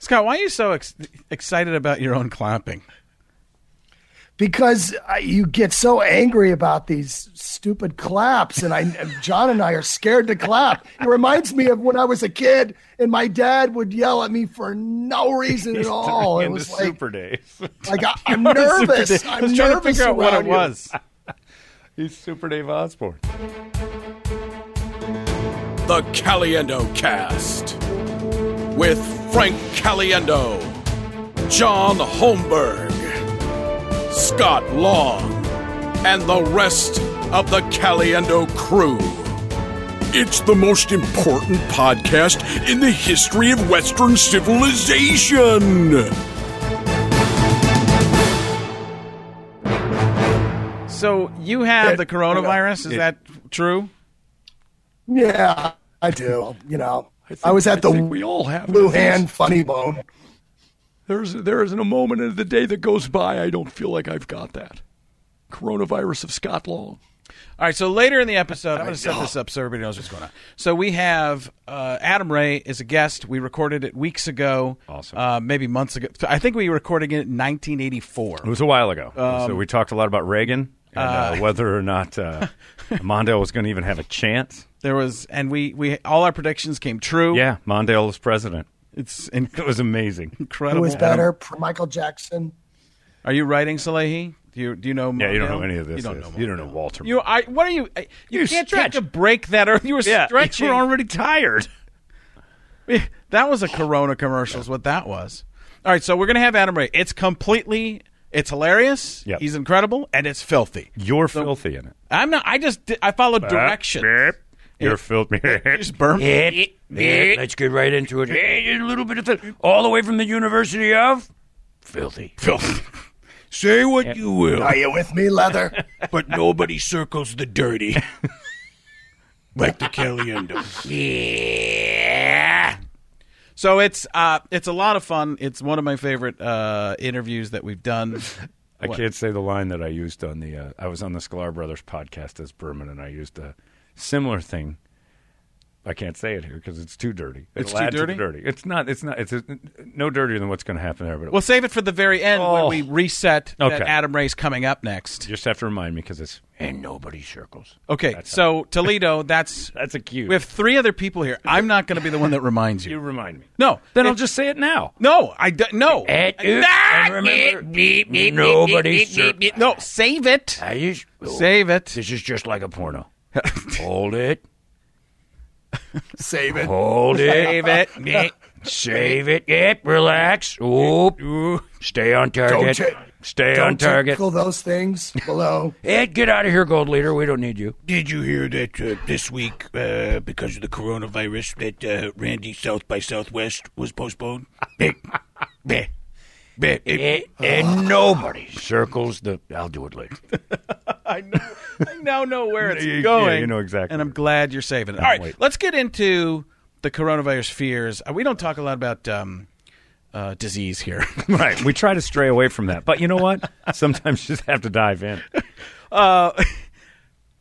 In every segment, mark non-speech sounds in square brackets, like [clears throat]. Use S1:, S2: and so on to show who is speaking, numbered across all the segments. S1: Scott, why are you so ex- excited about your own clapping?
S2: because I, you get so angry about these stupid claps and I John and I are scared to clap. It reminds me of when I was a kid and my dad would yell at me for no
S1: [laughs]
S2: reason at all. It
S3: into
S2: was like,
S3: Super Days.
S2: like I, I'm
S1: You are super
S2: nervous.
S1: Dave.
S2: I'm
S1: I was trying to
S2: nervous
S1: figure out what it
S2: around you.
S1: was.
S3: He's Super Dave Osborne.
S4: The Caliendo Cast with Frank Caliendo, John Holmberg, Scott Long, and the rest of the Caliendo crew. It's the most important podcast in the history of Western civilization.
S1: So you have the coronavirus? Is that true?
S2: Yeah, I do. You know, I,
S3: think-
S2: was at
S3: I
S2: the
S3: think we all have it.
S2: Luhan Funny Bone.
S3: There's there isn't a moment of the day that goes by I don't feel like I've got that coronavirus of Scott Long.
S1: All right, so later in the episode, I'm going to set this up so everybody knows what's going on. So we have uh, Adam Ray is a guest. We recorded it weeks ago,
S3: Awesome.
S1: uh, maybe months ago. I think we recorded it in 1984.
S3: It was a while ago.
S1: Um,
S3: so we talked a lot about Reagan and uh, whether or not
S1: [laughs]
S3: uh, Mondale was going to even have a chance.
S1: There was, and we we all our predictions came true.
S3: Yeah, Mondale was president.
S1: it's in-
S3: [laughs] It was amazing.
S2: Who
S1: incredible.
S2: was better? Pr- Michael Jackson.
S1: Are you writing Salehi? Do you do you know?
S3: Yeah, you don't
S1: Mondale?
S3: know any of this.
S1: You don't know.
S3: you don't know Walter.
S1: You, I, what are you? I- You,
S3: You
S1: can't
S3: stretch.
S1: take a break that early. You were
S3: yeah, [laughs]
S1: stretching.
S3: you were already tired.
S1: [laughs] That was a Corona commercial, is what that was. All right, so we're gonna have Adam Ray. It's completely, it's hilarious.
S3: Yep.
S1: He's incredible, and it's filthy.
S3: You're filthy in it. Uh.
S1: I'm not. I just di- I followed directions.
S3: Beep. You're filthy.
S1: Just burn.
S5: Yeah, let's get right into it. Hey, a little bit of fil- all the way from the University of Filthy.
S4: Filth. Say what you will,
S2: Are you with me, Leather?
S4: but nobody circles the
S1: [laughs]
S4: dirty like the Caliendos.
S5: Yeah.
S1: So it's uh, it's a lot of fun. It's one of my favorite uh, interviews that we've done.
S3: [laughs] I can't say the line that I used on the. Uh, I was on the Sklar Brothers podcast as Berman, and I used a similar thing. I can't say it here because it's too dirty.
S1: It's
S3: It'll
S1: too
S3: add to the
S1: dirty?
S3: dirty. It's not. It's not. It's uh no dirtier than what's going to happen there. But
S1: We'll save it for the very end
S3: Oh.
S1: when we reset that
S3: Okay.
S1: Adam Ray's coming up next.
S3: you just have to remind me because it's eh.
S5: And nobody circles.
S1: Okay, so
S3: [laughs]
S1: Toledo, that's
S3: that's a cue.
S1: we have three other people here. I'm not going to be the one that reminds
S3: you
S1: you.
S3: remind me.
S1: No,
S3: Then I'll
S1: it-
S3: just say it now.
S1: no. I d- no.
S5: And,
S1: Ah,
S5: and remember, nobody circles.
S1: no, save it.
S5: I just, oh,
S1: Save it.
S5: this is just like a
S1: [laughs]
S5: porno. Hold it.
S2: Save it.
S5: Hold
S1: Save
S5: it. [laughs]
S1: it.
S5: Save it. Save it. Yep, relax. Oop. Stay on target.
S2: Don't ta-
S5: Stay on
S2: Don't
S5: target.
S2: tickle those things
S3: [laughs]
S2: below.
S5: Ed, get out of here, Gold Leader. We don't need you.
S4: Did you hear that uh, this week, uh, because of the coronavirus, that uh, Randy South by Southwest was
S5: [laughs]
S4: postponed? Beh. Beh. Beh. Eh.
S5: And, and nobody circles the. I'll do it later.
S1: I know. I now know where
S3: [laughs]
S1: it's
S3: Yeah, you-
S1: going.
S3: yeah, you know exactly
S1: And I'm
S3: where it
S1: glad you're saving it. All right,
S3: wait.
S1: let's get into the coronavirus fears. Uh, We don't talk a lot about um, uh, disease here.
S3: [laughs]
S1: [laughs]
S3: Right. We try to stray away from that, but you know what? Sometimes you just have to dive in.
S1: Uh, [laughs]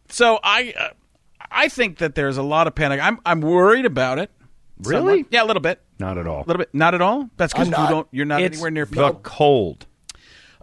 S1: so I, uh, I think that there's a lot of panic. I'm I'm worried about it.
S3: Really?
S1: somewhat. Yeah, a little bit.
S3: Not at all.
S1: A little bit. Not at all. That's because
S2: I'm
S1: you
S2: not.
S1: don't. You're not
S3: It's
S1: anywhere near
S3: the
S1: people.
S3: cold.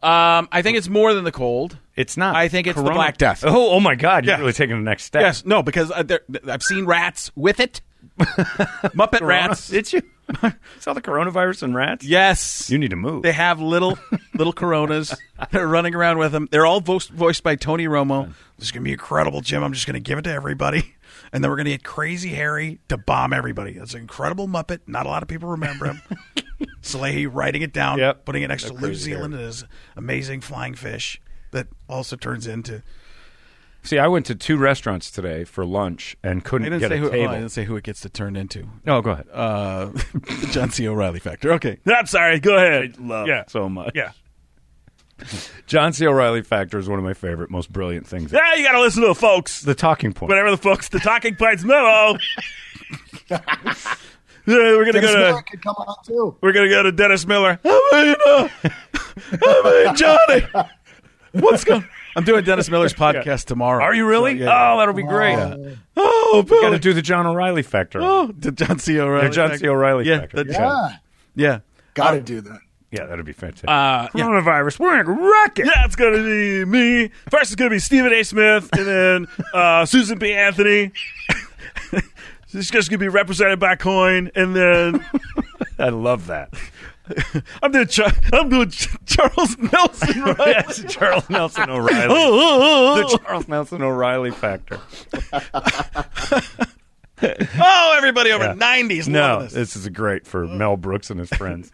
S1: Um, I think it's more than the cold.
S3: It's not.
S1: I think it's the Black Death.
S3: Oh, oh my God! You're really taking the next step.
S1: Yes. No, because uh, there, I've seen rats
S3: [laughs]
S1: with it. Muppet rats.
S3: Did you [laughs] saw the coronavirus in rats?
S1: yes.
S3: You need to move.
S1: They
S3: [laughs]
S1: have little little coronas. They're running around with them. They're all voiced, voiced by Tony Romo.
S6: This is going to be incredible, Jim. I'm just going to give it to everybody. And then we're going to get Crazy Harry to bomb everybody. It's an incredible Muppet. Not a lot of people remember
S5: [laughs]
S6: him. Salehi writing it down,
S3: Yep.
S6: putting it next
S3: The
S6: to New
S3: Crazy Harry.
S6: Zealand and his amazing flying fish that also turns into.
S3: See, I went to two restaurants today for lunch and
S1: I
S3: couldn't
S1: didn't
S3: get
S1: say
S3: a
S1: who. oh,
S3: table.
S1: I didn't say who it gets to turn into.
S3: No, go ahead.
S1: Uh,
S3: [laughs]
S1: John C. O'Reilly factor. [laughs] Okay.
S3: I'm sorry. Go ahead. love yeah. so much.
S6: Yeah.
S3: John C. O'Reilly factor is one of my favorite, most brilliant things.
S6: Yeah, you got to listen to the folks.
S3: The talking [laughs] point.
S6: the folks, the Talking Points
S5: [laughs]
S6: memo.
S1: We're gonna
S2: Dennis Miller could come out too.
S1: We're gonna go to Dennis Miller. How about Johnny? What's [laughs] going? I'm doing
S3: [laughs]
S1: Dennis Miller's podcast tomorrow.
S3: Are you really?
S1: So, yeah.
S3: Oh, that'll be great.
S1: Oh, Billy.
S3: Got to do the John O'Reilly factor.
S1: Oh, the John C. O'Reilly.
S3: The John
S1: factor.
S3: C. O'Reilly
S1: Yeah,
S3: factor.
S1: the-
S2: Yeah.
S1: Yeah.
S2: Got to do that.
S3: Yeah, that'd be fantastic.
S1: [laughs] Uh, yeah.
S3: Coronavirus, we're gonna rock it.
S7: Yeah, it's gonna be me. First, it's gonna be Stephen A. Smith, and then
S3: [laughs]
S7: uh, Susan B. Anthony. [laughs] it's just gonna be represented by Coin, and then
S3: [laughs] I love that.
S7: [laughs] I'm doing Char- I'm doing Ch- Charles
S3: [laughs]
S7: Nelson. Right?
S3: That's Charles
S7: [laughs]
S3: Nelson O'Reilly. [laughs] the [laughs] Charles Nelson O'Reilly factor. [laughs]
S6: Oh, everybody over
S3: Yeah.
S6: 90s.
S3: No,
S6: No.
S3: this. is great for Mel Brooks and his friends.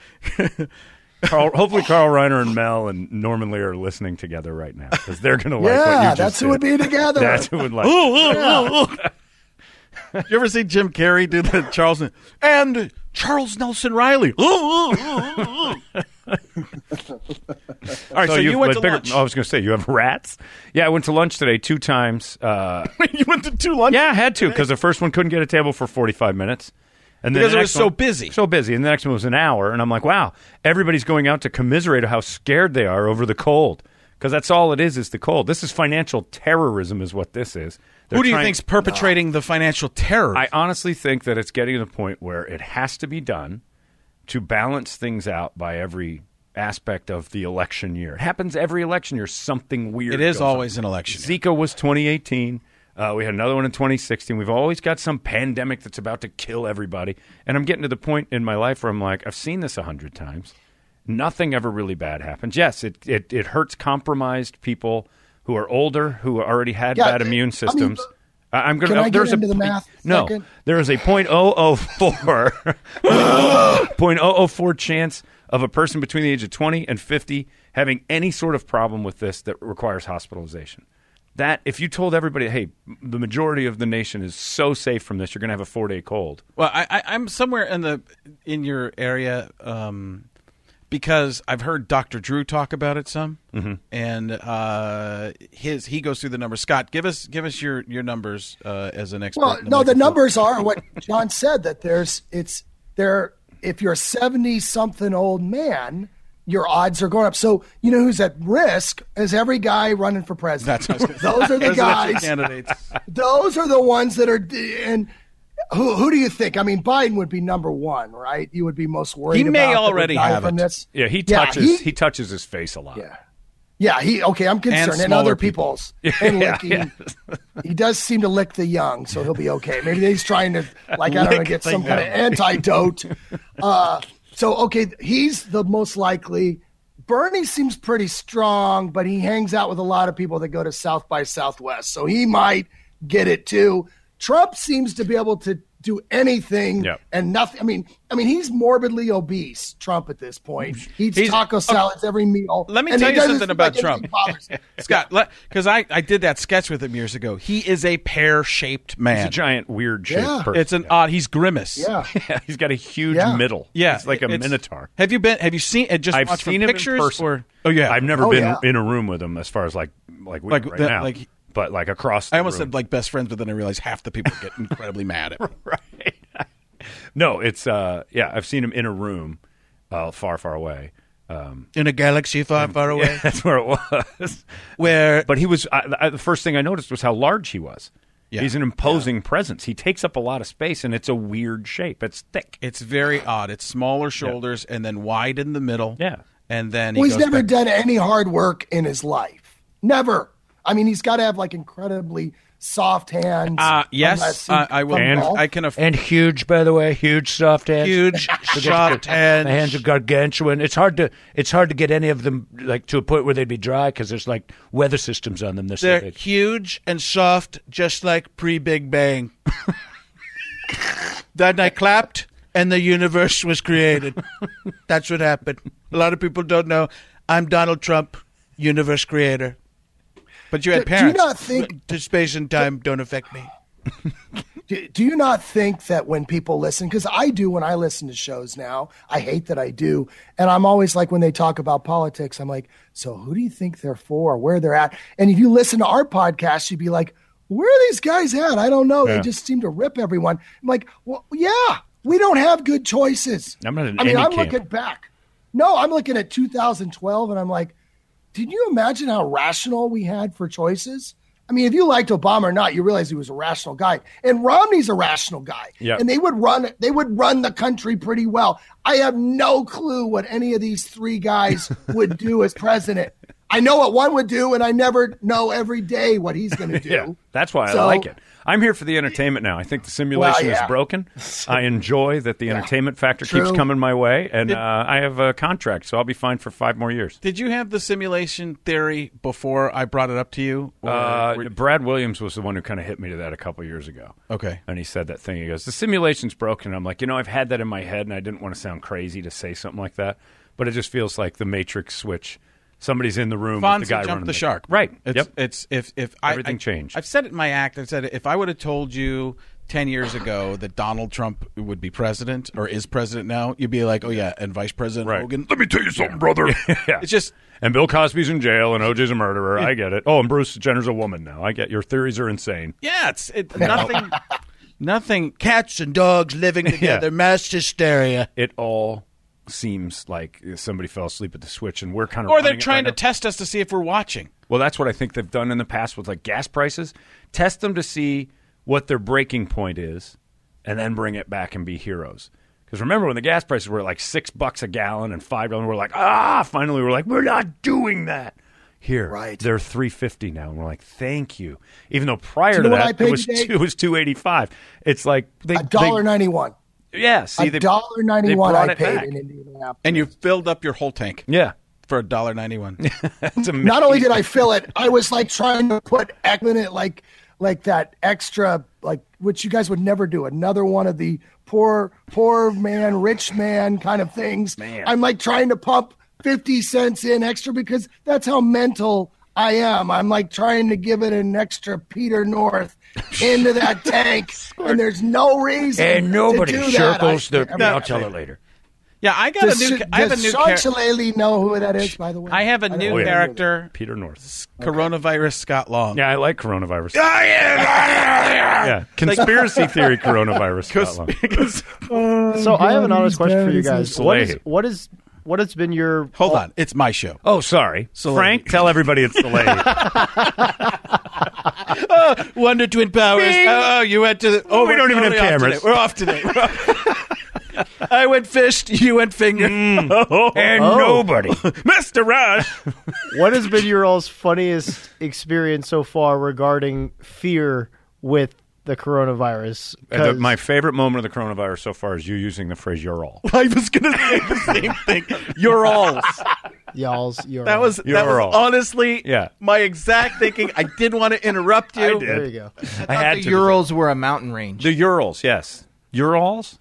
S3: [laughs] Carl, hopefully, Carl Reiner and Mel and Norman Lee are listening together right now because they're gonna like what you
S2: yeah,
S3: just
S2: that's who
S3: did.
S2: would be
S3: [laughs]
S2: together.
S3: That's who would like.
S7: You ever see Jim Carrey do the Charles and Charles Nelson Riley?
S3: All right,
S1: so you went to lunch.
S3: oh, I was going to say you have rats. Yeah, I went to lunch today two times.
S1: [laughs]
S3: Uh,
S7: you went to two lunches.
S3: yeah, I had to because the first one couldn't get a table for forty-five minutes, and then
S1: Because
S3: the
S1: it
S3: next
S1: was so
S3: one-
S1: busy.
S3: so busy. And the next one was an hour, and I'm like, wow, everybody's going out to commiserate how scared they are over the cold because that's all it is is the cold. This is financial terrorism, is what this is. They're
S1: Who do you
S3: trying-
S1: think's perpetrating the financial terror?
S3: I honestly think that it's getting to the point where it has to be done to balance things out by every aspect of the election year. It happens every election year. Something weird.
S1: it is
S3: goes on.
S1: always an election. year.
S3: Zika was 2018. Uh, we had another one in 2016. We've always got some pandemic that's about to kill everybody. And I'm getting to the point in my life where I'm like, I've seen this a hundred times. Nothing ever really bad happens. Yes, it, it, it hurts compromised people who are older, who already had
S2: Yeah,
S3: bad
S2: I mean,
S3: immune systems. I I'm gonna.
S2: can I get
S3: there's
S2: into
S3: a,
S2: the math
S3: No,
S2: second?
S3: there is a 0.004, [laughs] 0.004 chance of a person between the age of 20 and 50 having any sort of problem with this that requires hospitalization. That if you told everybody, hey, the majority of the nation is so safe from this, you're going to have a four day cold.
S1: Well, I, I, I'm somewhere in the in your area um, because I've heard Dr. Drew talk about it some, and uh, his he goes through the numbers. Scott, give us give us your your numbers uh, as an expert.
S2: Well,
S1: in
S2: no, the
S1: microphone.
S2: numbers are what John said that there's it's there. If you're a 70 something old man, your odds are going up. So, you know who's at risk is every guy running for president. Those are the
S1: Presidential
S5: [laughs]
S2: guys.
S1: candidates.
S2: Those are the ones that are. And who, who do you think? I mean, Biden would be number one, right? You would be most worried
S1: He
S2: about.
S1: may
S2: that would
S1: already
S2: die
S1: have
S2: from
S1: it.
S2: this.
S3: Yeah, he
S2: Yeah,
S3: touches
S2: he-
S3: he, touches his face a lot.
S2: Yeah. Yeah, he okay. I'm concerned, and,
S1: smaller
S2: other
S1: people.
S2: people's.
S3: [laughs]
S1: [laughs]
S2: And licking, he does seem to lick the young, so he'll be okay. Maybe he's trying to, like, I don't know, get some kind of antidote. Uh, so okay, he's the most likely. Bernie seems pretty strong, but he hangs out with a lot of people that go to South by Southwest, so he might get it too. Trump seems to be able to do anything
S3: Yep.
S2: and nothing. I mean, I mean, he's morbidly obese. Trump at this point, he eats
S1: He's-
S2: taco salads every meal.
S1: Let me
S2: And
S1: tell
S2: he
S1: you
S2: doesn't
S1: something
S2: seem
S1: about
S2: like anything
S1: Trump.
S2: bothers him.
S1: [laughs] Scott, because I, I did that sketch with him years ago. He is a pear shaped man.
S3: He's a giant weird shaped
S2: Yeah.
S3: person.
S1: It's an odd. He's grimace.
S2: Yeah.
S3: [laughs] Yeah, he's got a huge
S2: Yeah.
S3: middle.
S1: yeah.
S3: He's like a
S1: it's-
S3: minotaur.
S1: Have you been? Have you seen? uh, Just
S3: I've
S1: watched from
S3: seen him
S1: pictures
S3: in person.
S1: or oh yeah,
S3: I've never
S2: Oh,
S3: been
S2: yeah.
S3: in a room with him as far as like like we
S1: Like
S3: are right
S1: that-
S3: now.
S1: like-
S3: but like across. The
S1: I almost
S3: room.
S1: said like best friends, but then I realized half the people
S3: [laughs]
S1: get incredibly mad at me.
S3: right. [laughs] no, it's uh yeah. I've seen him in a room, uh, far far away. Um,
S7: In a galaxy far,
S3: [laughs]
S7: far away.
S3: that's where it was.
S1: [laughs] Where
S3: But he was I, I, the first thing I noticed was how large he was.
S1: Yeah.
S3: He's an imposing presence. He takes up a lot of space, and it's a weird shape. It's thick.
S1: It's very odd. It's smaller shoulders and then wide in the middle.
S3: Yeah.
S1: And then he
S2: Well, he's
S1: goes
S2: never
S1: back-
S2: done any hard work in his life. Never. I mean, he's got to have like incredibly soft hands.
S1: Uh, yes,
S2: unless he
S1: I, I will.
S2: can golf.
S1: I can afford
S5: And huge, by the way, huge soft hands. [laughs]
S1: huge soft
S5: My hands
S1: hands.
S5: are gargantuan. It's hard to it's hard to get any of them like to a point where they'd be dry because there's like weather systems on them. They're, so
S7: They're
S5: big.
S7: huge and soft, just like pre Big
S3: [laughs]
S7: Bang. then I clapped, and the universe was created. That's what happened. A lot of people don't know. I'm Donald Trump, universe creator.
S1: But you had
S2: do you
S1: parents.
S2: not think?
S7: The space and time don't affect me.
S2: Do, do you not think that when people listen, because I do when I listen to shows now, I hate that I do, and I'm always like when they talk about politics, I'm like, so who do you think they're for? Where they're at? And if you listen to our podcast, you'd be like, where are these guys at? I don't know. They just seem to rip everyone. I'm like, well, yeah, we don't have good choices.
S3: I'm not in
S2: I mean,
S3: any
S2: I'm
S3: camp.
S2: looking back. No, I'm looking at 2012, and I'm like, did you imagine how rational we had for choices? I mean, if you liked Obama or not, you realize he was a rational guy, and Romney's a rational guy.
S3: Yeah.
S2: And they would run they would run the country pretty well. I have no clue what any of these
S3: [laughs]
S2: three guys would do as president. I know what one would do, and I never know every day what he's going to do.
S3: [laughs] Yeah, that's why I
S2: So-
S3: like it. I'm here for the entertainment now. I think the simulation
S2: yeah.
S3: is
S1: [laughs]
S3: broken. I enjoy that the entertainment factor keeps
S2: True.
S3: coming my way, and uh, I have a contract, so I'll be fine for five more years.
S1: Did you have the simulation theory before I brought it up to you? Or
S3: Uh,
S1: were-
S3: Brad Williams was the one who kind of hit me to that a couple years ago.
S1: okay.
S3: And he said that thing. He goes, "The simulation's broken." I'm like, you know, I've had that in my head, and I didn't want to sound crazy to say something like that, but it just feels like the Matrix switch. Somebody's in the room
S1: Fonzie
S3: with the guy running
S1: jumped the shark.
S3: Right.
S1: It's,
S3: yep.
S1: It's if if I,
S3: Everything
S1: I- [laughs]
S3: changed.
S1: I've said it in my act. I said if I would have told you ten years ago that Donald Trump would be president or is president now, you'd be like, oh yeah, and Vice President
S3: Right.
S1: Hogan.
S6: Let me tell you something, brother.
S3: [laughs] yeah.
S1: It's just
S3: And Bill Cosby's in jail, and OJ's a murderer. I get it. Oh, and Bruce Jenner's a woman now. I get your theories are insane.
S1: yeah, it's it, nothing. Nothing.
S4: Cats and dogs
S1: [laughs]
S4: living together, mass hysteria.
S3: It all seems like somebody fell asleep at the switch, and we're kind of
S1: Or they're trying to test us to see if we're watching.
S3: well, that's what I think they've done in the past with like gas prices. Test them to see what their breaking point is, and then bring it back and be heroes. Because remember when the gas prices were like six bucks a gallon and five dollars, we're like, ah, finally, we're like, we're not doing that. Here,
S2: Right.
S3: They're three fifty now, and we're like, thank you. Even though prior to
S2: you know what I
S3: that, it
S2: paid
S3: was
S2: today?
S3: two, it was two eighty five. It's like they
S2: A dollar
S3: they-
S2: ninety one.
S3: Yeah, see,
S2: A
S3: they,
S2: dollar
S3: they
S2: ninety one.
S3: brought
S2: I
S3: it
S2: paid
S3: back.
S2: in Indianapolis.
S1: And you filled up your whole tank
S3: Yeah,
S1: for a dollar ninety one. [laughs]
S3: it's amazing.
S2: Not only did [laughs] I fill it, I was like trying to put Eckman in it, like like that extra like which you guys would never do. Another one of the poor poor man, rich man kind of things. I'm like trying to pump fifty cents in extra because that's how mental I am. I'm like trying to give it an extra Peter North
S5: [laughs]
S2: into that tank, and there's no reason.
S5: And nobody
S2: to do
S5: circles
S2: that.
S5: the. I'll tell it later.
S1: Yeah, I got
S2: Does,
S1: a new.
S2: does
S1: ca- I have a new. char-
S2: Shirley know who that is? By the way,
S1: I have a
S2: don't
S1: new
S2: know.
S1: character.
S3: Peter North.
S1: Coronavirus Scott Long.
S3: Yeah, I like coronavirus. [laughs] yeah, conspiracy theory coronavirus. Scotland.
S8: So I have an honest question for you
S2: he's
S8: guys. What is
S3: Slay.
S8: what is what has been your
S1: Hold on, it's my [laughs] show.
S3: Oh, sorry, Frank.
S2: [laughs]
S3: Tell everybody it's the lady.
S1: [laughs] Oh, Wonder Twin Powers. Oh, you went to. The, oh,
S3: We
S1: we're
S3: don't even have
S1: totally
S3: cameras.
S1: off today. We're off today.
S3: [laughs]
S1: We're off. I went fished. You went
S7: [laughs]
S1: finger.
S7: Oh.
S5: And nobody.
S7: Mr. Raj.
S3: [laughs]
S8: what has been your all's funniest experience so far regarding fear with the coronavirus?
S3: The-
S8: 'Cause-
S3: my
S8: [laughs]
S3: favorite moment of the coronavirus so far is you using the phrase "you're all."
S8: Oh,
S1: I was gonna say the
S3: [laughs]
S1: same thing. You're all.
S8: y'all's your
S1: That was
S3: You're
S1: that was
S3: all.
S1: honestly
S3: Yeah.
S1: my exact thinking. I didn't want to interrupt you.
S8: there you go.
S3: I had
S9: the
S3: to.
S9: Urals were a mountain range.
S3: The Urals, yes. Urals?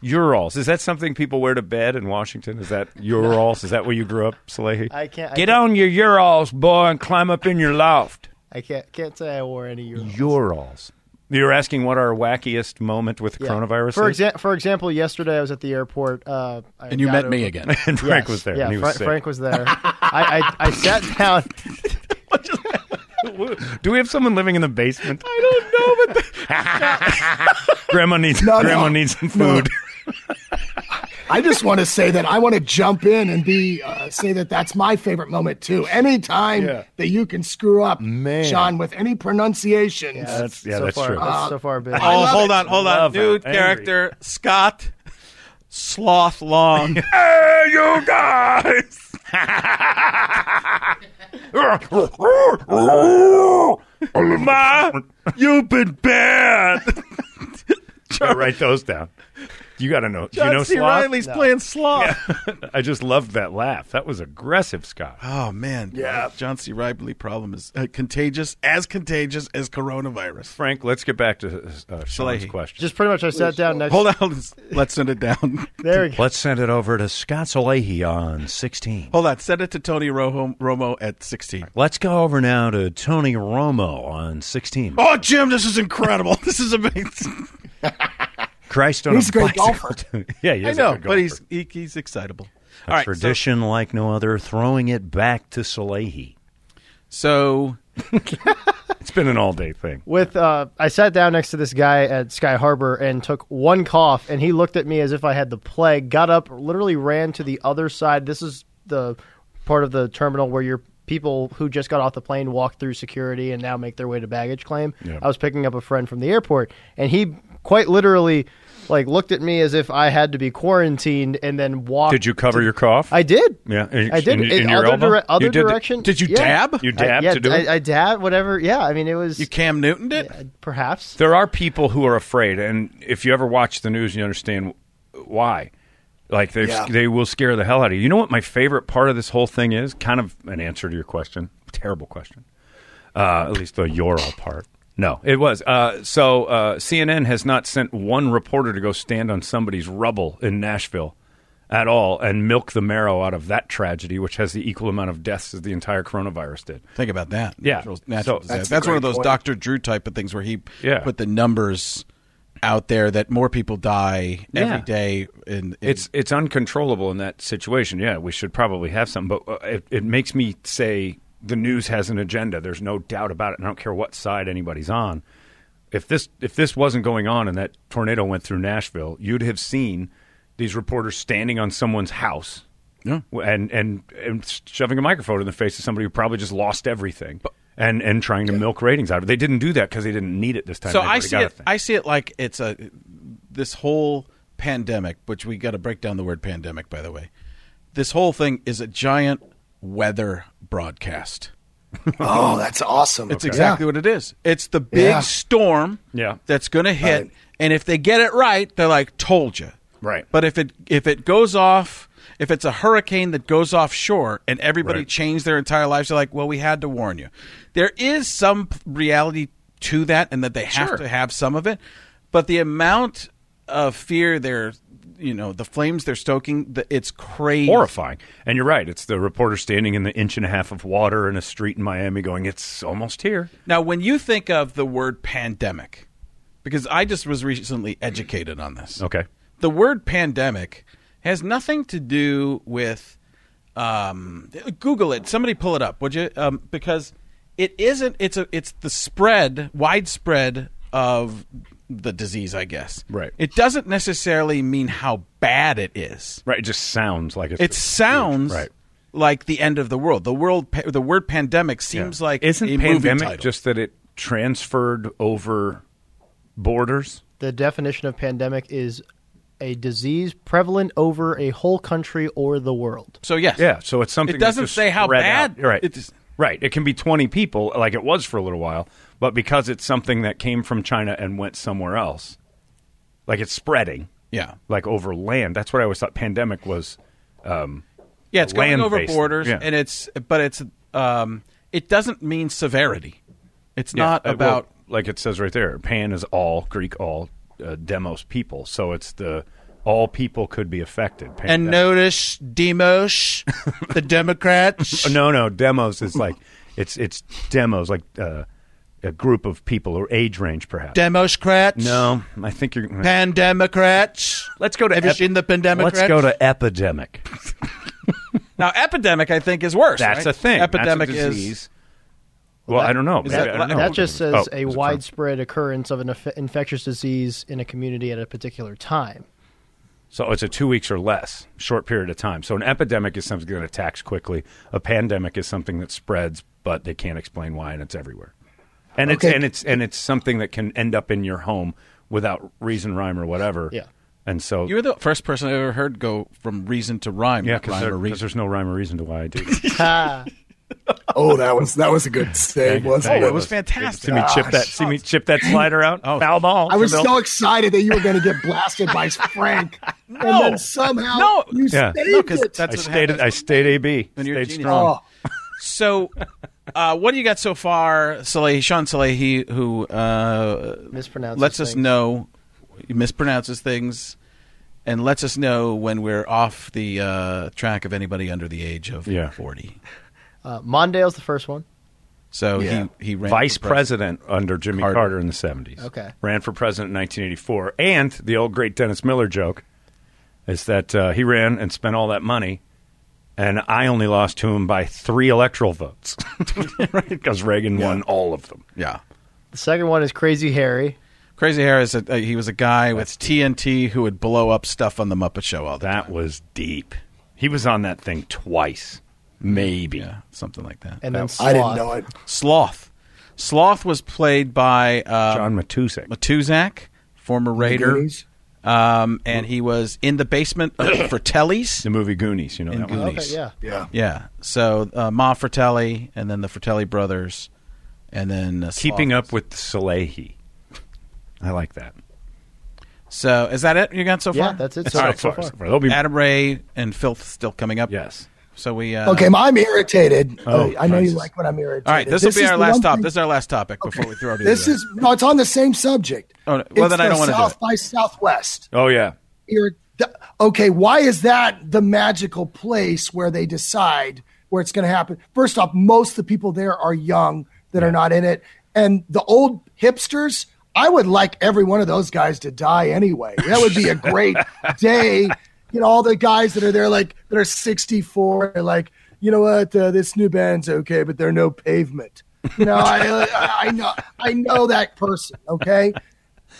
S3: Urals. Is that something people wear to bed in Washington? Is
S9: [laughs]
S3: that Urals? Is that where you grew up, Salehi?
S8: I can't. I
S5: Get
S8: can't,
S5: on your urals, boy, and climb up in your loft.
S8: I can't. Can't say I wore any your.
S3: Urals. You were asking what our wackiest moment with
S8: Yeah.
S3: coronavirus
S8: For,
S3: is?
S8: exa- for example, yesterday I was at the airport. Uh, I
S1: And you
S8: got
S1: met
S8: over- [laughs]
S1: me again.
S3: and Frank
S8: Yes.
S3: was there.
S8: Yeah,
S3: and he
S8: Fra-
S3: was sick.
S8: Frank was there. I, I,
S3: [laughs]
S8: I sat down.
S3: Do we have someone living in the
S8: [laughs]
S3: basement? I don't know, but Grandma needs
S2: No, no.
S3: Grandma needs some food.
S2: I just want to say that I want to jump in and be uh, say that that's my favorite moment too. Anytime that you can screw up,
S8: Man.
S2: Sean, with any pronunciation,
S3: That's yeah,
S8: so
S3: that's
S8: far,
S3: true.
S8: That's so far been.
S1: Oh,
S3: [laughs]
S1: hold on, hold on.
S3: Love it.
S1: New
S3: Angry.
S1: character Scott Sloth Long.
S3: you guys.
S7: Ma, you've been bad.
S1: [laughs]
S3: write those down. You got to know. Do you
S1: John
S3: know
S1: C.
S3: Sloth?
S1: Riley's playing Sloth. [laughs]
S3: I just loved that laugh. That was aggressive, Scott.
S1: Oh man, yeah. John C. Riley problem is [laughs] uh, contagious, as contagious as coronavirus.
S3: Frank, let's get back to uh, Sean's
S1: Salehi.
S3: question.
S8: Just pretty much, I sat down next.
S1: Hold on, let's send it down.
S8: There we go.
S3: [laughs] let's send it over to Scott Salehi on 16.
S1: [laughs] Hold on, send it to Tony Romo, Romo at sixteen.
S3: Let's go over now to Tony Romo on 16.
S1: Oh, Jim, this is incredible. [laughs] This is amazing.
S3: Christ on
S2: He's a great
S3: bicycle. [laughs] yeah, he
S1: I
S3: is a
S1: know,
S3: good
S1: but he's
S3: golfer.
S1: he, he's excitable.
S3: A
S1: All right, so-
S3: tradition like no other, throwing it back to Salehi.
S1: so
S3: [laughs] It's been an all day thing.
S8: with uh, I sat down next to this guy at Sky Harbor and took one cough, and he looked at me as if I had the plague. Got up, literally ran to the other side. This is the part of the terminal where you're people who just got off the plane walk through security and now make their way to baggage claim. I was picking up a friend from the airport, and he quite literally like looked at me as if I had to be quarantined, and then
S1: Uh,
S8: walked.
S3: Did you cover your cough?
S8: I did.
S3: Yeah, in-
S8: I did.
S3: in- in your
S8: other
S3: elbow?
S8: dire- other
S3: You did the-
S8: direction.
S1: Did you
S8: yeah.
S1: dab?
S3: you dab
S8: I, yeah,
S3: to do
S8: I,
S3: it.
S8: I dab, whatever. Yeah, I mean, it was
S1: You Cam Newton did?
S8: perhaps.
S3: there are people who are afraid, and if you ever watch the news, you understand why. Like they
S6: Yeah.
S3: they will scare the hell out of you. You know what my favorite part of this whole thing is? Kind of an answer to your question. Terrible question. Uh, at least the you're all part. No, it was. Uh, so uh, CNN has not sent one reporter to go stand on somebody's rubble in Nashville at all and milk the marrow out of that tragedy, which has the equal amount of deaths as the entire coronavirus did.
S1: Think about that.
S3: Yeah.
S1: Natural,
S3: So-
S1: natural
S3: That's
S1: disaster. that's
S3: a
S1: one
S3: great
S1: of those
S3: point.
S1: Dr. Drew type of things where he
S3: Yeah.
S1: put the numbers out there that more people die
S3: Yeah.
S1: every day. In, in-
S3: it's it's uncontrollable in that situation. Yeah, we should probably have some, but uh, it, it makes me say the news has an agenda. There's no doubt about it. and I don't care what side anybody's on. If this if this wasn't going on and that tornado went through Nashville, you'd have seen these reporters standing on someone's house.
S1: Yeah.
S3: And, and and shoving a microphone in the face of somebody who probably just lost everything, and and trying to milk ratings out of it. They didn't do that because they didn't need it this time.
S1: so
S3: They've
S1: I
S3: already
S1: see
S3: got a
S1: it.
S3: thing.
S1: I see it like it's a this whole pandemic, which we got to break down the word pandemic, by the way. This whole thing is a giant weather broadcast.
S2: Oh, that's awesome.
S1: It's exactly what it is. It's the big
S2: Yeah.
S1: storm
S3: Yeah.
S1: that's going to hit, and if they get it right, they're like, "Told you."
S3: Right.
S1: But if it if it goes off, if it's a hurricane that goes offshore and everybody
S3: Right.
S1: changed their entire lives, they're like, "Well, we had to warn you." There is some p- reality to that, and that they have
S3: Sure.
S1: to have some of it. But the amount of fear they're, you know, the flames they're stoking, the, it's crazy.
S3: horrifying. And you're right. It's the reporter standing in the inch and a half of water in a street in Miami going, it's almost here.
S1: Now, when you think of the word pandemic, because I just was recently educated on this.
S3: Okay.
S1: The word pandemic has nothing to do with. Um, Google it. Somebody pull it up, would you? Um, because it isn't. It's a. It's the spread, widespread of the disease. I guess.
S3: Right.
S1: It doesn't necessarily mean how bad it is
S3: Right. It just sounds like it's.
S1: it sounds
S3: Right.
S1: like the end of the world. The world, pa- the word pandemic
S3: Yeah.
S1: seems like
S3: Isn't
S1: a movie title.
S3: pandemic just that it transferred over borders?
S8: The definition of pandemic is a disease prevalent over a whole country or the world.
S1: so? Yes,
S3: Yeah. So it's something
S1: It
S3: that's
S1: doesn't
S3: just
S1: say how
S3: spread
S1: bad.
S3: out. Right.
S1: It is-
S3: right. It can be 20 people like it was for a little while, but because it's something that came from China and went somewhere else, like it's spreading.
S1: Yeah.
S3: Like over land. That's what I always thought pandemic was. Um,
S1: yeah, it's going over
S3: land-based.
S1: borders,
S3: Yeah.
S1: and it's but it's um, it doesn't mean severity. It's
S3: Yeah,
S1: not
S3: uh, well,
S1: about
S3: like it says right there. Pan is all Greek, all uh, demos people. So it's the all people could be affected. Pan,
S1: and notice Demos,
S3: [laughs]
S1: the Democrats.
S3: Oh, no, no, demos is like it's it's demos like uh, a group of people or age range perhaps.
S1: Democrats.
S3: no, I think you're.
S1: Pandemocrats.
S3: let's go to.
S1: Have you
S3: ep-
S1: seen the pandemic?
S3: Let's go to epidemic.
S1: now. Epidemic, I think, is worse.
S3: That's
S1: right?
S3: a thing. That's a
S1: Epidemic
S3: disease.
S1: is
S3: Well, I don't know.
S1: is
S3: Oh, Maybe-
S1: that-
S3: I don't know.
S8: That just says
S3: Oh,
S8: a
S3: is it from-
S8: widespread occurrence of an inf- infectious disease in a community at a particular time.
S3: So it's a two weeks or less short period of time. So an epidemic is something that attacks quickly. A pandemic is something that spreads, but they can't explain why, and it's everywhere. And it's
S2: Okay.
S3: and it's and it's something that can end up in your home without reason, rhyme, or whatever.
S8: Yeah.
S3: And so
S1: you were the first person I ever heard go from reason to rhyme.
S3: yeah,
S1: not
S3: because
S1: rhyme or reason.
S3: there's no rhyme or reason to why
S2: [laughs]
S3: I do.
S8: Ah,
S2: Oh, that was that was a good save, wasn't
S3: Thank
S2: it?
S3: you.
S1: was fantastic.
S3: See me chip that. See me chip that slider out. Oh, foul ball.
S2: I was
S3: Bill.
S2: so excited that you were going to get blasted
S3: [laughs]
S2: by Frank, and then somehow
S1: No.
S2: you
S3: Yeah.
S2: saved
S1: No, 'cause
S2: it.
S1: that's
S3: I
S1: what
S3: stayed.
S1: happens.
S3: I stayed AB.
S1: When you're a
S3: Stayed
S1: genius.
S3: strong.
S2: Oh,
S1: So, [laughs] uh, what do you got so far, Salehi, Sean Salehi, who uh,
S8: mispronounces
S1: lets us
S8: things.
S1: know, he mispronounces things, and lets us know when we're off the uh, track of anybody under the age of
S3: Yeah.
S1: 40.
S8: Uh, Mondale's the first one.
S1: So
S2: Yeah.
S1: he, he ran
S3: vice
S1: for pres-
S3: president under Jimmy
S1: Carter.
S3: Carter. in the 70s.
S8: Okay.
S3: Ran for president in 1984. And the old great Dennis Miller joke is that uh, he ran and spent all that money, and I only lost to him by three electoral votes. [laughs] [laughs] right? Because Reagan won all of them.
S1: Yeah.
S8: The second one is Crazy Harry.
S1: Crazy Harris, uh, he was a guy with TNT who would blow up stuff on The Muppet Show all the time.
S3: That was deep. He was on that thing twice. Maybe.
S1: Yeah, something like that.
S8: and then
S2: I didn't
S8: Sloth.
S2: know it.
S1: Sloth. Sloth was played by uh,
S3: John Matusek.
S1: Matuzak, former Raider,
S2: Goonies?
S1: um, and he was in the basement [coughs] of Fratelli's.
S3: The movie Goonies, you know
S1: In
S3: that one.
S1: Goonies.
S8: Okay, yeah.
S2: Yeah.
S1: Yeah, so uh, Ma Fratelli, and then the Fratelli brothers, and then uh, Sloth.
S3: Keeping up with Salehi. I like that.
S1: So is that it you got so
S8: Yeah,
S1: far?
S8: that's it.
S3: All
S8: So,
S3: right,
S8: so
S3: far,
S8: far.
S3: so far. There'll be-
S1: Adam Ray and Filth still coming up.
S3: yes.
S1: So we uh,
S2: Okay, I'm irritated.
S3: Oh,
S2: I know you
S3: Jesus.
S2: like when I'm irritated.
S1: All right, this will be
S2: is
S1: our
S2: the
S1: last
S2: one
S1: topic.
S2: thing-
S1: This is our last topic before we throw it.
S2: This is no, it's on the same subject.
S1: Oh, no. Well,
S2: It's
S1: then I
S2: the
S1: don't wanna do
S2: South
S1: it.
S2: by Southwest.
S3: Oh yeah.
S2: You're- th- okay, why is that the magical place where they decide where it's going to happen? First off, most of the people there are young that are not in it, and the old hipsters. I would like every one of those guys to die anyway. That
S1: [laughs]
S2: would be a great day. You know, all the guys that are there, like that are sixty-four, they're like, you know what, uh, this new band's okay, but they're no pavement. You know, I, [laughs] I, I know, I know that person. Okay,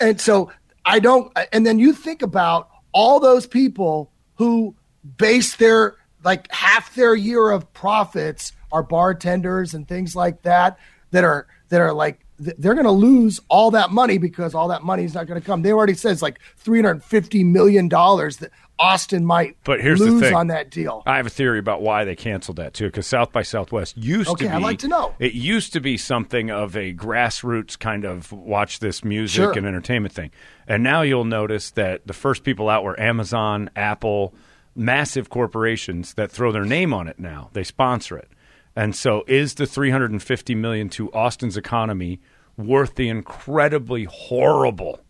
S2: and so I don't. And then you think about all those people who base their like half their year of profits are bartenders and things like that that are that are like th- they're going to lose all that money because all that money is not going to come. They already said it's like three hundred fifty million dollars that Austin might
S3: But here's the
S2: lose
S3: thing.
S2: on that deal.
S3: I have a theory about why they canceled that too, because South by Southwest used
S2: Okay,
S3: to be.
S2: I'd like to know.
S3: It used to be something of a grassroots kind of watch this music
S2: Sure.
S3: and entertainment thing, and now you'll notice that the first people out were Amazon, Apple, massive corporations that throw their name on it. Now they sponsor it, and so is the 350 million to Austin's economy worth the incredibly horrible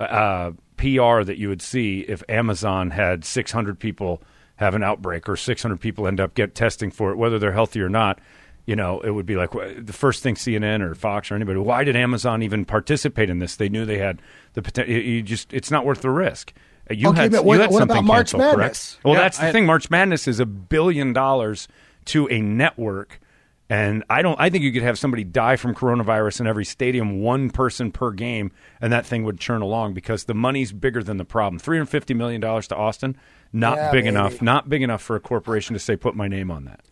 S3: uh, PR that you would see if Amazon had 600 people have an outbreak or 600 people end up get testing for it, whether they're healthy or not. You know, it would be like wh- the first thing CNN or Fox or anybody. Why did Amazon even participate in this? They knew they had the potential. You just, it's not worth the risk. Uh, You
S2: Okay,
S3: had,
S2: but
S3: you
S2: what-
S3: had
S2: what
S3: something
S2: about March
S3: canceled, correct?
S2: Madness?
S3: Well,
S1: Yeah,
S3: that's the
S1: I-
S3: thing. March Madness is a billion dollars to a network, and I don't. I think you could have somebody die from coronavirus in every stadium, one person per game, and that thing would churn along because the money's bigger than the problem. Three hundred fifty million dollars to Austin, not
S2: Yeah,
S3: big
S2: baby.
S3: enough. Not big enough for a corporation to say, "Put my name on that."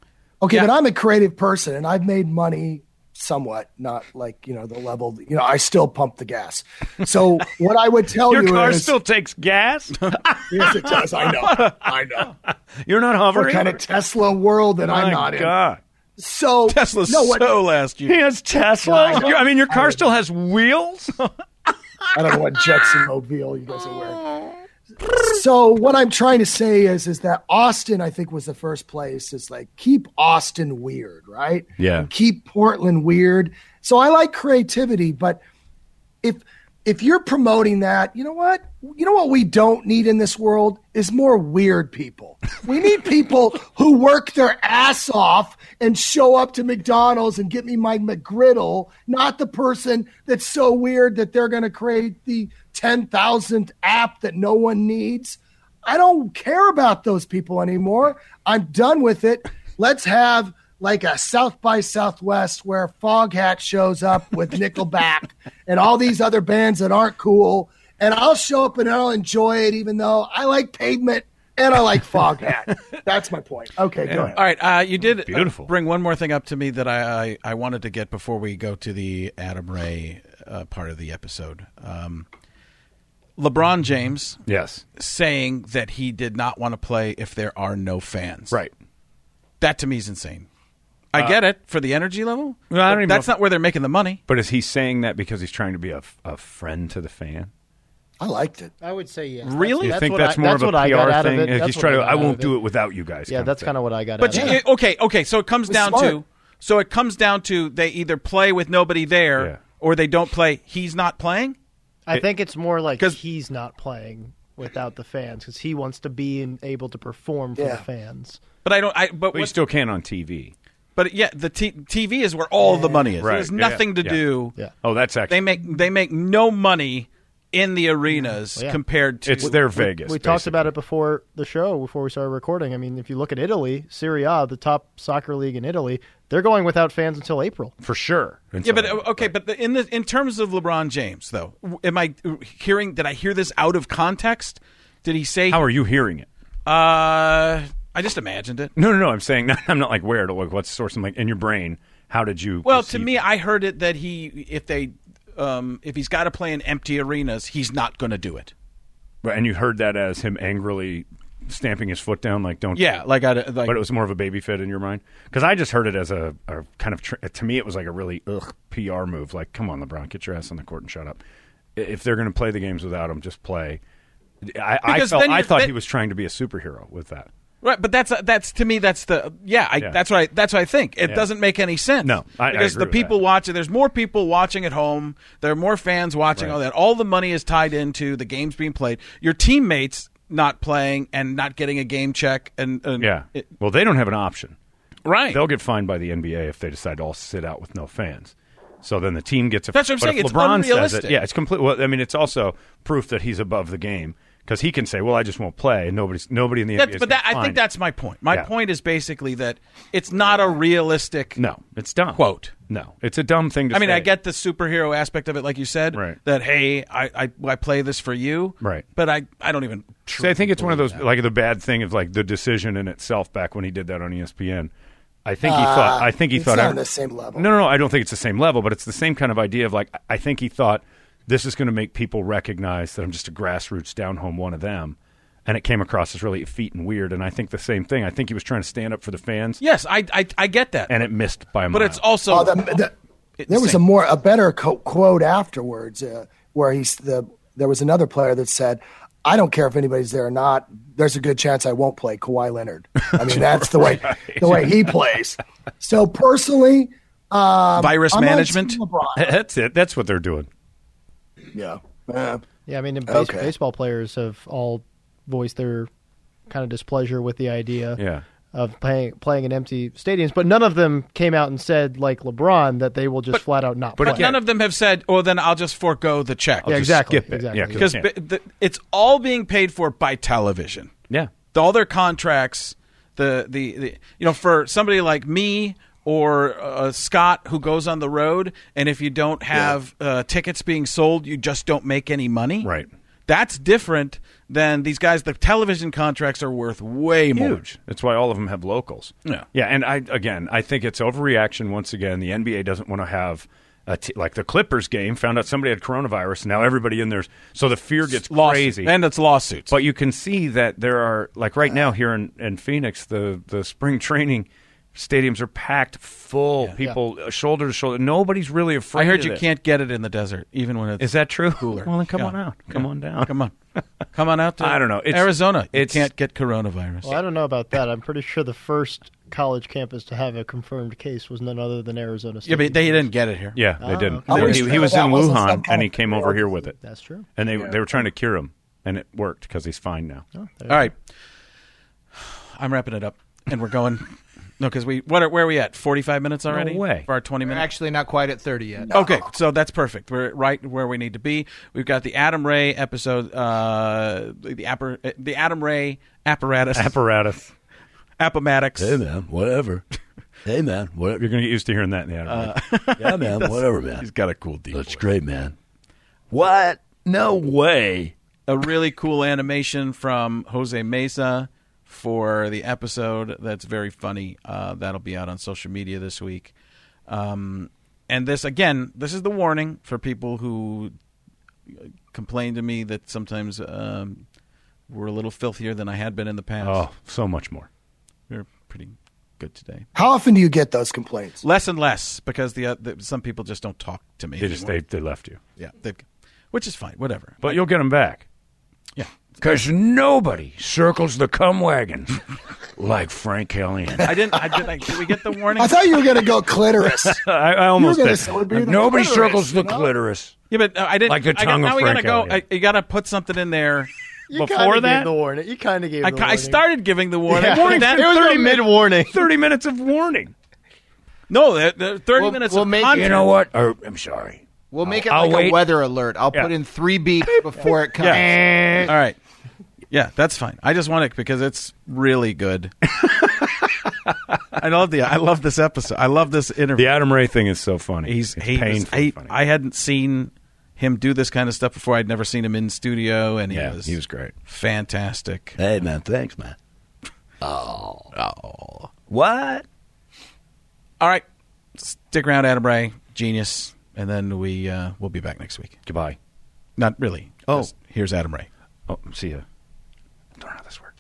S2: Okay, but I'm a creative person and I've made money somewhat, not like, you know, the level, you know, I still pump the gas. So what I would
S3: [laughs]
S2: tell
S3: Your
S2: you
S3: car
S2: is,
S3: still takes gas.
S2: [laughs] yes, it does.
S3: [laughs]
S2: I know. I know.
S3: You're not
S2: What
S3: hovering.
S2: kind of Tesla world that
S3: my
S2: I'm not
S3: God.
S2: in. So
S1: Tesla's
S2: no, what,
S1: so last year.
S3: He has Tesla.
S2: Yeah, I know.
S3: You- I mean, your car still has wheels.
S2: [laughs] I don't know what Jetson Mobile you guys are wearing. [laughs] So what I'm trying to say is is that Austin, I think, was the first place. It's like keep Austin weird, right?
S3: [laughs] Yeah.
S2: And keep Portland weird. So I like creativity, but if if you're promoting that, you know what? You know what we don't need in this world is more weird people. We need people [laughs] who work their ass off and show up to McDonald's and get me my McGriddle, not the person that's so weird that they're going to create the 10,000th app that no one needs. I don't care about those people anymore. I'm done with it. Let's have like a South by Southwest where Foghat shows up with [laughs] Nickelback and all these other bands that aren't cool. And I'll show up and I'll enjoy it, even though I like Pavement and I like Foghat. [laughs] That's my point. Okay, go ahead.
S1: All right, uh, you did uh,
S3: Beautiful.
S1: bring one more thing up to me that I, I, I wanted to get before we go to the Adam Ray uh, part of the episode. Um, LeBron James
S3: yes.
S1: saying that he did not want to play if there are no fans.
S3: Right.
S1: That to me is insane. I get it for the energy level.
S3: Well, I don't
S1: but
S3: even
S1: that's
S3: know if-
S1: not where they're making the money.
S3: But is he saying that because he's trying to be a, a friend to the fan?
S2: I liked it.
S8: I would say yes.
S1: Really?
S3: You
S8: That's
S3: think
S8: what
S3: that's
S8: I-
S3: more
S8: that's
S3: of
S8: what
S3: a
S8: I
S3: PR
S8: got out of
S3: thing?
S8: it.
S3: Like,
S8: That's
S3: He's
S8: what
S3: trying
S8: I
S3: to.
S8: got
S3: I
S8: out
S3: won't
S8: of
S3: do
S8: it.
S3: it without you guys.
S8: Yeah, that's kind of what I got
S1: But
S8: out
S1: you-
S8: of it.
S1: okay, okay, so it comes down to
S2: smart.
S1: so it comes down to they either play with nobody there
S3: Yeah.
S1: or they don't play. He's not playing.
S8: I think it's more like
S1: 'Cause-
S8: he's not playing without the fans because he wants to be in, able to perform for
S2: Yeah.
S8: the fans.
S1: But I don't. I but
S3: But
S1: what-
S3: you still can on TV.
S1: But yeah, the t- TV is where all the money is.
S3: Right.
S1: There's
S3: Yeah.
S1: nothing to
S3: Yeah.
S1: do.
S8: Yeah.
S3: Oh, that's actually.
S1: They make they make no money in the arenas
S8: Well, yeah.
S1: compared to
S3: it's their Vegas.
S8: we talked about it before the show, before we started recording. I mean, if you look at Italy, Serie A, the top soccer league in Italy, they're going without fans until April.
S3: for sure. And
S1: yeah,
S3: so-
S1: but uh, okay, but the, in the in terms of LeBron James though, w- am I uh, hearing? Did I hear this out of context? Did he say?
S3: how are you hearing it?
S1: Uh, I I just imagined it.
S3: No, no, no. I'm saying [laughs] not, I'm not like where to look. What's the source? I'm like in your brain. How did you?
S1: Well, to
S3: perceive-
S1: me, I heard it that he if they um, if he's got to play in empty arenas, he's not going to do it.
S3: Right, and you heard that as him angrily stamping his foot down, like don't.
S1: Yeah, like I like
S3: But it was more of a baby fit in your mind because I just heard it as a, a kind of tr- to me it was like a really ugh PR move. Like, come on, LeBron, get your ass on the court and shut up. I- If they're going to play the games without him, just play. I, I
S1: Because
S3: felt
S1: then
S3: I
S1: you're-
S3: thought
S1: then-
S3: he was trying to be a superhero with that.
S1: right. But that's uh, that's to me that's the yeah, I,
S3: Yeah.
S1: that's what I, that's what I think. It doesn't make any sense.
S3: No, I- I agree
S1: because the
S3: with that.
S1: people watching there's more people watching at home. There are more fans watching all that. All the money is tied into the games being played. Your teammates not playing and not getting a game check and, and
S3: Yeah.
S1: it-
S3: well, they don't have an option.
S1: right.
S3: They'll get fined by the NBA if they decide to all sit out with no fans. So then the team gets a.
S1: That's what I'm
S3: but
S1: saying.
S3: if
S1: It's
S3: LeBron Says
S1: unrealistic.
S3: it, yeah, it's complete. Well, I mean, it's also proof that he's above the game because he can say, "Well, I just won't play," and nobody's nobody in the NBA.
S1: That's,
S3: 's
S1: but that,
S3: gonna
S1: I
S3: find
S1: think that's my point. My
S3: Yeah.
S1: point is basically that it's not a realistic.
S3: me. no, it's dumb.
S1: Quote.
S3: No, it's a dumb thing to.
S1: I mean,
S3: say.
S1: I get the superhero aspect of it, like you said.
S3: Right.
S1: That hey, I, I I play this for you.
S3: Right.
S1: But I I don't even.
S3: So I think it's one of those like the bad thing of like the decision in itself back when he did that on E ESPN. I think he thought. I think he
S2: Uh, it's
S3: thought.
S2: not
S3: every-
S2: on the same level.
S3: No, no, no. I don't think it's the same level, but it's the same kind of idea of like I I think he thought this is going to make people recognize that I'm just a grassroots down home one of them, and it came across as really effete and weird. And I think the same thing. I think he was trying to stand up for the fans,
S1: Yes, I I, I get that.
S3: and it missed by a
S1: but
S3: mile.
S1: it's also
S2: Oh, the, the, there was a more a better co- quote afterwards uh, where he's the there was another player that said, "I don't care if anybody's there or not. There's a good chance I won't play Kawhi Leonard."
S5: [laughs]
S2: I mean, that's the way the way he plays. So personally,
S1: [laughs]
S2: um,
S1: Virus
S2: I'm on
S1: management?
S2: Team LeBron.
S3: [laughs] that's it. That's what they're doing.
S2: yeah. Uh,
S8: Yeah, I mean, and base-
S2: Okay.
S8: baseball players have all voiced their kind of displeasure with the idea
S3: Yeah.
S8: of playing playing in empty stadiums, but none of them came out and said like LeBron that they will just flat out not
S1: But
S8: play.
S1: none of them have said, "Oh, then I'll just forego the check."
S8: yeah,
S3: just
S8: exactly,
S3: skip it.
S8: exactly.
S3: Yeah, 'cause-
S1: Because b- the, it's all being paid for by television.
S3: Yeah.
S1: all their contracts the, the, the you know for somebody like me or uh, Scott who goes on the road and if you don't have uh, tickets being sold you just don't make any money
S3: Right.
S1: that's different than these guys the television contracts are worth way more
S3: huge. That's why all of them have locals.
S1: Yeah.
S3: yeah. And I again, I think it's overreaction. Once again, the NBA doesn't want to have a t- like the Clippers game. Found out somebody had coronavirus. Now everybody in there, so the fear gets
S1: Lawsuit-
S3: crazy.
S1: and it's lawsuits
S3: But you can see that there are like right now here in, in Phoenix, the the spring training stadiums are packed full. People uh, shoulder to shoulder. Nobody's really afraid.
S1: I heard
S3: of
S1: you
S3: this.
S1: can't get it in the desert even when it's
S3: Is that true?
S1: cooler
S3: Well, then come
S1: Yeah.
S3: on out. Come
S1: Yeah.
S3: on down.
S1: come on come on out
S3: [laughs]
S1: to
S3: I don't know. It's-
S1: Arizona you
S3: it's-
S1: can't get coronavirus
S8: Well, I don't know about that. I'm pretty sure the first college campus to have a confirmed case was none other than Arizona State.
S1: yeah but they didn't get it here
S3: Yeah, they didn't.
S2: okay.
S3: They- he, he was in
S2: That wasn't some
S3: Wuhan
S2: kind
S3: and
S2: of
S3: he came over
S2: drug.
S3: here with it.
S8: That's true.
S3: And they they were trying to cure him, and it worked because he's fine now.
S1: All right, I'm wrapping it up, and we're going. No, because we what are, where are we at? 45 minutes already
S3: way.
S1: for our 20
S9: We're
S1: minutes.
S9: actually not quite at 30 yet.
S1: Okay, so that's perfect. We're right where we need to be. We've got the Adam Ray episode, uh, the appar- the Adam Ray apparatus,
S3: Apparatus.
S1: Appomattox.
S5: Hey, man,
S3: [laughs]
S5: whatever. hey, man, whatever.
S3: You're going to get used to hearing that in the anime.
S5: [laughs] Yeah, man, whatever, man.
S1: He's got a cool deal.
S5: That's great, man. What? No way.
S1: A really cool animation from Jose Mesa for the episode. That's very funny. Uh, that'll be out on social media this week. Um, and this again, this is the warning for people who complain to me that sometimes um, we're a little filthier than I had been in the past.
S3: oh, so much more.
S1: We're pretty good today,
S2: how often do you get those complaints?
S1: less and less because the, uh, the some people just don't talk to me.
S3: They just they,
S1: anymore.
S3: they left you,
S1: yeah, they, which is fine, whatever.
S3: but you'll get them back.
S1: Yeah,
S5: Because nobody circles the cum wagon like Frank Hellion.
S1: I didn't. I did. I, did we get the
S8: [laughs]
S1: warning?
S2: I thought you were going to go clitoris.
S3: [laughs] I, I
S2: You were
S3: almost
S2: gonna
S3: did.
S2: say it would be the
S5: Nobody
S2: clitoris,
S5: circles the
S2: you know?
S5: clitoris.
S1: Yeah, but uh, I didn't.
S5: Like the
S1: I got-
S5: tongue of
S1: now we gotta
S5: Frank
S1: go. I,
S5: Elliott.
S1: you gotta put something in there.
S8: [laughs] You
S3: Before
S8: kinda gave
S3: that-
S8: the warning. You kind of gave.
S1: I,
S8: the
S1: ca- I
S8: warning.
S1: started giving the warning. [laughs]
S8: Yeah.
S1: Warning that
S8: it was
S1: 30
S8: a mid warning.
S3: Thirty minutes of
S8: [laughs]
S3: warning.
S1: No, the, the thirty
S9: We'll-
S1: minutes.
S9: we'll
S1: of
S9: make-
S1: content.
S5: You know what? Or, I'm sorry.
S9: We'll make it
S3: I'll
S9: like
S3: wait.
S9: a weather alert. I'll put
S3: Yeah.
S9: in three
S8: [laughs]
S9: beeps before it comes.
S1: All right. Yeah, that's fine. I just want it because it's really good. [laughs] I love the. I love this episode. I love this
S3: The
S1: interview.
S3: Adam Ray thing is so funny.
S1: he's
S3: it's
S1: he was-
S3: painfully
S1: I,
S3: funny.
S1: I hadn't seen him do this kind of stuff before. I'd never seen him in studio, and
S3: yeah,
S1: he was
S3: he was great.
S1: fantastic.
S5: Hey, man, thanks, man.
S3: What?
S1: All right, stick around, Adabray, genius, and then we uh, we'll be back next week.
S3: Goodbye.
S1: Not really. Oh, here's Adam Ray.
S3: Oh, see ya. I don't know how this works.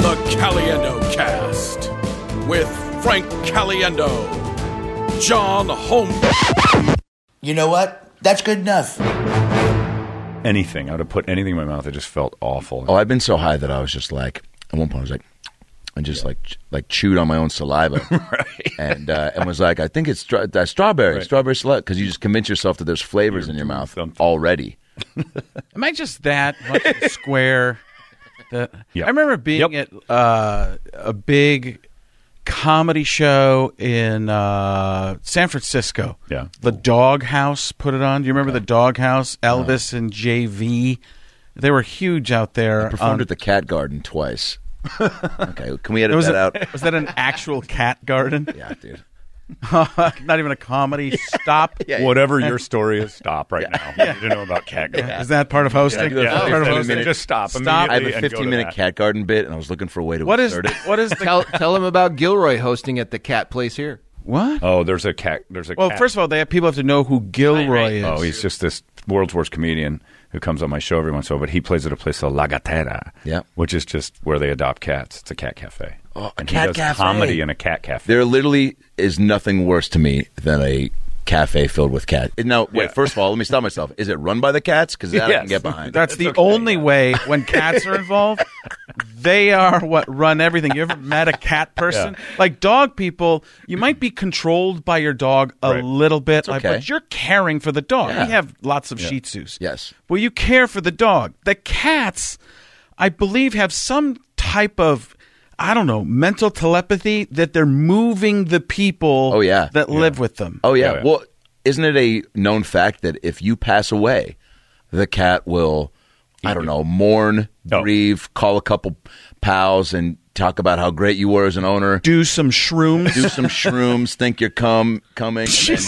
S10: The Caliendo Cast with Frank Caliendo, John Holmes.
S11: You know what? That's good enough.
S3: Anything. I would have put anything in my mouth. It just felt awful.
S12: Oh, I've been so high that I was just like, at one point, I was like, and just like ch- like chewed on my own
S3: [laughs]
S12: saliva, right. and uh, and was like, I think it's stra- uh, strawberry,
S3: Right.
S12: strawberry saliva, because you just convince yourself that there's flavors in your mouth already.
S1: Am I just that much [laughs] of a square? That I remember being at uh, a big comedy show in uh, San Francisco.
S3: Yeah.
S1: the Dog House put it on. Do you remember the Dog House? Elvis and JV, they were huge out there.
S12: Performed
S1: on-
S12: at the Cat Garden
S1: [laughs]
S12: twice. okay, can we edit
S1: was
S12: that out?
S1: [laughs] a- Was that an actual cat garden?
S12: [laughs] Yeah, dude.
S1: [laughs] Not even
S12: [laughs]
S1: a comedy. Stop.
S3: Whatever your story is, stop right now. I
S1: Yeah.
S3: need to know about cat guy.
S1: Is that part of hosting?
S12: Yeah,
S1: That's
S12: yeah.
S1: part of
S12: Yeah.
S1: hosting.
S12: Minute.
S3: Just stop.
S1: Stop.
S12: I have
S3: immediately
S12: a
S3: and go to
S12: 15 minute
S3: that.
S12: cat garden bit, and I was looking for a way to
S1: What is
S12: insert it.
S1: what is the
S9: Tell tell him about Gilroy hosting at the Cat Place here.
S1: what?
S3: Oh, there's a cat. There's a
S1: Well,
S3: cat.
S1: first of all, they have people have to know who Gilroy is.
S3: Oh, he's just this world's worst comedian who comes on my show every once in a while, but he plays at a place called La Gatera,
S12: Yeah.
S3: which is just where they adopt cats. It's a cat cafe.
S12: Oh, a
S3: and
S12: cat
S3: he does
S12: cafe.
S3: comedy in a cat cafe.
S12: There literally is nothing worse to me than a cafe filled with cats. No, wait.
S3: Yeah.
S12: First of all, let me stop myself. Is it run by the cats? Because that I can
S3: Yes.
S12: get behind.
S1: That's the only way when cats are involved. they are what run everything. You ever met a cat person? Like dog people, you might be controlled by your dog a
S3: Right.
S1: little bit, like,
S12: okay.
S1: but you're caring for the dog.
S12: Yeah.
S1: We have lots of Shih Tzus.
S12: Yes.
S1: Well, you care for the dog. The cats, I believe, have some type of. I don't know, mental telepathy that they're moving the people
S12: Oh, yeah.
S1: that live with them.
S12: Oh yeah.
S3: Yeah, yeah.
S12: Well, isn't it a known fact that if you pass away, the cat will, I don't know, mourn,
S3: Oh.
S12: grieve, call a couple pals, and talk about how great you were as an owner.
S1: Do some shrooms.
S12: Do some shrooms, think you're come
S3: [laughs]
S12: coming. and then-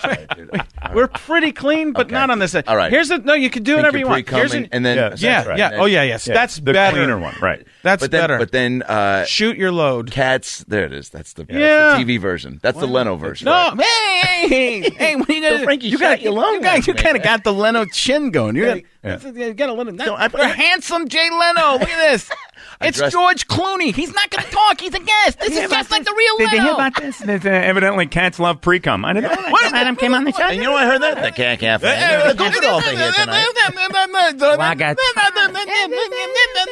S12: Sorry, dude.
S1: We're pretty clean, but
S12: Okay.
S1: not on this side.
S12: All right.
S1: Here's a no. You can do
S12: Think
S1: whatever you
S12: you're
S1: want. Here's
S12: pre-coming,
S1: an-
S12: and then
S3: Yeah,
S12: that's
S1: yeah,
S12: right.
S1: yeah.
S12: And
S1: Oh
S12: then-
S1: yeah, yes.
S3: Yeah,
S1: That's
S3: the
S1: better.
S3: cleaner one, right?
S1: That's
S12: But then,
S1: better.
S12: but then uh,
S1: shoot your load.
S12: cats. There it is. That's the, that's
S1: Yeah.
S12: the TV version. That's the Leno version.
S1: No,
S12: [laughs]
S1: hey, hey, hey, what are you gonna do?
S12: Frankie
S1: you
S12: shot
S1: got
S12: your lung
S1: you, got, you
S12: last
S1: kind of got the Leno chin going. You're gonna, you got a little. you're handsome, Jay Leno. Look at this. It's
S12: dressed-
S1: George Clooney. He's not gonna talk. He's a guest. This is just like the real Leno. [laughs]
S3: this? evidently, cats love pre cum. I don't know. What? Adam came on the show.
S12: And you know what I heard
S3: [laughs]
S12: that the cat cafe. the crocodile thing here tonight.
S1: [laughs]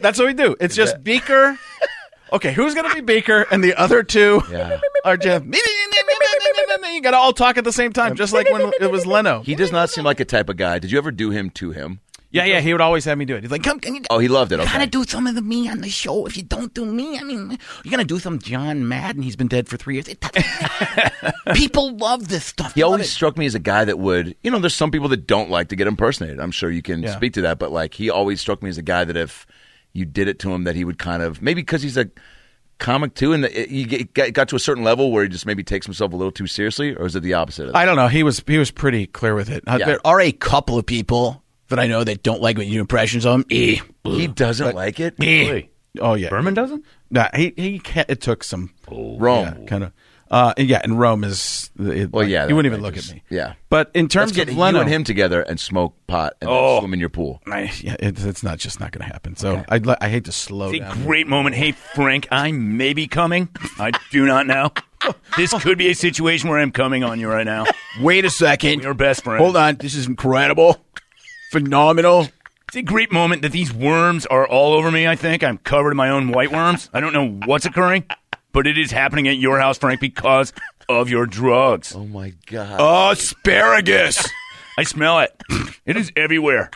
S1: That's what we do. It's just Beaker. Okay, who's gonna be Beaker? And the other two
S12: Yeah.
S1: [laughs] are Jeff. You gotta all talk at the same time, just like when it was Leno.
S12: He does not seem like a type of guy. Did you ever do him to him?
S1: Yeah, yeah, he would always have me do it. He's like, come, can you
S12: Oh, he loved it. Okay.
S1: gotta do some of the me on the show. If you don't do me, I mean, you're gonna do some John Madden. He's been dead for three years.
S12: [laughs]
S1: It doesn't- people love this stuff.
S12: He
S1: Love
S12: always
S1: it.
S12: struck me as a guy that would, you know, there's some people that don't like to get impersonated. I'm sure you can
S1: Yeah.
S12: speak to that, but like he always struck me as a guy that if you did it to him, that he would kind of maybe because he's a comic too, and the, it, you get, got, got to a certain level where he just maybe takes himself a little too seriously, or is it the opposite? Of that?
S1: I don't know. He was he was pretty clear with it. Uh,
S12: Yeah.
S1: There are a couple of people that I know that don't like when you do impressions of him. Eh.
S12: he doesn't like it.
S3: Really?
S1: Oh yeah,
S3: Berman doesn't?
S1: Nah, he he ca it took some
S12: Rome.
S1: kind of. Uh, and yeah, and Rome is. It,
S12: Well, yeah,
S1: you wouldn't
S12: that
S1: even look
S12: just-
S1: at me.
S12: yeah.
S1: but in
S12: Let's
S1: terms
S12: get
S1: of
S12: you
S1: Leno Oh.
S12: and him together and smoke pot and then swim in your pool.
S1: I, [laughs] yeah, it's it's not just not going to happen. So I'd li- I hate to slow
S3: A
S1: down.
S3: great moment. Hey, Frank, I may be coming. I do not know. This could be a situation where I'm coming on you right now.
S1: Wait a second.
S3: Your best friend.
S1: Hold on. This is incredible. Phenomenal.
S3: It's a great moment that these worms are all over me, I think. I'm covered in my own white worms. I don't know what's occurring, but it is happening at your house, Frank, because of your drugs.
S12: Oh my god!
S1: Asparagus.
S3: I smell it. It is everywhere.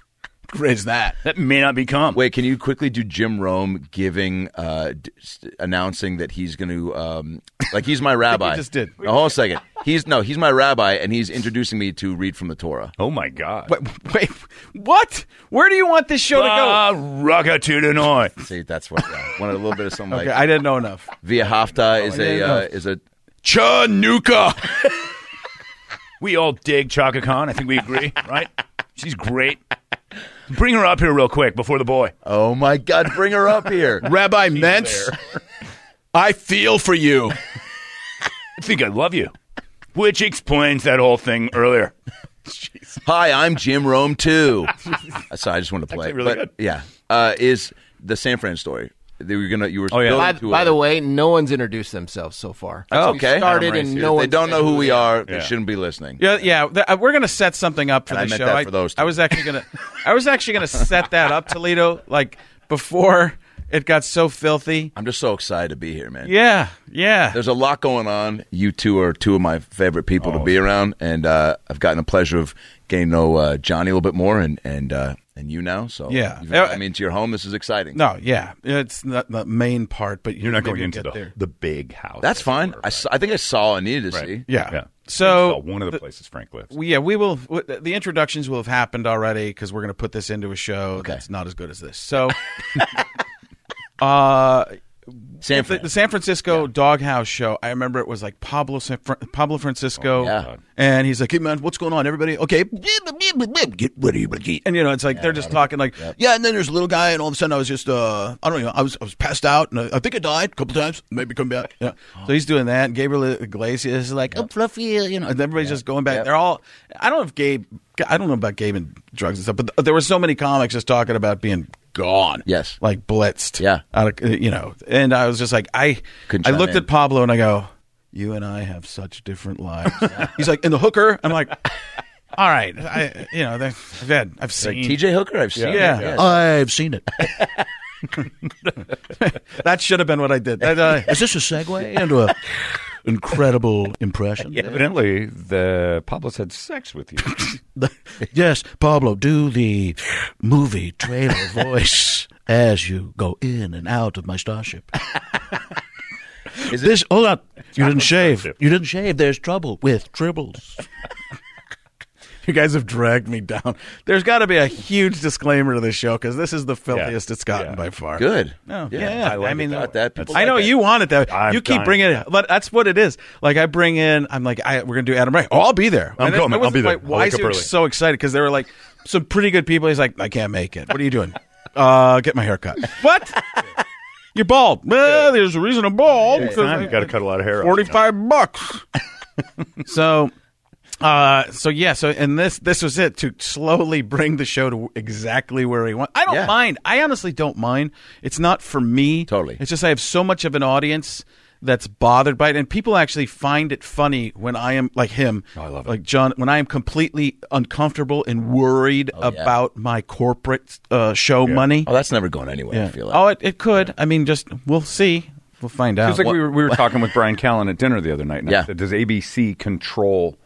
S1: Great is that.
S3: That may not be cum.
S12: Wait, can you quickly do Jim Rome giving, uh, d- st- announcing that he's going to, um, like
S3: [laughs]
S12: he's my rabbi.
S1: just did.
S12: No, hold on a second. He's no, he's my rabbi, and he's introducing me to read from the Torah.
S3: Oh my God.
S1: Wait, wait, what? Where do you want this show to go?
S3: Ah,
S12: [laughs]
S3: rockatudinoy.
S12: See, that's what I wanted a little bit of some like
S1: Okay, I Oh, didn't know enough.
S12: via hafta is a uh, is a
S1: Chanuka.
S3: We all dig Chaka Khan. I think we agree, right? She's great. Bring her up here real quick before the boy.
S12: Oh my God! Bring her up
S3: [laughs]
S12: here,
S10: Rabbi Mentz. I feel for you.
S3: I think I love you, which explains that whole thing earlier.
S12: [laughs] Hi, I'm Jim Rome too. so I just want to play.
S3: actually really
S12: but, Yeah, uh, is the San Fran story? They were gonna. You
S3: Oh,
S12: were.
S9: By, by the way, no one's introduced themselves so far.
S12: That's
S9: We
S12: Oh, okay.
S9: Started and no
S12: If
S9: one.
S12: They don't know who we are. They
S9: Yeah.
S12: shouldn't be listening.
S1: Yeah, yeah. th- uh, we're gonna set something up for
S12: And I
S1: the
S12: meant
S1: show.
S12: that for those
S1: I was actually gonna, I was actually gonna set that up, Toledo. Like before it got so filthy.
S12: I'm just so excited to be here, man.
S1: Yeah, yeah.
S12: There's a lot going on. You two are two of my favorite people
S1: Oh.
S12: to be around, and uh, I've gotten the pleasure of getting to know uh, Johnny a little bit more, and and uh, and you now. So
S1: Yeah.
S12: you've invited me into your home. This is exciting.
S1: No, yeah, it's not the main part, but you're
S12: not going
S1: maybe we'll
S12: into
S1: get
S12: the-
S1: there.
S3: the big house.
S12: That's fine. I, s- I think I saw all I needed to see.
S1: Yeah. So
S3: one of the places Frank lives.
S1: We, yeah, we will. w- The introductions will have happened already because we're going to put this into a show that's not as good as
S3: [laughs]
S1: this. So, uh,
S12: San
S1: the, the San Francisco Doghouse show. I remember it was like Pablo San Fr- Pablo Francisco,
S3: Oh,
S1: and he's like, "Hey man, what's going on, everybody? Okay, get ready, get." And you know, it's like they're just talking like, "Yeah." And then there's a little guy, and all of a sudden I was just, uh, I don't know, I was I was passed out, and I, I think I died a couple times, maybe come back. Yeah. So he's doing that. And Gabriel Iglesias is like, "Oh, fluffy," you know, and everybody's just going back. They're all. I don't know if Gabe. I don't know about Gabe and drugs and stuff, but th- there were so many comics just talking about being gone.
S12: Yes.
S1: Like blitzed.
S12: Yeah.
S1: Out of, you know, and I was just like, I,
S12: Couldn't
S1: I
S12: chime
S1: looked
S12: in.
S1: at Pablo and I go, you and I have such different lives.
S12: [laughs]
S1: He's like, and the hooker. I'm like, all right. I, you know, they- I've had,
S12: Like
S1: I've seen
S12: TJ Hooker, I've seen.
S1: Yeah.
S12: it.
S1: Yeah.
S6: Uh,
S1: I've
S12: [laughs]
S1: seen it. that should have been what I did. That, [laughs] uh,
S6: Is this a [laughs] segue into
S3: [laughs]
S6: a incredible [laughs] impression?
S3: Evidently, the Pablo's had sex with you.
S6: yes, Pablo, do the movie
S1: [laughs]
S6: trailer voice as you go in and out of my starship. this hold on. You didn't shave. You didn't shave. There's trouble with tribbles.
S1: [laughs] you guys have dragged me down. There's got to be a huge disclaimer to this show because this is the filthiest it's gotten by far.
S12: Good.
S1: No,
S12: Yeah.
S1: yeah,
S12: I like
S1: mean,
S12: it that way.
S1: that.
S12: People
S1: I
S12: like
S1: know
S12: it.
S1: you want it that. way.
S12: I'm
S1: you keep
S12: dying.
S1: bringing it, but that's what it is. Like I bring in, I'm like, I, we're gonna do Adam Ray. Oh, I'll be there.
S3: I'm
S1: And I-
S3: coming.
S1: I
S3: I'll
S1: wasn't
S3: be there.
S1: quite-
S3: I'll
S1: Why
S3: wake
S1: is
S3: up
S1: he
S3: early.
S1: so excited? Because there were like some pretty good people. He's like, I can't make it. What are you doing? [laughs] uh, get my hair cut. what? You're bald. [laughs] Well, there's a reason I'm bald. [laughs]
S3: Yeah,
S1: because I-
S3: Got to cut a lot of hair. off.
S1: Forty-five bucks. [laughs] so, uh, so yeah. So, and this this was it to slowly bring the show to exactly where we want. I don't mind. I honestly don't mind. It's not for me. Totally. It's just I have so much of an audience that's bothered by it, and people actually find it funny when I am like him. I love it. Like John, when I am completely uncomfortable and worried about my corporate uh, show money.
S12: Oh, that's never going anywhere.
S1: Yeah.
S12: I feel like.
S1: Oh, it, it could. I mean, just we'll see. We'll find out.
S3: Just like
S1: [laughs] What-
S3: we were, we were talking with Brian Callen at dinner the other night. And
S1: Yeah.
S3: I said, Does ABC control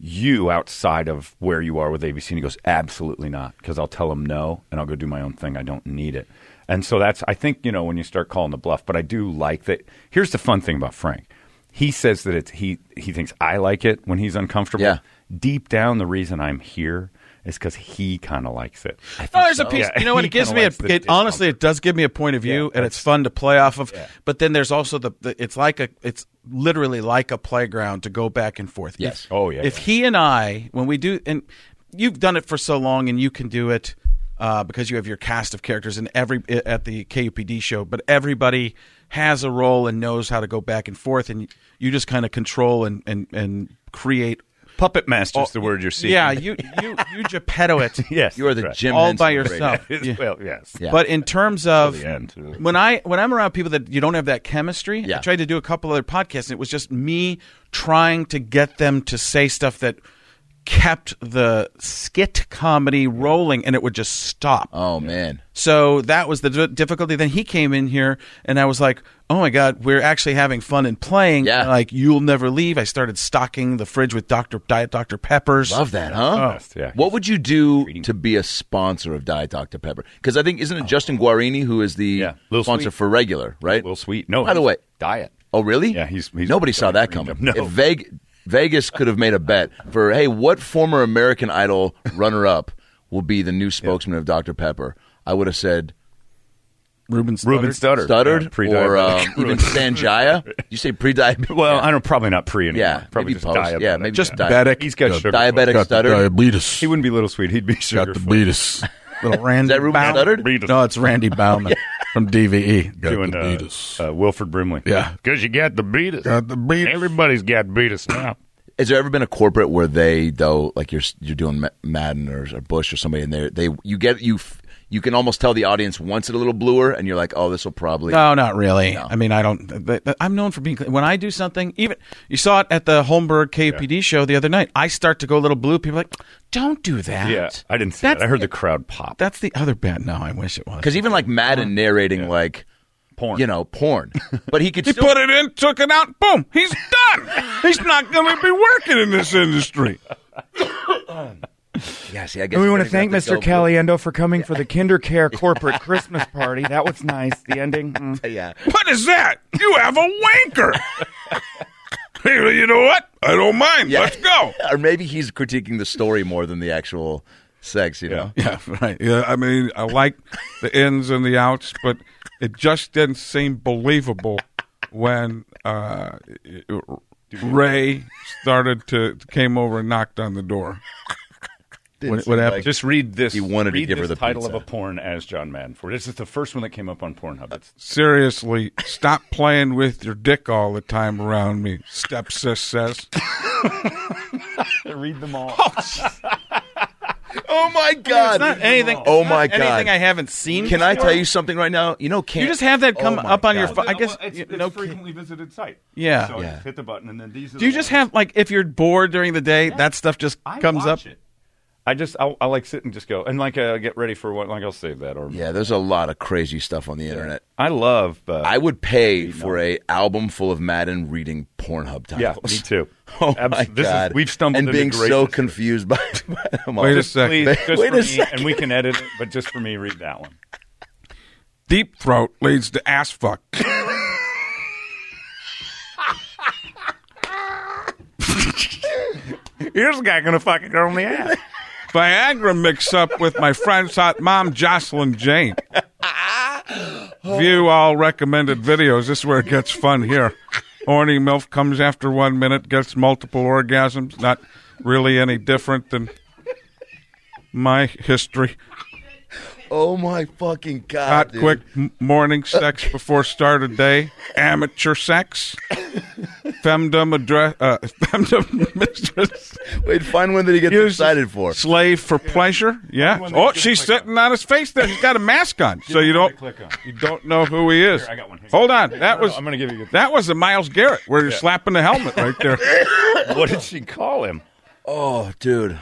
S3: you outside of where you are with ABC? And he goes, absolutely not, because I'll tell them no, and I'll go do my own thing. I don't need it. And so that's, I think, you know, when you start calling the bluff. But I do like that. Here's the fun thing about Frank. He says that it's he he thinks I like it when he's uncomfortable.
S12: Yeah.
S3: Deep down, the reason I'm here is because he kind of likes it.
S1: Oh, there's a piece.
S3: [laughs]
S1: you know what? It gives me a. It, honestly, it does give me a point of view, and it's fun to play off of. But then there's also the, the. It's like a. It's literally like a playground to go back and forth.
S3: Yes.
S1: If,
S3: Oh, yeah,
S1: If
S3: yeah.
S1: he and I, when we do, and you've done it for so long, and you can do it. Uh, because you have your cast of characters in every at the KUPD show, but everybody has a role and knows how to go back and forth, and you just kind of control and and and create
S3: puppet master is the word you're seeking.
S1: Yeah, you you you Geppetto it.
S3: [laughs] yes,
S12: You are the Jim
S1: all
S12: Henson
S1: by
S12: of radio.
S1: yourself.
S3: Yeah.
S12: [laughs]
S3: Well, yes. Yeah.
S1: But in terms of
S3: the end.
S1: when I when I'm around people that you don't have that chemistry, I tried to do a couple other podcasts, and it was just me trying to get them to say stuff that kept the skit comedy rolling, and it would just stop.
S12: Oh man.
S1: So that was the d- difficulty. Then he came in here, and I was like, "Oh my god, we're actually having fun and playing." Yeah. like you'll never leave. I started stocking the fridge with Doctor Diet Dr Peppers.
S12: Love that, huh?
S1: Oh.
S12: What would you do to be a sponsor of Diet Dr Pepper? Because I think isn't it Justin Guarini who is the sponsor
S3: Oh. Sweet.
S12: for regular, right?
S3: Little Sweet. No.
S12: By the
S3: he's
S12: way,
S3: diet.
S12: Oh, really? Yeah,
S3: he's,
S12: nobody saw that coming. No, if Veg- Vegas could have made a bet for hey, what former American Idol runner-up will be the new spokesman of Dr Pepper? I would have said
S9: Ruben
S3: Ruben Studdard.
S12: Stuttered
S3: Yeah, pre-diabetic.
S12: or um, [laughs] even
S3: [laughs] Ruben-
S12: Sanjaya. You say pre-diabetic?
S3: Well, I don't probably not pre anymore.
S12: Yeah,
S3: probably
S12: maybe
S3: just
S12: post.
S3: diabetic.
S12: Yeah, maybe
S3: just
S12: diabetic.
S3: diabetic. He's got
S12: Got
S3: sugar.
S12: diabetic Got stutter.
S3: diabetes. He wouldn't be little sweet. He'd be sugar. Got diabetes. [laughs]
S9: Little Randy
S3: that Ruben
S9: Baum-
S3: Studdard?
S9: No, it's
S12: [laughs]
S9: Randy Bauman from E. DVE.
S3: doing uh, uh, Wilford Brimley.
S9: Yeah.
S5: Because you got the beatus.
S9: Got the beatus.
S5: Everybody's got beatus now.
S12: Has there ever been a corporate where they though, like you're you're doing Ma- Madden or, or Bush or somebody, and they they you get you f- you can almost tell the audience once it a little bluer, and you're like, oh, this will probably
S9: No, not really. I mean, I don't. th- th- I'm known for being. clean. When I do something, even you saw it at the Holmberg KPD show the other night. I start to go a little blue. People are like, don't do that.
S3: Yeah, I didn't see that. I heard the crowd pop.
S9: That's the other bad. No, I wish it was.
S12: because even like Madden narrating like
S3: porn,
S12: you know, porn, but he could still
S9: put it in, took it out, boom, he's done. he's not going to be working in this industry.
S12: yeah, see, I guess
S3: And we want to
S12: everything
S3: thank
S12: has
S3: Mr.
S12: go-
S3: Caliendo for coming for the [laughs]
S9: [laughs]
S3: KinderCare corporate Christmas party. That was nice. The ending. [laughs]
S12: Yeah.
S9: What is that? You have a wanker.
S13: Hey, you know what? I don't mind.
S12: Yeah.
S13: Let's go.
S12: [laughs] or maybe he's critiquing the story more than the actual sex. You know,
S9: Yeah, [laughs] right. Yeah, I mean, I like the ins and the outs, but it just didn't seem believable when uh, Ray started to came over and knocked on the door. What, what happened?
S3: Just read this.
S12: He wanted to
S3: read
S12: give her
S3: this
S12: the
S3: title
S12: pizza.
S3: of a porn as John Madden for this is the first one that came up on Pornhub. It's
S9: Seriously, stop playing with your dick all the time around me. Stepsis says.
S3: read them all. [laughs]
S12: Oh my God!
S9: it's not anything- it's
S12: Oh
S9: not
S12: my God!
S9: anything I haven't seen
S12: Can I
S9: before.
S12: tell you something right now? You know, can't
S9: You just have that
S12: Oh
S9: come
S12: my
S9: up on your
S12: God.
S9: phone. I guess
S3: Well, it's,
S9: you-
S3: it's
S9: no
S3: a frequently visited site.
S9: Yeah.
S3: So I
S9: Yeah.
S3: just hit the button and then these. Are
S9: Do you
S3: the
S9: just
S3: ones-
S9: have like if you're bored during the day, that stuff just
S3: I
S9: comes
S3: watch
S9: up?
S3: it. I just I'll, I'll like sit and just go and like uh, get ready for one. Like I'll save that or
S12: Yeah, there's a lot of crazy stuff on the internet.
S3: I love. Uh,
S12: I would pay for a album full of Madden reading Pornhub
S3: Yeah,
S12: titles.
S3: me too.
S12: [laughs] Oh
S3: Abs-
S12: my
S3: this is-
S12: god!
S3: we've stumbled
S12: and
S3: into
S12: being
S3: great
S12: so
S3: history.
S12: confused by, [laughs] by them all.
S9: Wait a
S3: Just
S9: second.
S12: [laughs]
S3: please, just
S12: Wait
S3: for
S12: a
S3: me,
S12: second.
S3: and we can edit it, but just for me, read that one.
S9: Deep throat leads to ass fuck. [laughs]
S3: Here's a guy gonna fuck a girl in the ass.
S9: Viagra mix up with my friend's hot mom, Jocelyn Jane. View all recommended videos. This is where it gets fun here. Orny MILF comes after one minute, gets multiple orgasms. Not really any different than my history.
S12: Oh my fucking god!
S9: Hot
S12: dude.
S9: quick m- morning sex before start of day. Amateur sex. Femdom address. Uh, [laughs] femdom mistress.
S12: Wait, find one that he gets
S9: Use-
S12: excited for.
S9: Slave for pleasure. Yeah.
S3: one that
S9: Oh,
S3: you just
S9: she's
S3: click
S9: sitting on his face there. He's got a mask on, so
S3: one
S9: you
S3: that
S9: don't
S3: I click on.
S9: you don't know who he is.
S3: Here, I got one. Here.
S9: Hold on. That
S3: no,
S9: was
S3: I'm gonna give you a-
S9: that was the Miles Garrett where you're
S3: Yeah.
S9: slapping the helmet right there.
S3: [laughs] What did she call him?
S12: Oh, dude.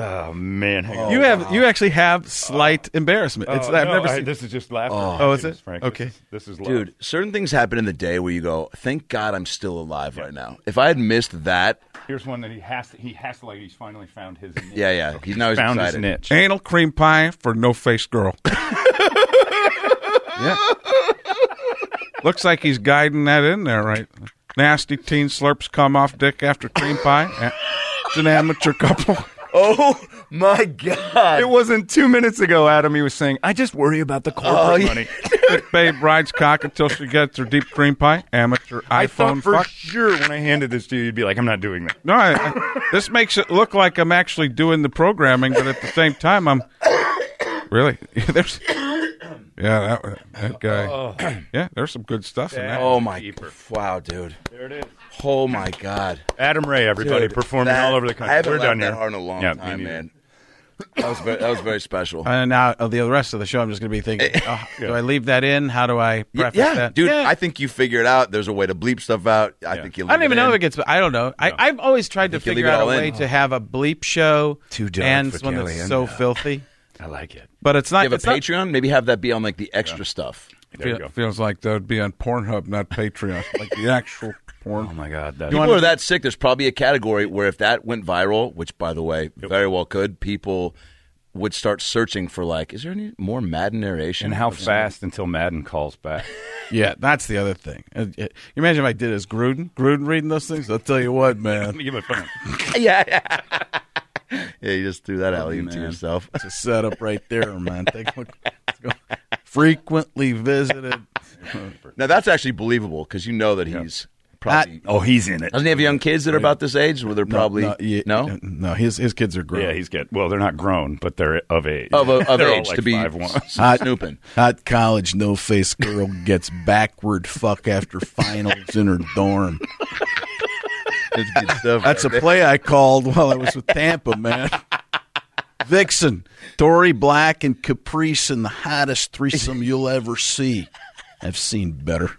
S3: Oh man, hang on.
S9: you have you actually have slight embarrassment. It's
S3: Oh,
S9: I've
S3: no,
S9: never
S3: I-
S9: seen.
S3: this is just laughter.
S9: Oh, is
S3: Goodness,
S9: it?
S3: Frank,
S9: Okay.
S3: This, is- this is love.
S12: Dude, certain things happen in the day where you go, "Thank God I'm still alive right now." If I had missed that,
S3: Here's one that he has. To, he has to like. He's finally found his. Niche.
S12: yeah, yeah, he's now he's
S3: Found
S12: excited.
S3: his niche.
S9: Anal cream pie for no face girl. [laughs] yeah. Looks like he's guiding that in there, right? Nasty teen slurps come off dick after cream pie. Eh, It's an amateur couple.
S12: [laughs] Oh my god!
S3: It wasn't two minutes ago, Adam. He was saying, "I just worry about the corporate
S12: Oh, yeah.
S9: [laughs]
S3: money."
S9: Thick babe rides cock until she gets her deep cream pie. Amateur
S3: I
S9: iPhone
S3: thought for
S9: fuck.
S3: sure when I handed this to you, you'd be like, "I'm not doing that."
S9: No, I, I- this makes it look like I'm actually doing the programming, but at the same time, I'm really [laughs] there's yeah that that
S3: Oh.
S9: guy [clears throat] yeah there's some good stuff in that.
S12: Oh my! Wow, dude. There it is. Oh my god.
S3: Adam Ray, everybody
S12: Dude,
S3: performing
S12: that-
S3: all over the country.
S12: I haven't
S3: We're
S12: laughed
S3: down
S12: that
S3: here.
S12: hard in a long
S3: Yeah, me
S12: time,
S3: neither.
S12: man. That was very, that was very special.
S9: [laughs] And now of the rest of the show, I'm just going to be thinking, oh, do I leave that in? How do I
S12: Y-
S9: preface
S12: yeah,
S9: that?
S12: dude.
S9: Yeah.
S12: I think you figure it out. There's a way to bleep stuff out. I think you.
S9: I don't even know if it
S12: it
S9: gets. I don't know. I, I've always tried to
S12: think you
S9: figure
S12: leave it
S9: out a
S12: all in.
S9: way to have a bleep show
S3: Too dark
S9: and
S3: for
S9: one that's
S3: Kellyanne.
S9: so filthy,
S3: I like it.
S9: but it's not.
S12: You have a
S9: it's not-
S12: Patreon. Maybe have that be on like the extra stuff.
S3: There you
S9: Fe-
S3: go.
S9: feels like that would be on Pornhub, not Patreon, like the actual porn.
S3: Oh my God, that
S12: People are that sick. There's probably a category where if that went viral, which by the way, very well could, people would start searching for like, is there any more Madden narration?
S3: and how fast until Madden
S12: [laughs]
S3: calls back?
S9: Yeah, that's the other thing. Uh, uh, You imagine if I did as Gruden, Gruden reading those things. I'll tell you what,
S3: [laughs]
S9: man,
S3: Give it a phone.
S12: yeah, [laughs] yeah.
S1: Oh,
S12: yeah, you just threw that alley into yourself.
S9: it's a setup right there, man. Take a look.
S1: frequently visited.
S12: [laughs] Now that's actually believable because you know that he's probably.
S1: oh, he's in it.
S12: Doesn't he have young kids that are about this age where they're probably
S1: no, yeah,
S12: no?
S1: No, his his kids are grown.
S3: Yeah, he's good. Well, they're not grown, but they're of age.
S12: Of- of
S3: [laughs] They're all
S12: age
S3: like
S12: to be
S3: 5'1". [laughs]
S1: Hot, hot college no face girl gets backward fuck after finals in her dorm.
S12: That's good stuff.
S1: That's a play I called while I was with Tampa, man. Vixen, Dory Black, and Caprice in the hottest threesome you'll ever see. I've seen better.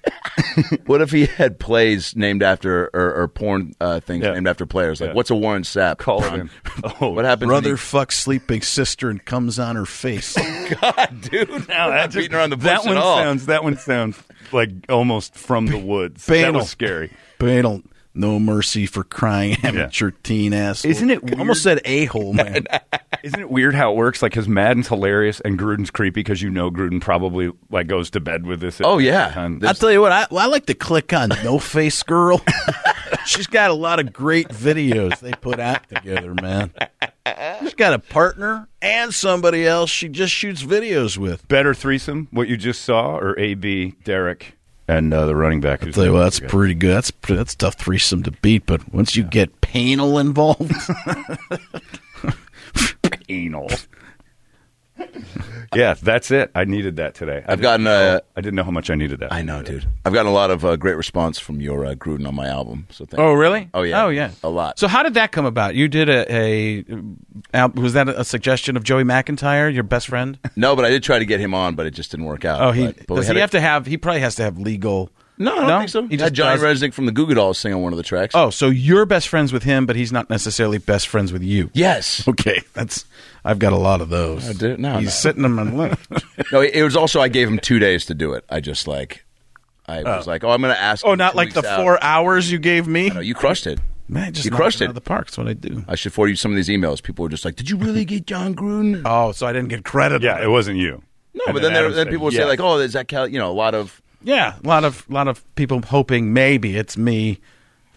S12: what if he had plays named after or, or porn uh, things named after players? Like,
S1: Yeah.
S12: what's a Warren Sapp? Call him.
S3: [laughs] Oh,
S12: what happened?
S1: Brother fucks sleeping sister and comes on her [laughs] face.
S12: God, dude.
S3: Now that
S12: beating around the bush
S3: that
S12: at
S3: one
S12: all.
S3: sounds that one sounds like almost from the woods. That
S1: Banal.
S3: was
S1: [laughs]
S3: scary.
S1: Banal. No mercy for crying amateur teen ass.
S3: Isn't it weird?
S1: Almost said a hole, man.
S3: [laughs] Isn't it weird how it works? Like, because Madden's hilarious and Gruden's creepy because you know Gruden probably like goes to bed with this. at
S1: Oh,
S12: yeah.
S3: time.
S1: I'll tell you what, I, well, I like to click on No Face Girl. [laughs] She's got a lot of great videos they put out together, man. She's got a partner and somebody else she just shoots videos with.
S3: Better threesome, what you just saw, or AB Derek and uh, the running back.
S1: I'll tell you what, that's pretty good. That's pre- that's a tough threesome to beat, but once you get penal involved,
S3: [laughs] anal. [laughs] yeah, that's it. I needed that today. I
S12: I've
S3: didn't
S12: gotten,
S3: know-
S12: uh,
S3: I didn't know how much I needed that. I
S12: know, dude. I've gotten a lot of uh, great response from your uh, Gruden on my album. So thank
S1: Oh,
S12: you.
S1: really?
S12: Oh yeah.
S1: Oh, yeah.
S12: A lot.
S1: So how did that come about? You did a, a al- was that a suggestion of Joey McIntyre, your best friend?
S12: No, but I did try to get him on, but it just didn't work out.
S1: Oh, he
S12: But- but we
S1: does
S12: had
S1: he
S12: a-
S1: have to [laughs] have? He probably has to have legal.
S12: No, I don't think so.
S1: He
S12: had
S1: just
S12: Johnny
S1: does-
S12: Resnick from the Goo Goo Dolls sing on one of the
S1: [laughs]
S12: tracks.
S1: Oh, so you're best friends with him, but he's not necessarily best friends with you.
S12: Yes.
S1: Okay. That's. I've got a lot of those.
S12: I did- no,
S1: He's
S12: no.
S1: sitting them on left.
S12: no, it, it was also I gave him two days to do it. I just like, I was like, oh, I'm going to ask.
S1: Oh,
S12: him
S1: not
S12: two
S1: like the
S12: weeks out.
S1: four hours you gave me.
S12: No, you crushed it.
S1: Man, just
S12: you
S1: knocked
S12: crushed
S1: it
S12: it.
S1: out of the park. That's what I do.
S12: I should forward you some of these emails. People were just like, "Did you really get John Gruden?"
S1: Oh, so I didn't get
S3: [laughs]
S1: credit.
S3: Yeah, it wasn't you.
S12: [laughs] No,
S3: And
S12: but then, there,
S3: Adam
S12: then
S3: said
S12: people would say
S3: yes.
S12: like, "Oh, is that Cal-? You know, a lot of
S1: Yeah, a lot of lot of people hoping maybe it's me.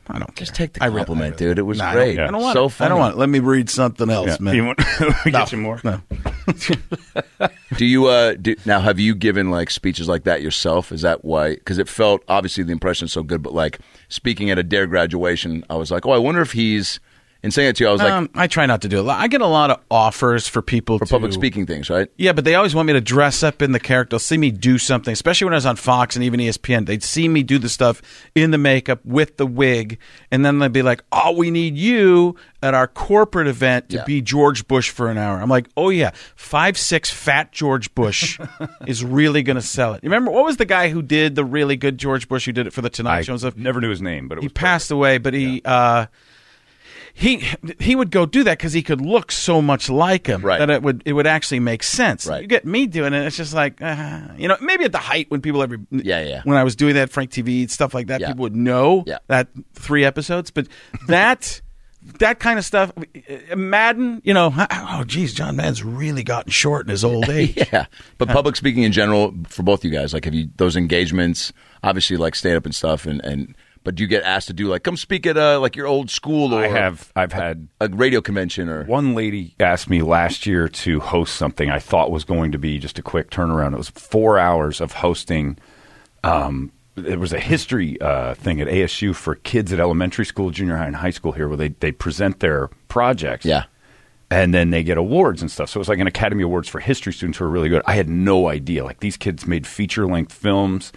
S1: I don't just
S12: take the compliment, dude. It was
S1: Nah, I don't-
S12: great.
S1: I don't, want
S12: so
S1: it. I don't want it. Let me read something else,
S12: Yeah.
S1: man.
S12: You want-
S3: [laughs] we
S1: No.
S3: get you more?
S1: No.
S12: do you uh, do, now? Have you given like speeches like that yourself? Is that why? Because it felt obviously the impression so good, but like speaking at a dare graduation, I was like, "Oh, I wonder if he's." And saying it to you, I was like,
S1: um, I try not to do a lot. I get a lot of offers for people for
S12: public speaking things, right?
S1: Yeah, but they always want me to dress up in the character. They'll see me do something, especially when I was on Fox and even E ESPN. They'd see me do the stuff in the makeup with the wig, and then they'd be like, "Oh, we need you at our corporate event to
S12: Yeah.
S1: be George Bush for an hour." I'm like, "Oh yeah, five six fat George
S3: [laughs]
S1: Bush is really going to sell it." Remember what was the guy who did the really good George Bush who did it for the Tonight Show? and stuff?
S3: Never knew his name, but it
S1: he
S3: was
S1: passed away, but he uh, he he would go do that because he could look so much like him that it would it would actually make sense. You get me doing it, it's just like uh, you know maybe at the height when people every yeah yeah when I was doing that Frank TV stuff like that people would know that three episodes, but that. That kind of stuff, uh, Madden. You know, oh geez, John Madden's really gotten short in his old age.
S12: yeah, but
S1: Uh,
S12: public speaking in general for both you guys, like, have you those engagements? Obviously, like stand up and stuff, and and but do you get asked to do like come speak at uh, like your old school or
S3: I have. I've had
S12: a radio convention or
S3: one lady asked me last year to host something I thought was going to be just a quick turnaround. It was four hours of hosting. Um, it was a history uh, thing at ASU for kids at elementary school, junior high, and high school here, where they they present their projects. Yeah. And then they get awards and stuff. So it was like an Academy Awards for history students who are really good. I had no idea. Like these kids made feature length
S1: [laughs]
S3: films,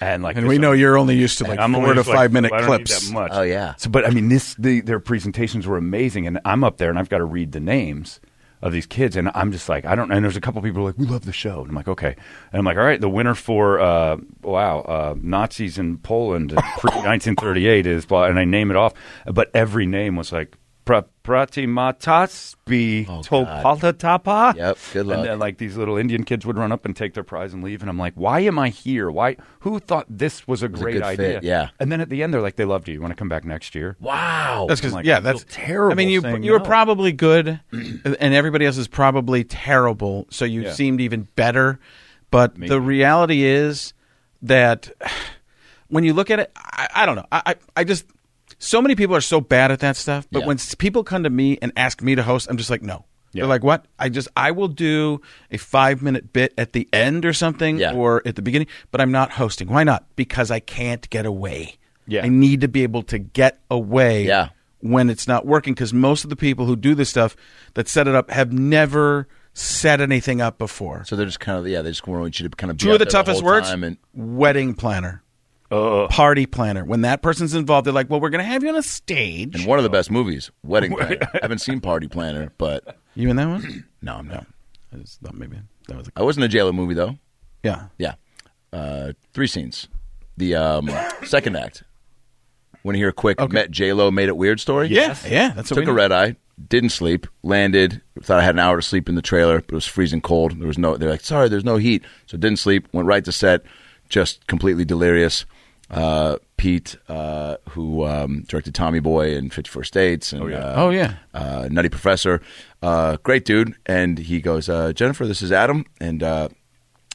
S3: and like
S1: and
S3: this-
S1: we know you're only used to like
S3: I'm
S1: four
S3: only
S1: to
S3: just like,
S1: five minute
S3: well, I don't need
S1: clips.
S3: that much. So, but I mean, this the, their presentations were amazing, and I'm up there and I've got to read the names of these kids, and I'm just like, I don't. And there's a couple people who are like, we love the show, and I'm like, okay, and I'm like, all right, the winner for uh, wow, uh, Nazis in [laughs] Poland pre 1938 is blah, and I name it off, but every name was like. Pra,
S12: Oh,
S3: pratimataspi topaltatapa. Yep, good
S12: luck.
S3: And then, like, these little Indian kids would run up and take their prize and leave. And I'm like, why am I here? Why? Who thought this was a
S12: was a
S3: great
S12: good
S3: idea.
S12: fit, yeah.
S3: And then at the end, they're like, they loved you. You want to come back next year?
S12: Wow.
S1: That's because
S14: Oh
S3: I'm like,
S1: yeah,
S3: I feel
S1: that's
S3: terrible.
S1: I mean, you
S3: saying
S1: you were
S3: no.
S1: probably good, and everybody else is probably terrible. So you
S3: Yeah.
S1: seemed even better. But the reality is that when you look at it, I, I don't know. I, I I just so many people are so bad at that stuff. But when s- people come to me and ask me to host, I'm just like, no. They're like, "What? I just I will do a five minute bit at the end or something, or at the beginning, but I'm not hosting. Why not? Because I can't get away. Yeah, I need to be able to get away. Yeah. when it's not working, because most of the people who do this stuff that set it up have never set anything up before.
S12: So they're just kind of yeah, they just want you to kind of be
S1: Two
S12: out
S1: of the
S12: there
S1: toughest
S12: whole
S1: words:
S12: time and-
S1: wedding planner, party planner. When that person's involved, oh, they're like, "Well, we're going to have you on a stage."
S12: And one of the best movies,
S1: [laughs]
S12: Wedding Planner. I haven't seen Party Planner, but
S1: you in that one? no, I'm not. I just thought maybe that was. A-
S12: I was in a jailer movie though.
S1: Yeah,
S12: yeah. Uh, three scenes. The um, second act. Want to hear a quick met J Lo made it weird story?
S1: Yes. Yeah, that's what
S12: took
S1: we
S12: a
S1: need.
S12: red eye. Didn't sleep. Landed. Thought I had an hour to sleep in the trailer, but it was freezing cold. There was no. They're like, sorry, there's no heat. So didn't sleep. Went right to set. Just completely delirious. Uh, Pete, uh, who um, directed Tommy Boy and Fifty First Dates, and oh yeah,
S1: Oh, yeah.
S12: uh, Nutty Professor, uh, great dude. And he goes, uh, Jennifer, this is Adam, and uh,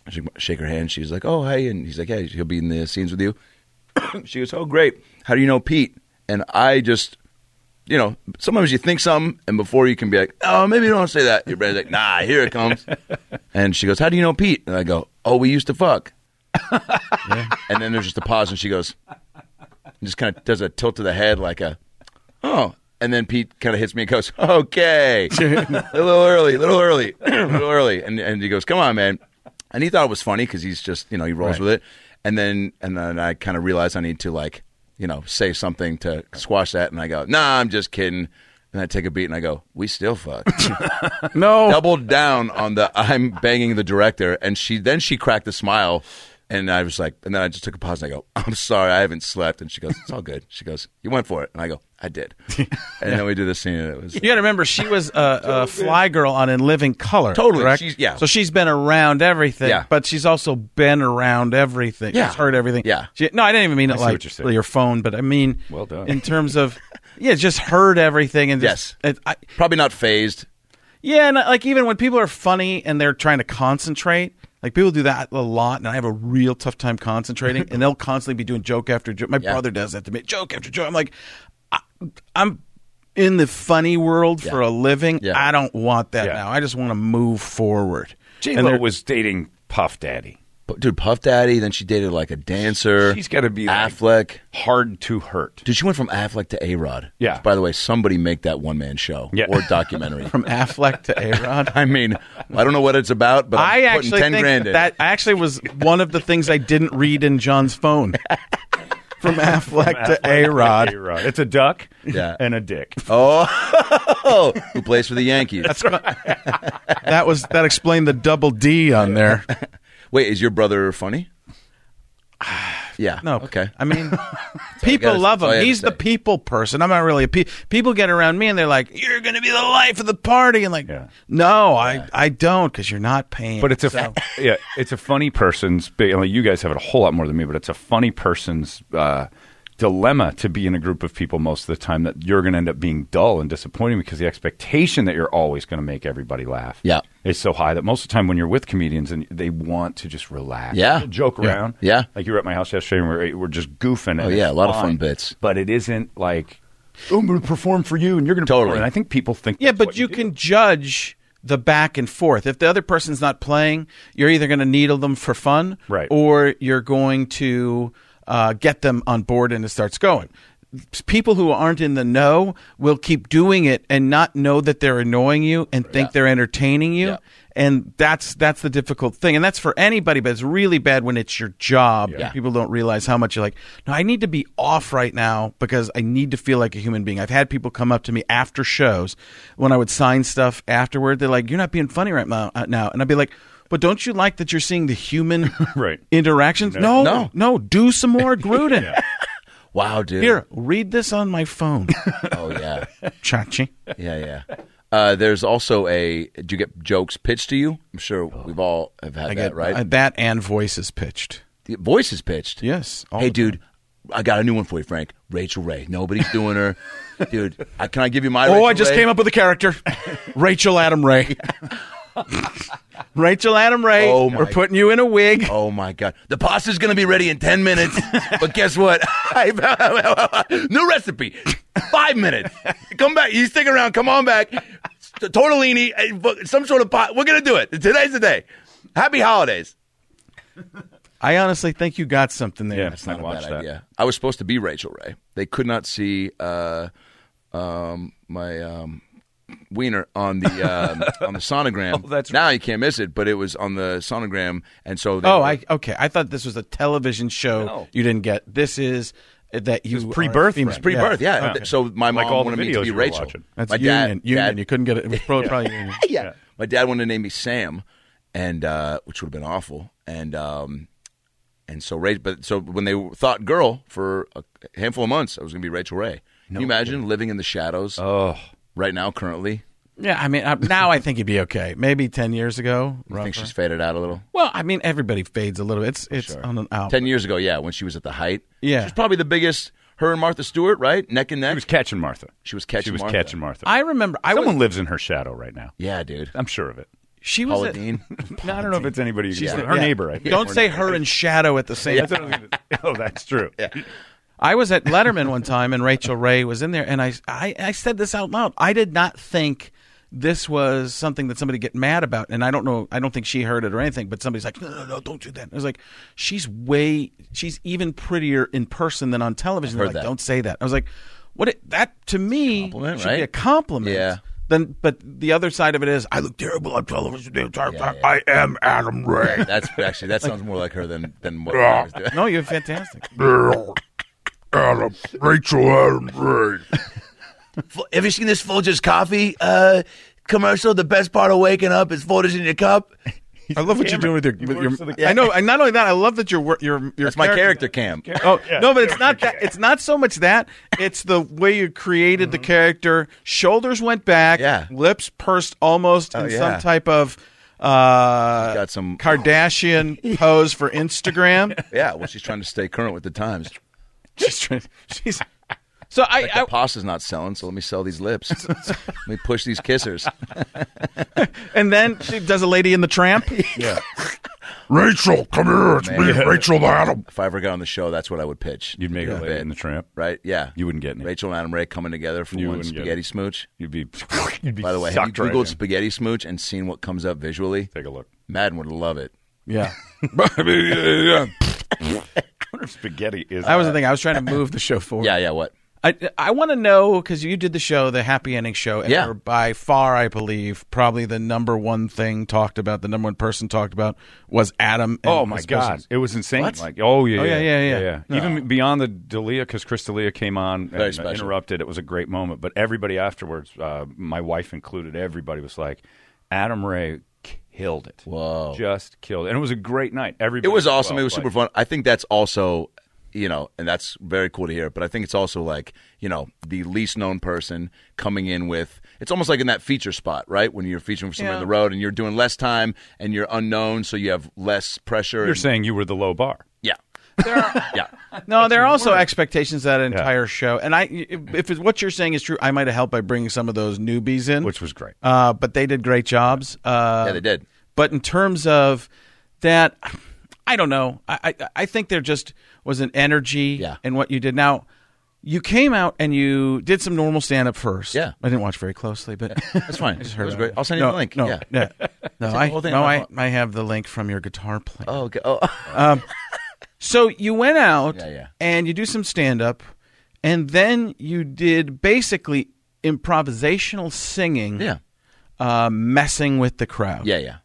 S12: she shake her hand. She's like, "Oh, hey," and he's like, "Hey, he'll be in the scenes with you." [coughs] she goes, "Oh, great. How do you know Pete?" And I just, you know, sometimes you think something, and before you can be like, "Oh, maybe you don't say that," your brain's like, "Nah, here it comes." and she goes, "How do you know Pete?" And I go, "Oh, we used to fuck." And then there's just a pause, and she goes, and just kind of does a tilt of the head, like a, "Oh." And then Pete kind of hits me and goes, "Okay, a little early, a little early, a little early." And and he goes, "Come on, man." and he thought it was funny because he's just you know he rolls
S3: Right.
S12: with it and then and then i kind of realized i need to like you know say something to squash that and i go nah i'm just kidding and i take a beat and i go we still fuck
S1: no
S12: doubled down on the i'm banging the director and she then she cracked a smile and i was like and then i just took a pause and i go [laughs] i'm sorry i haven't slept and she goes it's all good she goes you went for it and i go i did and then we do the scene and it was
S1: [clears throat] You got to remember, she was a, a fly girl on In Living Color.
S12: Totally.
S1: correct?
S12: She's- yeah.
S1: So she's been around everything.
S12: Yeah.
S1: But she's also been around everything.
S12: Yeah.
S1: She's heard everything.
S12: Yeah.
S1: She, no, I didn't even mean
S12: I
S1: it
S12: see
S1: like
S12: what you're saying.
S1: your phone, but I mean,
S12: Well done.
S1: in
S12: [laughs]
S1: terms of, yeah, just heard everything and just, yes, I,
S12: probably not phased.
S1: Yeah, and like even when people are funny and they're trying to concentrate, like people do that a lot, and I have a real tough
S12: [laughs]
S1: time concentrating, and they'll constantly be doing joke after joke. My brother does that to me, joke after joke. I'm like, I, I'm in the funny world for a living. I don't want that now. I just want to move forward.
S3: J-Lo
S12: was dating Puff Daddy. Dude, Puff Daddy. Then she dated like a dancer. She's got to be Affleck. hard to hurt. Dude, she went from Affleck to A Rod. Yeah. By the way, somebody make that one man show or documentary.
S1: [laughs] from Affleck to A Rod.
S12: [laughs] I mean, I don't know what it's about, but
S1: I
S12: I'm putting
S1: actually
S12: ten
S1: think
S12: grand in.
S1: that actually was one of the things I didn't read in
S12: [laughs]
S1: John's phone. From Affleck, to A Rod.
S3: It's a duck
S12: Yeah.
S3: and a dick.
S12: Oh, [laughs] who plays for the Yankees? That's
S1: right. that was that explained the double D
S12: [laughs]
S1: on there.
S12: Wait, is your brother funny? yeah. No. Okay. [laughs]
S1: I mean, [laughs] people
S12: gotta-
S1: love
S12: that's all I
S1: him.
S12: had to
S1: He's the people person. I'm not really a pe- people get around me and they're like, "You're going to be the life of the party," and like, no, I I don't because you're not
S3: [laughs]
S1: paying.
S3: But it's a
S1: So-
S3: yeah, it's a funny person's. big- I mean, you guys have it a whole lot more than me, but it's a funny person's uh, dilemma to be in a group of people most of the time that you're going to end up being dull and disappointing because the expectation that you're always going to make everybody laugh
S12: Yeah.
S3: is so high that most of the time when you're with comedians and they want to just relax,
S12: Yeah.
S3: They'll joke
S12: Yeah.
S3: around,
S12: Yeah.
S3: Like you were at my house yesterday and we're, we're just goofing. and
S12: Oh, yeah,
S3: it's
S12: a lot of fun
S3: fine.
S12: bits.
S3: but it isn't like "Oh, I'm going to perform for you and you're going to totally. And I think people think
S1: yeah, but you, can judge the back and forth. If the other person's not playing, you're either going to needle them for fun, right, or you're going to uh, get them on board and it starts going. People who aren't in the know will keep doing it and not know that they're annoying you and think they're entertaining you. And that's that's the difficult thing, and that's for anybody. But it's really bad when it's your job.
S12: Yeah.
S1: People don't realize how much you're like. No, I need to be off right now because I need to feel like a human being. I've had people come up to me after shows when I would sign stuff afterward. They're like, "You're not being funny right mo- uh, now," and I'd be like. But don't you like that you're seeing the human
S3: right.
S1: interactions? No,
S12: No.
S1: no, Do some [laughs] more Gruden.
S12: Wow, dude.
S1: Here, read this on my phone,
S12: Oh yeah.
S1: Chachi.
S12: Yeah, yeah. Uh, there's also a. Do you get jokes pitched to you? I'm sure we've all have had
S1: Oh. I
S12: that,
S1: get
S12: right?
S1: uh, that and voices pitched.
S12: The voice is pitched.
S1: Yes. all
S12: Hey,
S1: the time.
S12: dude, I got a new one for you, Frank. Rachel Ray. Nobody's doing
S1: [laughs]
S12: her, dude. I, can I give you my?
S1: oh,
S12: Rachel
S1: I just
S12: Ray?
S1: came up with
S12: [laughs]
S1: a character, Rachel Adam Ray. [laughs] Rachel Adam Ray.
S12: Oh
S1: We're
S12: my-
S1: putting you in a wig.
S12: Oh my god, the pasta's gonna be ready in ten
S1: [laughs]
S12: minutes. but guess what? [laughs] [laughs] I've- new recipe. Five minutes. Come back. You stick around. Come on back. t- tortellini, uh, bu- some sort of pot. We're gonna do it. Today's the day. Happy holidays.
S1: I honestly think you got something there.
S12: That's not a bad idea. I was supposed to be Rachel Ray. They could not see uh, um, my um, wiener on the [laughs] um, on the sonogram. Oh, that's now you can't miss it, but it was on the sonogram, and so they
S1: Oh,
S12: were-
S1: I okay. I thought this was a television show.
S12: No.
S1: You didn't get this is uh, that you are
S12: pre-birth,
S1: female.
S12: right? It's pre-birth, yeah. Th- so my Like mom all the wanted me to videos be you were Rachel. watching.
S1: That's
S12: My
S1: union.
S12: dad-
S1: union.
S12: dad-
S1: You couldn't get it.
S12: [laughs]
S1: It was probably, probably union.
S12: yeah. My dad wanted to name me Sam, and uh, which would have been awful. And um, and so Ray, but so when they thought girl for a handful of months, I was going to be Rachel Ray. Can you imagine living in the shadows? Oh, right now, currently,
S1: Yeah, I mean, I, now I think you'd be okay. Maybe ten years ago.
S12: I think
S1: rougher.
S12: she's faded out a little.
S1: Well, I mean, everybody fades a little. It's it's on an out.
S12: Ten years ago, yeah, when she was at the height,
S1: Yeah.
S12: she was probably the biggest. Her and Martha Stewart, right, neck and neck. She was
S3: catching Martha.
S12: She was catching.
S3: She was
S12: Martha.
S3: catching Martha.
S1: I remember. I
S3: Someone
S1: was,
S3: lives in her shadow right now.
S12: Yeah, dude.
S3: I'm sure of it.
S1: She was
S3: Paula
S1: a-
S3: Dean. [laughs] No, I don't know if it's anybody. You
S1: She's
S3: can
S1: the-
S3: her
S1: yeah.
S3: neighbor. I think.
S1: Don't say her and Shadow at the same
S3: Yeah.
S1: time.
S3: [laughs]
S12: [laughs]
S3: oh, that's true.
S1: I was at Letterman one time, and Rachel Ray was in there, and I, I, I said this out loud. I did not think this was something that somebody get mad about, and I don't know. I don't think she heard it or anything, but somebody's like, no, no, no, don't do that. And I was like, she's way, she's even prettier in person than on television. They're
S12: heard
S1: like,
S12: that.
S1: don't say that. I was like, what? It, that to me should be
S12: right?
S1: a compliment.
S12: Yeah.
S1: Then, but the other side of it is, I look terrible on television the entire time.
S4: I am Adam Ray.
S12: [laughs] That's actually that sounds more like her than than what. I
S4: Yeah.
S12: was doing.
S1: [laughs] no, you're [laughs] fantastic.
S4: Adam. Rachel Adam Ray.
S12: Have you seen this Folgers coffee uh, commercial? The best part of waking up is Folgers in your cup.
S1: [laughs] I love what you're doing with your. With your
S12: works for the-
S1: I know. And not only that, I love that your wor- your your.
S12: That's my character cam.
S1: Oh no, but it's not that. It's not so much that. It's the way you created
S12: Mm-hmm.
S1: the character. Shoulders went back.
S12: Yeah.
S1: Lips pursed almost
S12: Oh,
S1: in
S12: yeah.
S1: some type of. Uh,
S12: got some- [laughs]
S1: Kardashian pose for Instagram.
S12: Yeah, well, she's trying to stay current with the times.
S1: she's trying. She's. So I,
S12: Like the pasta's not selling, so let me sell these lips. let me push these kissers.
S1: I and then she does a lady in the tramp. [laughs]
S12: Yeah.
S4: Rachel, come here. It's me, Rachel Adam.
S12: If I ever got on the show, that's what I would pitch. You'd
S3: make a lady in the tramp.
S12: right? Yeah,
S3: You wouldn't get any.
S12: Rachel and Adam Ray coming together for
S3: You
S12: one
S3: wouldn't get
S12: spaghetti
S3: it.
S12: smooch.
S3: You'd be. [laughs] You'd be
S12: By the way, have you
S3: sucked right in.
S12: googled spaghetti smooch and seen what comes up visually?
S3: Take a look.
S12: Madden would love it.
S1: [laughs]
S12: [laughs]
S4: [laughs]
S1: Yeah.
S3: What if spaghetti is?
S1: That was the thing. I was trying to move
S12: [laughs]
S1: the show forward.
S12: Yeah, yeah. What?
S1: I, I want to know because you did the show, the happy ending show, and
S12: Yeah.
S1: were by far, I believe, probably the number one thing talked about, the number one person talked about was Adam. And
S3: Oh my
S1: his
S3: god,
S1: person's-
S3: it was insane!
S1: What?
S3: Like, oh yeah,
S1: Oh, yeah, yeah, yeah.
S3: [laughs]
S1: No.
S3: Even beyond the Dalia, because Chris Dalia came on
S12: Very
S3: and uh,
S12: special.
S3: interrupted. It was a great moment, but everybody afterwards, uh, my wife included, everybody was like, Adam Ray killed it.
S12: Whoa,
S3: just killed it, and it was a great night.
S12: Oh. it
S3: Everybody,
S12: was awesome.
S3: well
S12: it was super
S3: played.
S12: fun. I think that's also, you know, and that's very cool to hear. But I think it's also like, you know, the least known person coming in with. It's almost like in that feature spot, right? When you're featuring for somebody
S1: Yeah.
S12: on the road and you're doing less time and you're unknown, so you have less pressure.
S3: You're
S12: and-
S3: saying you were the low bar.
S12: yeah, yeah.
S1: No, there are also expectations that entire show, and I, if if it's what you're saying is true, I might have helped by bringing some of those newbies in,
S3: which was great.
S1: Uh, but they did great jobs. Uh,
S12: Yeah, they did.
S1: But in terms of that, I don't know. I I, I think there just was an energy in what you did. Now, you came out and you did some normal stand up first.
S12: Yeah.
S1: I didn't watch very closely, but
S12: That's fine.
S1: I just
S12: It
S1: heard [laughs]
S12: was
S1: about
S12: great. I'll send you
S1: No,
S12: the link.
S1: No,
S12: Yeah. [laughs]
S1: no, no,
S12: Take the
S1: I,
S12: whole thing
S1: no,
S12: on my
S1: I,
S12: phone.
S1: I have the link from your guitar player.
S12: Oh, okay. Oh,
S1: [laughs] Um, so you went out
S12: Yeah, yeah.
S1: and you do some stand up, and then you did basically improvisational singing.
S12: Yeah.
S1: Uh, messing with the crowd.
S12: yeah, yeah.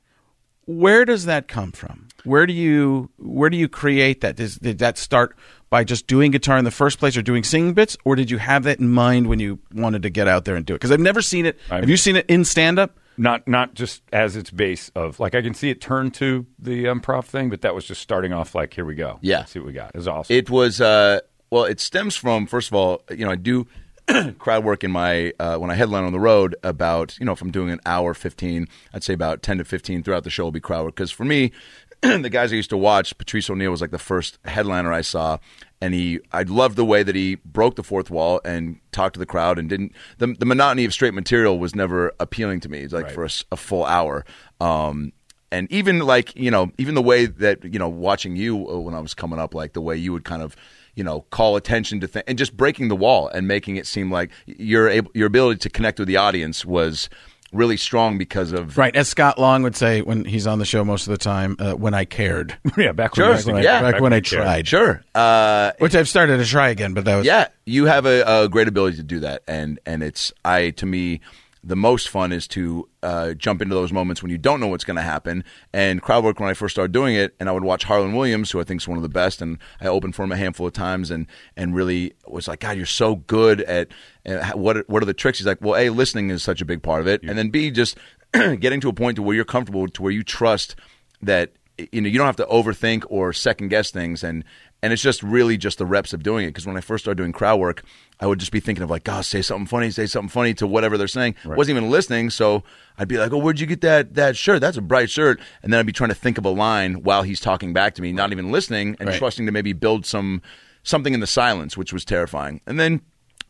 S1: Where does that come from? Where do you where do you create that? Does, did that start by just doing guitar in the first place, or doing singing bits, or did you have that in mind when you wanted to get out there and do it? Because I've never seen it.
S3: I'm-
S1: have you seen it in stand up?
S3: Not not just as its base of like I can see it turn to the improv thing, but that was just starting off like here we go.
S12: Yeah.
S3: Let's see what we got. It was awesome.
S12: It was uh, well. It stems from first of all, you know, I do [clears throat] crowd work in my uh, when I headline on the road. About you know, if I'm doing an hour fifteen, I'd say about ten to fifteen throughout the show will be crowd work. Because for me, [clears throat] the guys I used to watch, Patrice O'Neill was like the first headliner I saw, and he I loved the way that he broke the fourth wall and talked to the crowd and didn't the, the monotony of straight material was never appealing to me. It's like for a, s- a full hour. Um, and even like you know even the way that you know watching you uh, when i was coming up like the way you would kind of you know call attention to things and just breaking the wall and making it seem like your able, your ability to connect with the audience was really strong because of
S1: Right, as Scott Long would say when he's on the show most of the time, uh, when I [laughs] cared.
S3: yeah, back
S12: Sure,
S1: when I,
S12: yeah.
S1: back when I tried.
S12: Sure. Uh,
S1: Which I've started to try again, but that was
S12: yeah, you have a, a great ability to do that, and and it's I to me the most fun is to uh, jump into those moments when you don't know what's going to happen. And crowd work when I first started doing it, and I would watch Harlan Williams, who I think is one of the best, and I opened for him a handful of times, and and really was like, God, you're so good at, at what are- what are the tricks? He's like, Well, a listening is such a big part of it, and then b just [clears throat] getting to a point to where you're comfortable, to where you trust that you know you don't have to overthink or second guess things and and it's just really just the reps of doing it because when i first started doing crowd work i would just be thinking of like oh say something funny say something funny to whatever they're saying wasn't even listening so i'd be like oh where'd you get that that shirt that's a bright shirt and then i'd be trying to think of a line while he's talking back to me not even listening and
S1: Right.
S12: trusting to maybe build some something in the silence which was terrifying and then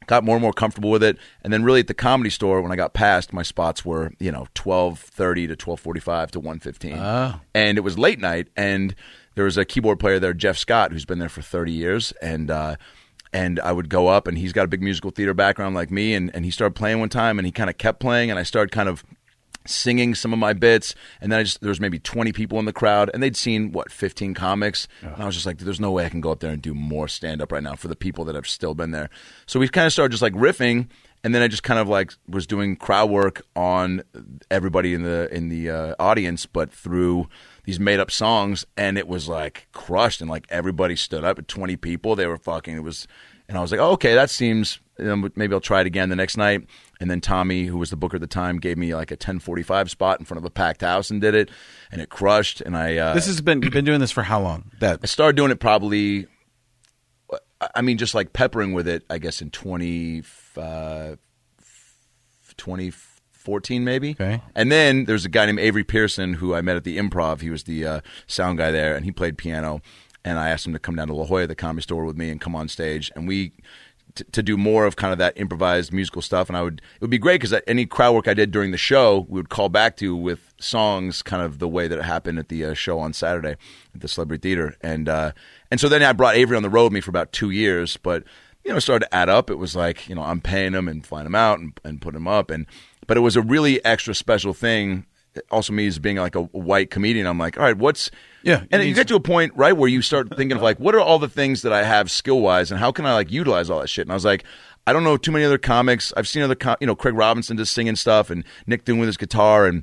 S12: got more and more comfortable with it and then really at the comedy store when i got past my spots were you know 12.30 to 12.45 to 1.15
S1: Oh.
S12: and it was late night and there was a keyboard player there jeff scott who's been there for 30 years and uh, and i would go up and he's got a big musical theater background like me and, and he started playing one time and he kind of kept playing and i started kind of singing some of my bits and then I just there was maybe 20 people in the crowd and they'd seen what 15 comics and I was just like there's no way I can go up there and do more stand up right now for the people that have still been there so we kind of started just like riffing and then I just kind of like was doing crowd work on everybody in the in the uh, audience but through these made up songs and it was like crushed and like everybody stood up 20 people they were fucking it was and I was like, oh, okay, that seems. um, Maybe I'll try it again the next night. And then Tommy, who was the booker at the time, gave me like a 10:45 spot in front of a packed house and did it, and it crushed. And I uh,
S1: This has been you've been doing this for how long? That
S12: I started doing it probably. I- I mean, just like peppering with it, I guess in 20, uh, 2014 maybe. Okay. And then there's a guy named Avery Pearson who I met at the Improv. He was the uh, sound guy there, and he played piano. And I asked him to come down to La Jolla, the comedy store, with me and come on stage, and we t- to do more of kind of that improvised musical stuff. And I would it would be great because any crowd work I did during the show, we would call back to with songs, kind of the way that it happened at the uh, show on Saturday at the Celebrity Theater. And uh, and so then I brought Avery on the road with me for about two years, but you know, it started to add up. It was like, you know, I'm paying them and flying them out and, and putting them up. And, but it was a really extra special thing. Also, me as being like a white comedian, I'm like, all right, what's, yeah. And you get to a point, right, where you start thinking of like, what are all the things that I have skill wise and how can I like utilize all that shit? And I was like, I don't know too many other comics. I've seen other, com- you know, Craig Robinson just singing stuff and Nick doing with his guitar and,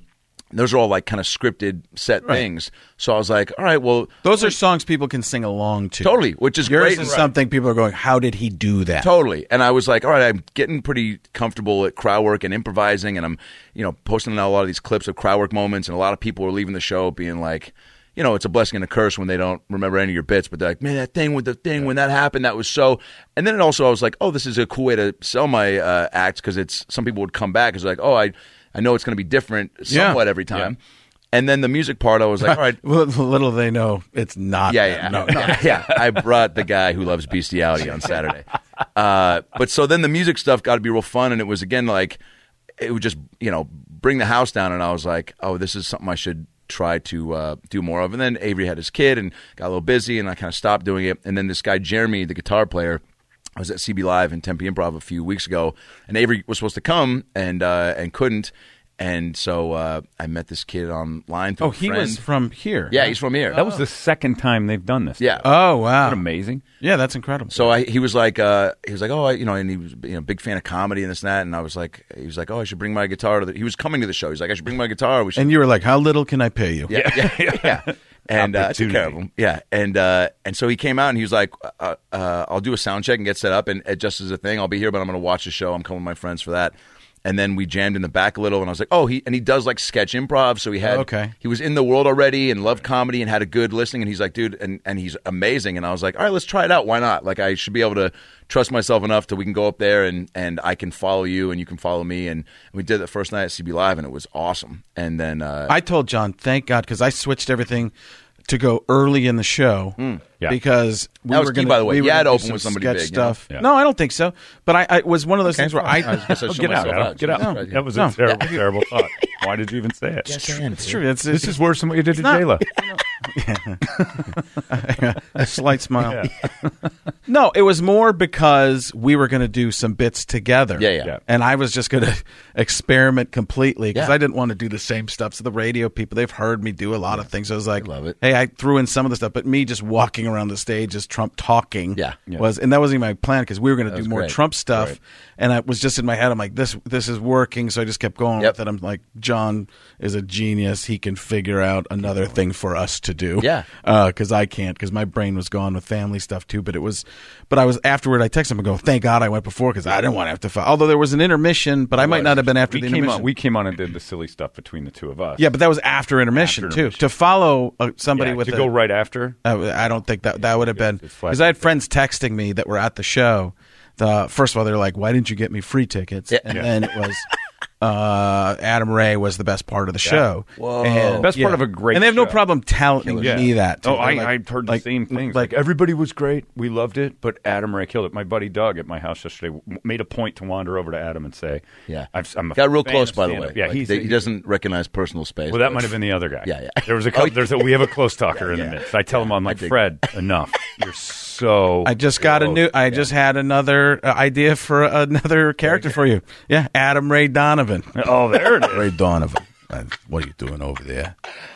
S12: those are all like kind of scripted set things. So I was like, all right, well,
S1: those are songs people can sing along to.
S12: Totally, which is
S1: Yours
S12: great.
S1: is
S12: Right.
S1: something people are going, How did he do that?
S12: Totally. And I was like, all right, I'm getting pretty comfortable at crowd work and improvising, and I'm, you know, posting out a lot of these clips of crowd work moments, and a lot of people are leaving the show being like, you know, it's a blessing and a curse when they don't remember any of your bits, but they're like, man, that thing with the thing when that happened, that was so. And then it also, I was like, oh, this is a cool way to sell my uh, act because it's some people would come back as like, oh, I, I know it's going to be different
S1: Yeah.
S12: somewhat every time. And then the music part, I was
S1: [laughs]
S12: like, all right,
S1: Well, little they know it's not.
S12: yeah, [laughs]
S1: that.
S12: yeah,
S1: No,
S12: yeah, yeah. I brought the guy who loves bestiality on Saturday. Uh, but so then the music stuff got to be real fun, and it was again like it would just you know bring the house down, and I was like, oh, this is something I should try to uh, do more of. And then Avery had his kid and got a little busy, and I kind of stopped doing it. And then this guy Jeremy, the guitar player. I was at CB Live and Tempe Improv a few weeks ago, and Avery was supposed to come and uh, and couldn't, and so uh, I met this kid online. Through
S1: Oh,
S12: a
S1: he
S12: friend.
S1: was from here.
S12: Yeah, he's from here.
S3: That was the second time they've done this.
S12: Yeah.
S1: Oh wow.
S3: amazing.
S1: Yeah, that's incredible.
S12: So I, he was like, uh, he was like, oh, I, you know, and he was, you know, big fan of comedy and this and that. And I was like, he was like, oh, I should bring my guitar. To the, he was coming to the show. He's like, I should bring my guitar. We should
S1: And you were like, How little can I pay you? [laughs]
S12: yeah, yeah, yeah. And uh, I took care of him. Yeah, and uh, and so he came out and he was like, uh, uh, "I'll do a sound check and get set up, and it just as a thing, I'll be here, but I'm going to watch the show. I'm coming with my friends for that." And then we jammed in the back a little, and I was like, "Oh, he and he does like sketch improv, so he had
S1: Okay.
S12: he was in the world already and loved comedy and had a good listening, and he's like, dude, and and he's amazing, and I was like, all right, let's try it out. Why not? Like, I should be able to trust myself enough that we can go up there and and I can follow you and you can follow me, and we did the first night at CB Live, and it was awesome. And then uh,
S1: I told John, thank God, because I switched everything to go early in the show
S12: Hmm. Yeah.
S1: because we
S12: That was
S1: were
S12: key,
S1: going.
S12: by the way.
S1: we
S12: You
S1: were
S12: had
S1: gonna do
S12: to open with
S1: some
S12: somebody
S1: sketch
S12: big, you know?
S1: stuff.
S12: Yeah.
S1: No, I don't think so. But I, I it was one of those things where I, Oh,
S3: I was gonna say, show
S1: get out,
S3: myself out. Get out.
S1: No.
S3: That was
S1: No.
S12: [laughs]
S3: a terrible, terrible thought. Why did you even say it?
S1: Yes, I am, It's dude. true. It's-
S3: this is worse than what you did
S1: It's
S3: to
S9: [laughs]
S1: not-
S3: Jayla.
S1: a slight smile. [laughs] No, it was more because we were going to do some bits together.
S12: Yeah, yeah. Yeah.
S1: And I was just going to [laughs] experiment completely because
S12: Yeah.
S1: I didn't want to do the same stuff. So the radio people, they've heard me do a lot of things. I was like, love it. Hey, I threw in some of the stuff, but me just walking around the stage as Trump talking yeah. was, and that wasn't even my plan because we were going to do
S12: was
S1: more
S12: great.
S1: Trump stuff. And I was just in my head, I'm like, this, this is working. So I just kept going with it. I'm like, John is a genius. He can figure out another thing for us to do
S12: Yeah.
S1: because I can't because my brain was gone with family stuff too. But it was, but I was afterward. I texted him and go, "Thank God I went before because I didn't want to have to." Fi-. Although there was an intermission, but I might not have been after
S3: we
S1: the
S3: came
S1: intermission.
S3: on, we came on and did the silly stuff between the two of us.
S1: yeah, but that was after intermission too. To follow uh, somebody
S3: Yeah,
S1: with
S3: to
S1: a-
S3: go right after.
S1: I w- I don't think that that would have been because I had friends texting me that were at the show. The first of all, they're like, "Why didn't you get me free tickets?"
S12: Yeah.
S1: And
S12: Yeah.
S1: then
S3: [laughs]
S1: it was. Uh, Adam Ray was the best part of the
S3: Yeah.
S1: show.
S3: Whoa.
S1: And-
S3: Best part
S1: yeah.
S3: of a great
S1: And they have no
S3: show.
S1: problem telling
S3: Yeah.
S1: me that. too.
S3: Oh, I,
S1: They're like-
S3: I've heard
S1: like-
S3: the same things.
S1: Like,
S3: Like, everybody was great, we loved it, but Adam Ray killed it. My buddy Doug at my house yesterday w- made a point to wander over to Adam and say,
S12: Yeah.
S3: I've, I'm a
S12: Got real
S3: fan
S12: close,
S3: of
S12: by the way.
S3: stand-up. Yeah,
S12: Like,
S3: he's
S12: they- he doesn't recognize personal space.
S3: Well, that
S12: but-
S3: might have been the other guy.
S12: Yeah, Oh, yeah. [laughs]
S3: There was a couple, there's a, we have a close talker in the midst. I tell him I'm like Fred, enough. You're so.
S12: [laughs]
S1: I just got a
S3: close."
S1: new. I just had another uh, idea for another character for you. Yeah, Adam Ray Donovan.
S3: [laughs] Oh,
S12: [laughs]
S3: there it is.
S1: Ray Donovan. Uh, What are you doing over there?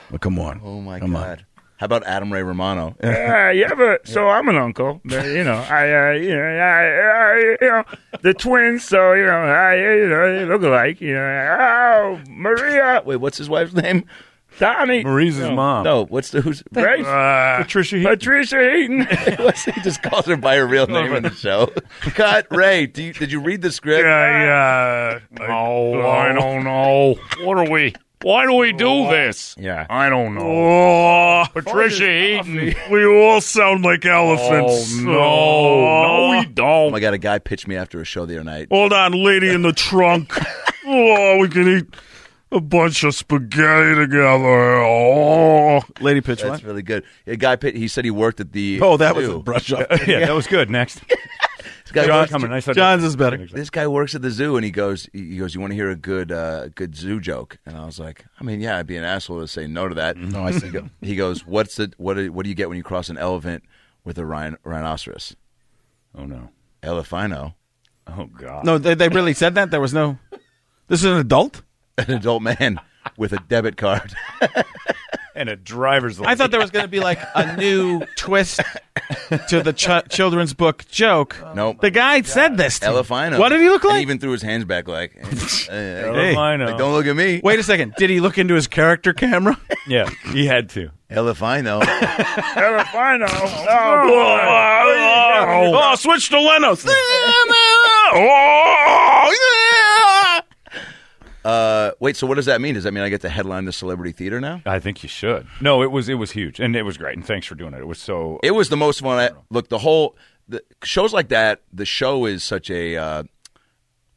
S1: Well, come on.
S12: Oh my
S1: Come on.
S12: god! How about Adam Ray
S1: [laughs]
S12: Romano?
S14: Yeah, yeah, but so I'm an uncle. But, you know, I, uh, you know, I, I, you know, the twins. So you know, I, you know, they look alike. You know, oh, Maria.
S12: Wait, what's his wife's name?
S14: Donnie.
S3: Marie's
S14: No. Uh,
S3: mom.
S12: No, what's the who's
S14: Right?
S3: Patricia
S14: Heaton. Patricia
S3: [laughs]
S14: Heaton.
S12: [laughs] he just calls her by her real name on the show. Cut, Ray. Do you, did you read the script?
S14: Yeah, yeah.
S12: Oh,
S14: I don't know. What are we? Why do we do this?
S3: Yeah.
S14: I
S5: Oh,
S14: don't know. Patricia Heaton.
S7: We all sound like
S3: Oh,
S7: elephants.
S12: Oh, no,
S7: Oh.
S12: we don't. I got a guy pitched me after a show the other night.
S7: Hold on, lady in the trunk. oh, we can eat a bunch of spaghetti together. Oh.
S1: Lady pitch
S12: That's really good. A guy pit. He said he worked at the.
S1: Oh, that was a
S12: Zoo.
S1: brush up.
S3: [laughs] yeah, that was good. Next.
S12: This guy
S3: John
S12: works-
S3: coming. I said-
S1: John's is better.
S12: This guy works at the zoo, and he goes, he goes, you want to hear a good, uh, good zoo joke? And I was like, I mean, yeah, I'd be an asshole to say no to that.
S3: Mm-hmm.
S12: No,
S1: I see.
S12: He, go- he goes, what's the what? Do, what do you get when you cross an elephant with a rhin- rhinoceros?
S3: Oh no,
S12: elephino.
S3: Oh god.
S1: No, they, they really said that. There was no. This is an adult.
S12: An adult man with a debit card. [laughs]
S3: and a driver's
S1: [laughs] I thought there was going to be like a new twist [laughs] to the ch- children's book joke.
S12: Nope.
S1: The guy said this. To me.
S12: Elephino.
S1: What did he look
S12: And
S1: like?
S12: even threw his hands back like,
S3: [laughs]
S12: eh, eh,
S1: Hey. Elephino.
S12: like, don't look at me.
S1: Wait a second. Did he look into his character camera?
S3: Yeah, he had to. [laughs] Oh,
S12: Elephino.
S14: Elefino.
S7: Oh, oh, switch to Leno's.
S14: Oh,
S12: Uh, wait, so what does that mean? Does that mean I get to headline the celebrity theater now?
S3: I think you should. No, it was it was huge, and it was great. And thanks for doing it. It was so.
S12: It was the most fun. I, look, the whole the shows like that. The show is such a, uh,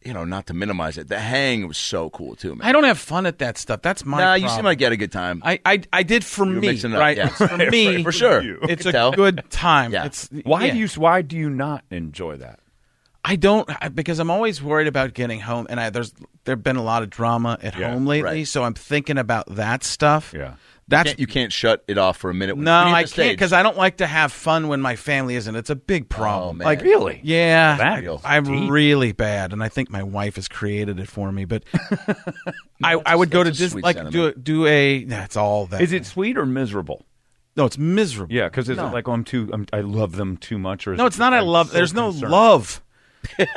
S12: you know, not to minimize it. The hang was so cool too, man.
S1: I don't have fun at that stuff. That's my.
S12: nah, you
S1: problem.
S12: seem like you had a good time.
S1: I, I, I did for
S12: were
S1: me,
S12: mixing it up,
S1: right?
S12: yeah.
S3: [laughs]
S1: [laughs]
S12: [laughs]
S1: For
S12: Right,
S1: me,
S12: right, for sure. I
S1: It's
S12: could
S1: a
S12: tell.
S1: good time.
S12: Yeah.
S1: It's
S3: Why
S1: yeah.
S3: do you? Why do you not enjoy that?
S1: I don't I- because I'm always worried about getting home, and I, there's there've been a lot of drama at
S3: Yeah,
S1: home lately,
S12: right.
S1: so I'm thinking about that stuff.
S3: Yeah.
S1: That's
S12: you can't shut it off for a minute. when-
S1: no,
S12: when you're at
S1: I
S12: the
S1: can't
S12: stage.
S1: because I don't like to have fun when my family isn't. It's a big problem.
S12: Oh, man.
S1: Like
S3: Really?
S1: Yeah,
S3: That
S1: I-
S3: is
S1: I'm
S3: deep.
S1: really bad, and I think my wife has created it for
S12: [laughs]
S1: me. But I, I would go to
S12: that's a
S1: Disney,
S12: sweet
S1: like do a,
S12: sentiment.
S1: do a. That's all that.
S3: Is it sweet or miserable?
S1: No, it's miserable.
S3: Yeah, because is
S1: No.
S3: it like oh, I'm too? I'm, I love them too much, or is
S1: No,
S3: it
S1: it's not. I
S3: I'm
S1: love.
S3: so
S1: there's no
S3: concerned?
S1: love.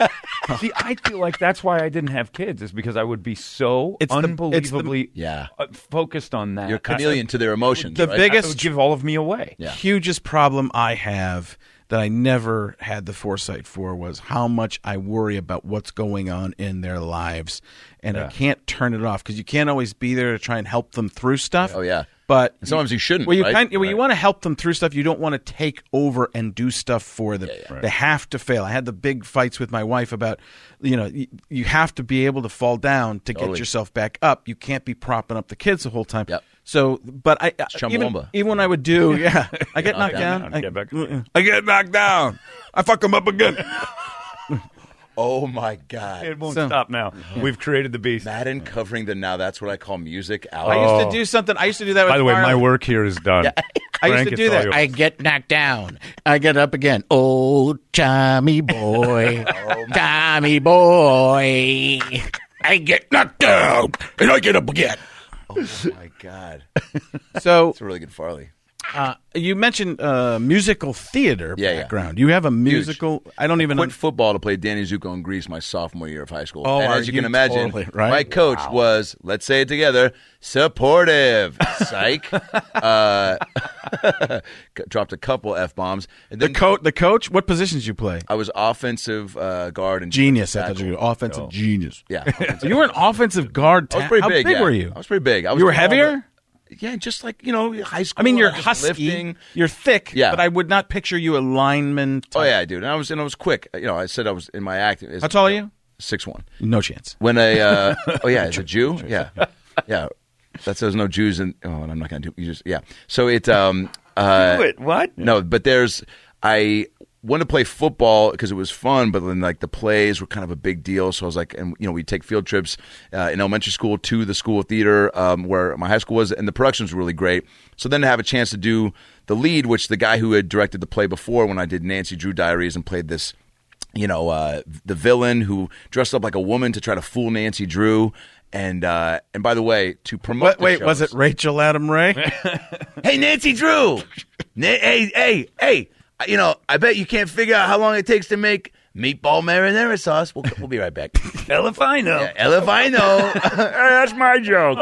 S3: [laughs] See, I feel like that's why I didn't have kids is because I would be so
S1: It's the- it's the-
S3: unbelievably
S12: Yeah.
S3: uh, focused on that.
S12: You're a chameleon to their emotions.
S1: The
S12: right?
S3: I, I
S1: biggest
S3: would give all of me away.
S12: Yeah.
S1: hugest problem I have that I never had the foresight for was how much I worry about what's going on in their lives, and I
S3: Yeah.
S1: can't turn it off because you can't always be there to try and help them through stuff.
S12: Oh yeah.
S1: But
S12: And sometimes you shouldn't,
S1: Well, you
S12: right?
S1: kind well, you
S12: Right.
S1: want to help them through stuff. You don't want to take over and do stuff for them. They have to fail. I had the big fights with my wife about, you know, you, you have to be able to fall down to get
S12: Totally.
S1: yourself back up. You can't be propping up the kids the whole time.
S12: Yep.
S1: So, but I I- even,
S12: Chumbawamba.
S1: even when I
S12: [laughs]
S1: would do, yeah, I get knocked
S12: down.
S1: down.
S3: I get back.
S1: I, I get knocked down. I fuck them up again.
S12: [laughs] Oh my god.
S3: It won't
S1: So-
S3: stop now. We've created the beast.
S12: Madden covering the now. That's what I call music. Out.
S1: I used to do something. I used to do that. With
S3: By the way, my
S1: Marlon.
S3: work here is done.
S15: I used to do that. I get knocked
S12: [laughs]
S15: down. I get up again. Oh,
S1: [laughs]
S15: Tommy boy,
S1: Oh
S12: Oh,
S5: [laughs]
S15: Tommy boy. I get knocked down and I get up again.
S12: my God.
S1: [laughs] So
S12: it's a really good Farley.
S1: Uh, you mentioned uh, musical theater background. You have a musical. I don't even
S12: quit football to play Danny Zuko in Greece my sophomore year of high school.
S1: Oh,
S12: and
S1: are
S12: as you,
S1: you
S12: can imagine,
S1: totally, right?
S12: my coach was let's say it together
S1: [laughs]
S12: supportive. Psych. uh, [laughs] dropped a couple f bombs. The
S1: coach. The coach. What positions you play?
S12: I was offensive uh, guard and
S1: Genius. I thought you were offensive
S12: Oh.
S1: genius. [laughs]
S12: Yeah.
S1: you were an offensive guard.
S12: I was
S1: ta-
S12: pretty
S1: How
S12: big.
S1: big
S12: yeah.
S1: were you?
S12: I was pretty big. I was
S1: you were
S12: all the-
S1: heavier.
S12: yeah, just like you know, high school.
S1: I mean, you're
S12: was
S1: husky.
S12: lifting.
S1: You're thick.
S12: Yeah.
S1: But I would not picture you a lineman. Type.
S12: Oh yeah, dude. And I was and I was quick. You know, I said I was in my act.
S1: How tall are you?
S12: Six one.
S1: No chance.
S12: When a
S1: [laughs]
S12: uh,
S14: [laughs]
S12: oh yeah, it's a Jew. Yeah, yeah. That says no Jews and oh, and I'm not gonna do you just yeah. So it um uh
S14: Do it. What?
S12: No, but there's I wanted to play football because it was fun, but then like the plays were kind of a big deal. So I was like, and you know, we take field trips uh, in elementary school to the school theater um, where my high school was, and the productions were really great. So then to have a chance to do the lead, which the guy who had directed the play before when I did Nancy Drew Diaries and played this you know, uh, the villain who dressed up like a woman to try to fool Nancy Drew. And uh, and by the way, to promote.
S1: What, wait, was it Rachel Adam Ray?
S12: [laughs] Hey, Nancy Drew. Na- hey, hey, hey. I- You know, I bet you can't figure out how long it takes to make meatball marinara sauce. We'll, we'll be right back. [laughs] Hell if I know. hell if I [laughs] know.
S14: That's my
S12: [laughs]
S14: joke.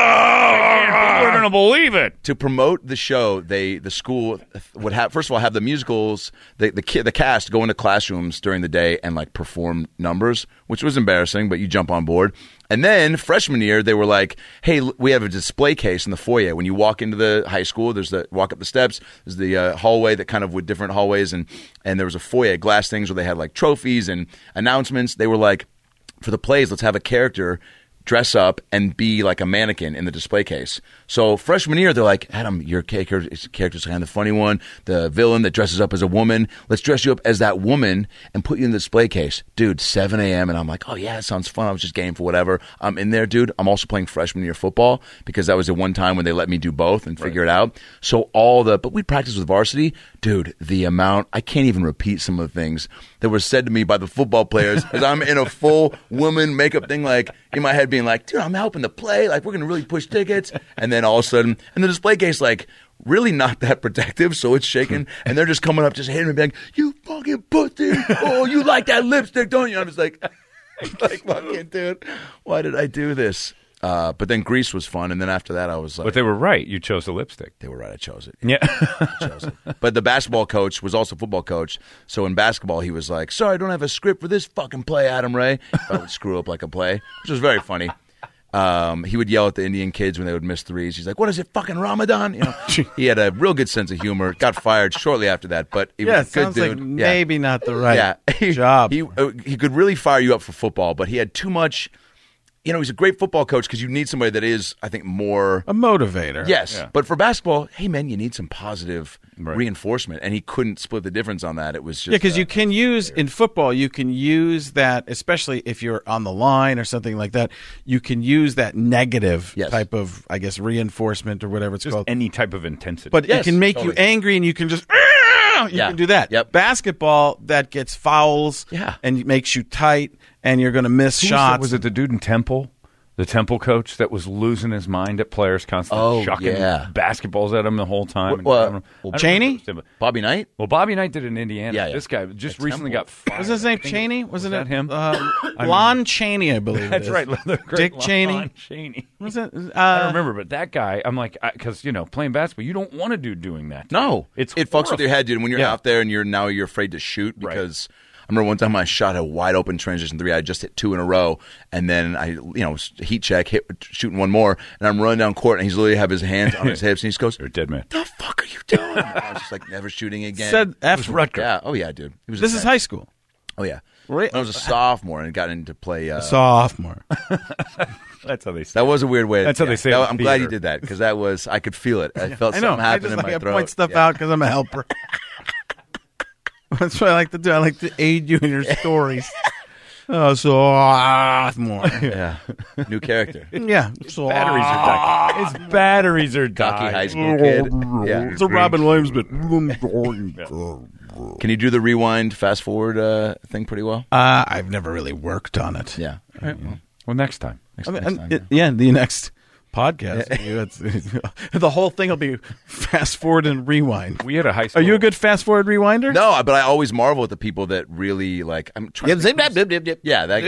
S12: We're gonna believe it. To promote the show, they the school would have first of all have the musicals, the the ki the cast go into classrooms during the day and like perform numbers, which was embarrassing, but you jump on board. And then freshman year, they were like, "Hey, l- we have a display case in the foyer. When you walk into the high school, there's the walk up the steps, there's the uh, hallway that kind of with different hallways, and and there was a foyer glass things where they had like trophies and announcements. They were like, for the plays, let's have a character dress up and be like a mannequin in the display case. So freshman year, they're like, Adam, your character is character's kind of the funny one, the villain that dresses up as a woman. Let's dress you up as that woman and put you in the display case. Dude, 7 a.m. And I'm like, oh yeah, that sounds fun. I was just game for whatever. I'm in there, dude. I'm also playing freshman year football because that was the one time when they let me do both and figure it out. So all the, but we practiced with varsity. Dude, the amount, I can't even repeat some of the things that were said to me by the football players as I'm in a full woman makeup thing, like in my head being like, dude, I'm helping the play. Like, we're going to really push tickets. And then all of a sudden, and the display case, like, really not that protective. So it's shaking. And they're just coming up, just hitting me, being like, you fucking pussy. Oh, you like that lipstick, don't you? I'm just like, [laughs] like, fucking dude, why did I do this? Uh, but then Greece was fun. And then after that, I was like,
S3: But they were right. You chose the lipstick.
S12: They were right. I chose it.
S3: Yeah.
S12: [laughs] But the basketball coach was also football coach. So in basketball, he was like, "Sorry, I don't have a script for this fucking play, Adam Ray." If I would screw up like a play, which was very funny. Um, he would yell at the Indian kids when they would miss threes. He's like, "What is it, fucking Ramadan?" You know, he had a real good sense of humor. Got fired shortly after that, but he
S1: yeah,
S12: was a good
S1: sounds
S12: dude.
S1: like
S12: Yeah.
S1: maybe not the right.
S12: Yeah, [laughs] he, job. He uh, he could really fire you up for football, but he had too much. You know, he's a great football coach because you need somebody that is, I think, more
S1: a motivator.
S12: Yes,
S1: Yeah.
S12: but for basketball, hey man, you need some positive reinforcement, and he couldn't split the difference on that. It was [laughs] just uh,
S1: yeah, because you can use in football, you can use that, especially if you're on the line or something like that. You can use that negative type of, I guess, reinforcement or whatever it's called.
S3: Any type of intensity,
S1: but it can make you angry, and you can just "Ah!" you
S3: Yeah.
S1: can do that. Basketball that gets fouls, yeah. and makes you tight, and you're going to miss
S3: Who was that?
S1: shots.
S3: Was it the dude in Temple? The Temple coach that was losing his mind at players constantly
S12: Oh,
S3: chucking
S12: yeah.
S3: basketballs at him the whole
S12: Well,
S3: time. And- I don't know- I don't
S1: Chaney?
S3: remember his name, but-
S12: Bobby Knight.
S3: Well, Bobby Knight did it in Indiana.
S1: Yeah, yeah.
S3: This guy just recently got fired.
S1: Was his name Cheney? Wasn't
S3: that
S1: it
S3: him?
S1: Uh,
S3: mean-
S1: Lon Chaney, I believe. it
S3: That's
S1: is.
S3: right, the great
S1: Dick
S3: Lon
S1: Cheney.
S3: Chaney.
S1: Was it? Uh,
S3: I don't remember, but that guy, I'm like, because you know, playing basketball, you don't want to do doing that.
S12: uh, No,
S3: it's
S12: it fucks with your
S3: horrible.
S12: head, dude. When you're
S3: Yeah.
S12: out there and you're now you're afraid to shoot because I remember one time I shot a wide open transition three. I just hit two in a row, and then I you know heat check hit shooting one more, and I'm running down court, and he's literally have his hands on his hips, and he just goes, "You're
S3: a dead man."
S12: The fuck are you doing? And [laughs] I was just like never shooting again.
S1: Said
S12: It was
S1: afterward.
S12: Rutger. Yeah. Oh yeah, dude. He was
S1: This is
S12: insane.
S1: high school.
S12: Oh yeah. When I was a sophomore and got into play. Uh,
S1: sophomore.
S3: That's how they say.
S12: That was a weird way.
S3: That's how they say it
S12: that-
S3: in
S12: I'm glad you
S3: theater.
S12: did that because that was I could feel it. I felt
S1: I know.
S12: something
S1: I
S12: happen
S1: just
S12: in
S1: like
S12: my
S1: to
S12: throat.
S1: point stuff out because I'm a helper. [laughs] That's what I like to do. I like to aid you in your stories. Uh, so uh, more.
S12: Yeah.
S3: [laughs]
S12: New
S5: [laughs]
S12: character.
S1: Yeah. So,
S12: batteries are dying.
S3: His batteries are
S12: Cocky
S3: dying.
S12: high school kid.
S5: [laughs]
S12: Yeah.
S1: It's a Robin Williams bit.
S12: [laughs] Can you do the rewind, fast forward uh, thing pretty well?
S1: Uh, I've never really worked on it.
S12: Yeah.
S3: Well, next time.
S12: Next,
S1: I mean,
S12: next
S1: and
S12: time.
S1: it- yeah, the next podcast. [laughs] you- it's- the whole thing will be fast forward and rewind.
S3: We had a high
S1: Are you a good fast forward rewinder?
S12: No, I- but I always marvel at the people that really like. I'm trying. to Yeah, [laughs] that,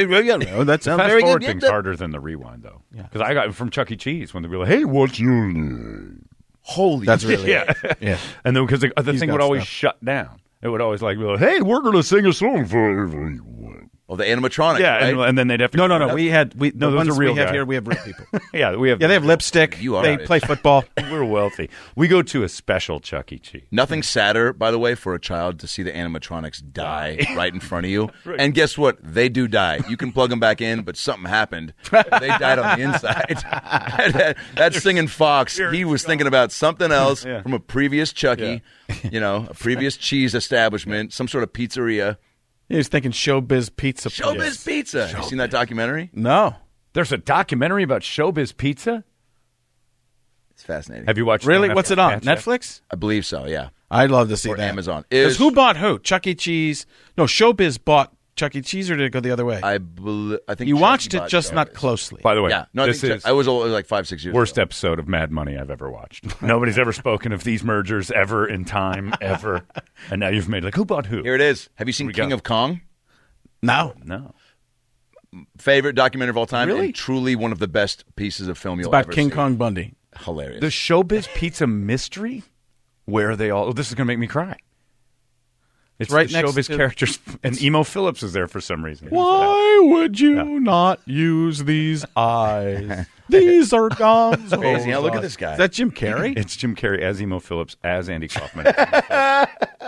S1: Oh, that
S3: The
S1: sounds
S3: fast
S1: very
S3: forward
S1: good.
S3: thing's harder than the rewind, though. Because I got it from Chuck E. Cheese when they were like, "Hey, what's your name?"
S1: Holy,
S12: That's really
S3: [laughs] yeah,
S12: it. Yeah.
S3: And then because the, the
S12: He's
S3: thing
S12: got
S3: would always
S12: stuff.
S3: shut down, it would always like, be like, "Hey, we're gonna sing a song for everyone."
S12: Oh, the animatronic.
S3: Yeah,
S12: right?
S3: and, and then they'd have to.
S1: No, no, no. We had we
S3: no. those
S1: the ones
S3: are real
S1: we have
S3: guy.
S1: here. We have real people.
S3: yeah, we have.
S1: yeah, they have lipstick.
S12: You are
S1: they
S12: it.
S1: play football.
S3: [laughs] We're wealthy. We go to a special Chuck E. Cheese.
S12: Nothing sadder, by the way, for a child to see the animatronics die right in front of you.
S3: [laughs] Right.
S12: And guess what? They do die. You can plug them back in, but something happened. They died on the
S3: [laughs]
S12: inside. [laughs] that, that singing fox, he was thinking about something else
S3: Yeah.
S12: from a previous Chucky, you know, a previous cheese establishment, some sort of pizzeria.
S1: He was thinking showbiz pizza.
S12: Showbiz Pizza. You seen that documentary?
S1: No,
S3: There's a documentary about showbiz pizza.
S12: It's fascinating.
S3: Have you watched? it
S1: really? What's it on?
S3: Netflix?
S1: Netflix?
S12: I believe so. Yeah.
S1: I'd love to see
S12: Or
S1: that.
S12: Amazon.
S1: 'Cause
S12: Is-
S1: who bought who? Chuck E. Cheese? No, Showbiz bought Chuck E. Cheese, or did it go the other way?
S12: I believe. I think
S1: you
S12: Chucky
S1: watched it,
S12: bought
S1: just not
S12: Showbiz.
S1: closely.
S3: By the way,
S12: Yeah. No, I,
S3: this
S12: think Chuck-
S3: is
S12: I was old, like five, six years.
S3: worst
S12: ago.
S3: episode of Mad Money I've
S12: [laughs]
S3: ever watched. [laughs] Nobody's ever spoken of these mergers ever in time ever, and now you've made like who bought who?
S12: Here it is. Have you seen
S3: We
S12: King
S3: go.
S12: of Kong?
S1: No,
S3: No,
S12: Favorite documentary of all time.
S3: Really?
S12: And truly one of the best pieces of film
S1: it's
S12: you'll
S1: about
S12: ever
S1: King
S12: see.
S1: Kong Bundy.
S12: Hilarious.
S3: the showbiz pizza mystery. Where they all? Oh, this is going to make me cry. It's
S1: right
S3: the
S1: next
S3: showbiz
S1: to-
S12: [laughs]
S3: characters, and Emo Phillips is there for some reason.
S1: Why would you not
S12: [laughs]
S1: use these eyes? these are guns.
S12: Amazing. Now look at this guy.
S1: Is that Jim
S12: [laughs]
S1: Carrey?
S3: It's Jim Carrey as Emo Phillips as Andy Kaufman.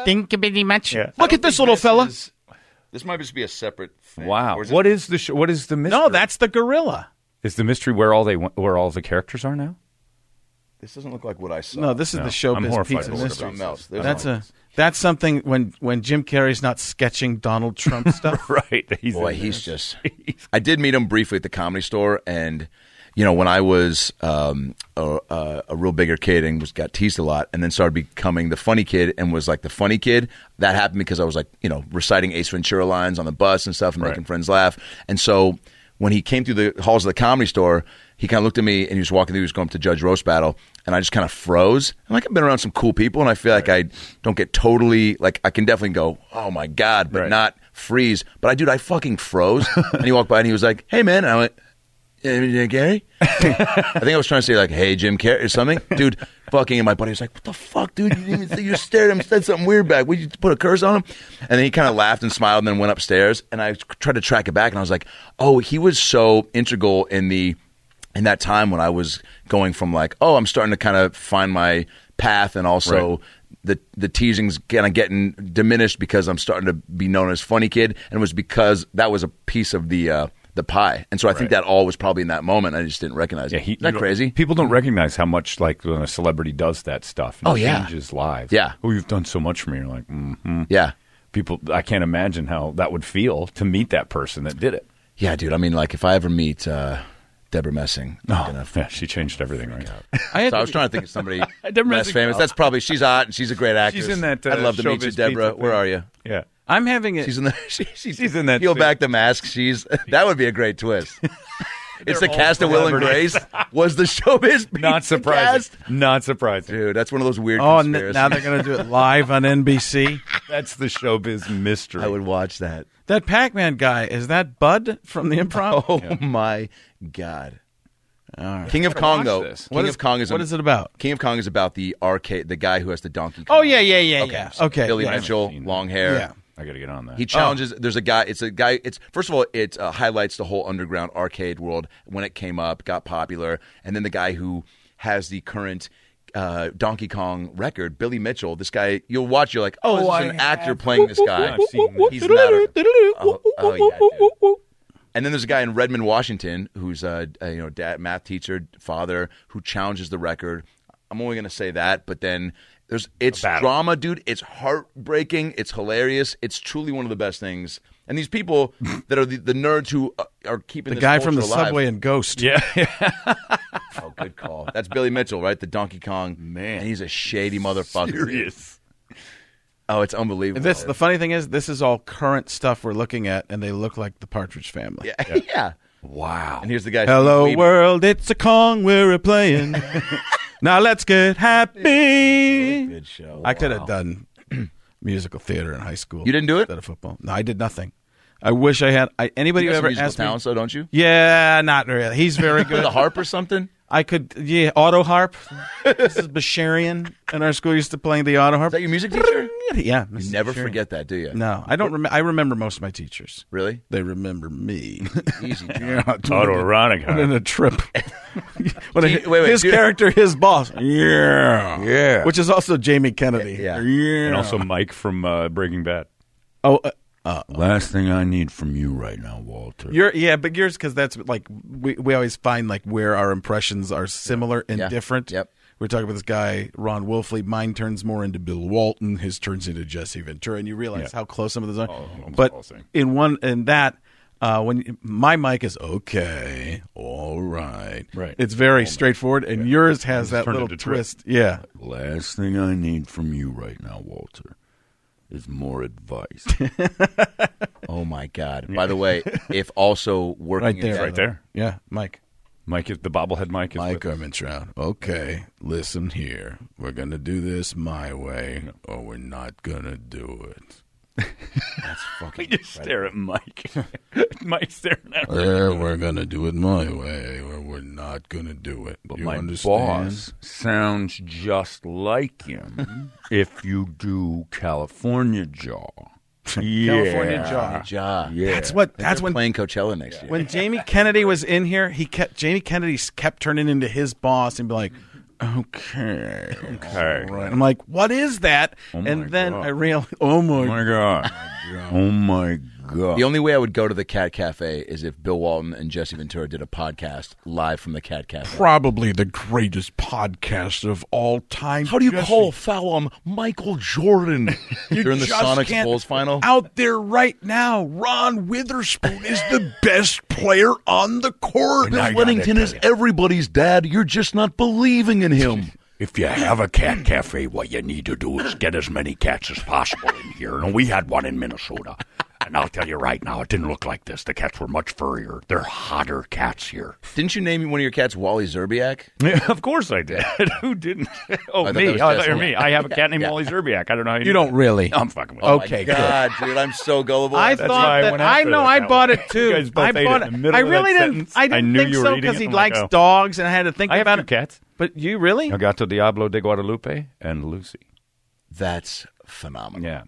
S15: Thank you very much.
S3: Yeah.
S1: Look at this little fella.
S12: This might just be a separate. Thing.
S3: wow,
S12: Or is it-
S3: what is the sh- what is the mystery?
S1: No, that's the gorilla.
S3: is the mystery where all they went- where all the characters are now.
S12: This doesn't look like what I saw.
S1: No, this is
S3: No,
S1: the
S3: I'm
S1: showbiz
S3: horrified
S1: pizza
S3: by this.
S1: mystery.
S12: Something else. There's
S1: That's
S12: something
S1: a that's something when when Jim Carrey's not sketching
S12: [laughs]
S1: Donald Trump
S3: [laughs]
S1: stuff.
S3: Right, he's
S12: Boy,
S3: in
S12: he's
S3: [laughs]
S12: just. I did meet him briefly at the comedy store, and you know when I was um, a, a, a real bigger kid and was got teased a lot, and then started becoming the funny kid and was like the funny kid. That happened because I was like you know reciting Ace Ventura lines on the bus and stuff and making friends laugh, and so. When he came through the halls of the comedy store, he kind of looked at me and he was walking through. He was going up to Judge Roast Battle, and I just kind of froze. And like I've been around some cool people, and I feel like I don't get totally like I can definitely go, oh my god, but
S3: Right.
S12: not freeze. But I, dude, I fucking froze. and he walked by and he was like, "Hey, man." And I went, "Eh, Jim Carrey? [laughs] I think I was trying to say like, "Hey, Jim Carrey" or something. Dude, fucking. And my buddy was like, "What the fuck, dude? You didn't even say you stared at him, said something weird back. Would you put a curse on him?" And then he kind of laughed and smiled, and then went upstairs. And I tried to track it back, and I was like, "Oh, he was so integral in the." in that time when I was going from like, oh, I'm starting to kind of find my path, and also the the teasing's kind of getting diminished because I'm starting to be known as funny kid, and it was because that was a piece of the uh, the pie, and so I think that all was probably in that moment. I just didn't recognize it.
S3: he-
S12: Isn't that
S3: you don't-
S12: crazy?
S3: People don't recognize how much like when a celebrity does that stuff. and
S12: Oh, yeah.
S3: changes lives.
S12: Yeah.
S3: Oh, you've done so much for me. You're like, mm-hmm.
S12: Yeah,
S3: People, I can't imagine how that would feel to meet that person that did it.
S12: yeah, dude. I mean, like if I ever meet uh, Deborah Messing, I'm
S3: Oh,
S12: gonna
S3: yeah, she changed everything, right?
S1: I had
S12: So I
S1: to-
S12: was trying to think of
S3: [laughs]
S12: somebody less
S3: Deborah Messing-
S12: famous. That's probably she's hot and she's a great actress.
S3: She's in that. Uh,
S12: I'd love to meet you,
S3: Showbiz
S12: Deborah.
S3: Pizza
S12: Where
S3: thing.
S12: are you?
S3: Yeah.
S1: I'm having it.
S12: She's in the. [laughs] She, she's,
S3: She's in that
S12: Peel
S3: suit.
S12: back the mask. She's. [laughs] That would be a great
S3: [laughs]
S12: twist. it's the cast of Will and
S1: [laughs]
S12: Grace. Was the showbiz pizza
S3: Not surprising.
S12: cast?
S3: Not surprising.
S12: Dude, that's one of those weird.
S1: oh, n-
S12: conspiracies.
S1: now they're going to do it live
S12: [laughs]
S1: on NBC.
S3: That's the showbiz mystery.
S12: I would watch that.
S1: That Pac-Man guy is that Bud from the Improv?
S12: [laughs] Oh my god. King of Kong though.
S3: this.
S12: King
S1: What
S12: of Kong is
S1: what is it about?
S12: King of Kong is about the arcade, the guy who has the Donkey Kong.
S1: [laughs] Oh yeah, yeah, yeah,
S12: Okay,
S1: yeah.
S12: so
S1: okay,
S12: Billy
S1: yeah.
S12: Mitchell, long hair.
S1: Yeah. Oh.
S3: I got to get on that.
S12: He challenges. There's a guy. It's a guy. It's first of all, it uh, highlights the whole underground arcade world when it came up, got popular, and then the guy who has the current. Uh, Donkey Kong record, Billy Mitchell. This guy, you'll watch. You're like, oh, this is an actor playing this guy.
S3: I've seen this.
S12: He's not. a- oh, oh, yeah, dude. And then there's a guy in Redmond, Washington, who's a, a you know dad, math teacher, father, who challenges the record. I'm only going to say that, but then there's it's
S3: battle.
S12: drama, dude. It's heartbreaking. It's hilarious. It's truly one of the best things. And these people that are the, the nerds who are- are keeping
S1: The
S12: this
S1: guy from the
S12: culture alive.
S5: [laughs]
S1: subway and Ghost. [laughs]
S3: Yeah.
S12: oh, good call. That's Billy Mitchell, right? The Donkey Kong man. And he's a shady motherfucker.
S1: Serious.
S12: Oh, it's unbelievable.
S1: This the funny thing is this is all current stuff we're looking at, and they look like the Partridge Family.
S12: yeah. [laughs] yeah. Wow. And here's the guy.
S1: Hello
S12: Steve Weeb.
S1: world, it's a Kong
S12: [laughs]
S1: we're playing. now let's get happy. Good show. I could have done [clears throat] musical theater in high school.
S12: You didn't do it
S1: instead of football. No, I did nothing. I wish I had. I, anybody
S12: You got
S1: who
S12: some
S1: ever
S12: musical
S1: asked me?
S12: talent, so don't you?
S1: Yeah, not really. He's very
S12: [laughs]
S1: good.
S12: With a harp or something?
S1: I could. Yeah, auto harp. this is Basharian in our school. Used to playing the auto harp. Is that
S12: your music teacher?
S1: yeah.
S12: You never forget that, do you?
S1: No, I don't. Rem- I remember most of my teachers.
S12: Really?
S1: They remember me.
S12: [laughs] Easy.
S1: [laughs] Yeah,
S3: Autoerotic
S1: I'm in
S12: [laughs]
S1: a trip. When
S12: Do
S1: I-
S12: you- wait, wait,
S1: his
S12: do you-
S1: character, his boss. Yeah,
S12: Yeah.
S1: Which is also Jamie Kennedy. Oh. Yeah, yeah.
S3: And also Mike from uh, Breaking Bad.
S1: oh, uh, uh,
S5: Last thing I need from you right now, Walter.
S1: Your yeah, but yours because that's like we we always find like where our impressions are similar and
S12: Yeah.
S1: different.
S12: Yep.
S1: We're talking about this guy Ron Wolfley. Mine turns more into Bill Walton. His turns into Jesse Ventura, and you realize
S3: Yeah.
S1: how close some of those are.
S3: almost all
S1: but
S3: same.
S1: in one in that. Uh, when my mic is okay, all right,
S5: Right.
S1: It's very straightforward, and yours
S5: Just
S1: has that
S5: turned
S1: little
S5: into Trip.
S1: twist. Yeah,
S5: Last thing I need from you right now, Walter, is more
S1: [laughs]
S5: advice.
S12: Oh my God! By the way, if also working
S1: right there,
S12: in
S1: by the way. Yeah, Mike.
S3: Mike is the bobblehead Mike. Is
S1: Mike Ermintrout. Okay, listen here. We're gonna do this my way, or we're not gonna do it. [laughs]
S3: That's fucking. We just stare
S5: [laughs]
S3: at Mike. Mike's staring at.
S1: Uh, we're gonna do it my way, or we're not gonna do it.
S5: But
S1: you
S5: my
S1: understand?
S5: boss sounds just like
S1: [laughs]
S5: him if you do California Jaw. Yeah.
S1: California Jaw.
S12: Jaw.
S5: Yeah.
S1: That's what. That's when.
S12: playing Coachella next year.
S1: When Jamie Kennedy was in here, he kept Jamie Kennedy kept turning into his boss and be like, "Okay,
S5: Okay.
S1: all right." I'm like, "What is that?"
S3: Oh
S5: my
S1: and then
S5: God.
S1: I realized, [laughs] "Oh my,
S5: Oh my
S1: [laughs]
S5: God. Oh my God.
S12: The only way I would go to the Cat Cafe is if Bill Walton and Jesse Ventura did a podcast live from the Cat Cafe.
S1: probably the greatest podcast of all time."
S10: How do you
S1: Jesse.
S10: call Fallum Michael
S1: [laughs]
S10: Jordan?
S1: You
S12: During the
S1: just
S12: Sonics
S1: can't-
S12: Bulls final?
S1: Out there right now, Ron
S10: Witherspoon is the best player on the court. Bill Weddington is everybody's dad. You're just not believing in him.
S5: If you have a cat cafe, what you need to do is get as many cats as possible in here. And we had one in Minnesota. And I'll tell you right now, it didn't look like this. The cats were much furrier. They're hotter cats here.
S12: Didn't you name one of your cats Wally
S5: [laughs]
S3: [laughs]
S12: Zerbiak?
S3: Yeah, of course I did.
S12: [laughs]
S3: Who didn't? Oh,
S12: I thought that
S3: me.
S12: was
S3: Oh, I thought you
S12: Jesse.
S3: were me. I have a cat named
S12: Yeah. Oh
S3: Wally Zerbiak. I don't know. Oh How you,
S1: You don't really.
S3: I'm fucking with you.
S1: Okay, good.
S12: God, dude, I'm so gullible.
S1: I
S3: That's why I
S1: thought that
S3: went
S1: I
S3: after
S1: know
S3: that
S1: I
S3: one.
S1: bought it
S3: [laughs] You
S1: too.
S3: guys both
S1: I
S3: ate it
S1: bought
S3: in the
S1: it.
S3: middle
S1: I
S3: of that
S1: really didn't.
S3: sentence.
S1: I didn't
S3: I knew
S1: think
S3: you were
S1: so
S3: eating
S1: because
S3: it.
S1: he
S3: I'm like,
S1: likes
S3: oh.
S1: dogs, and I had to think
S3: I have
S1: about
S3: two
S1: it.
S3: cats.
S1: But you really?
S3: Elgato Diablo de Guadalupe and Lucy.
S12: That's phenomenal.
S3: Yeah.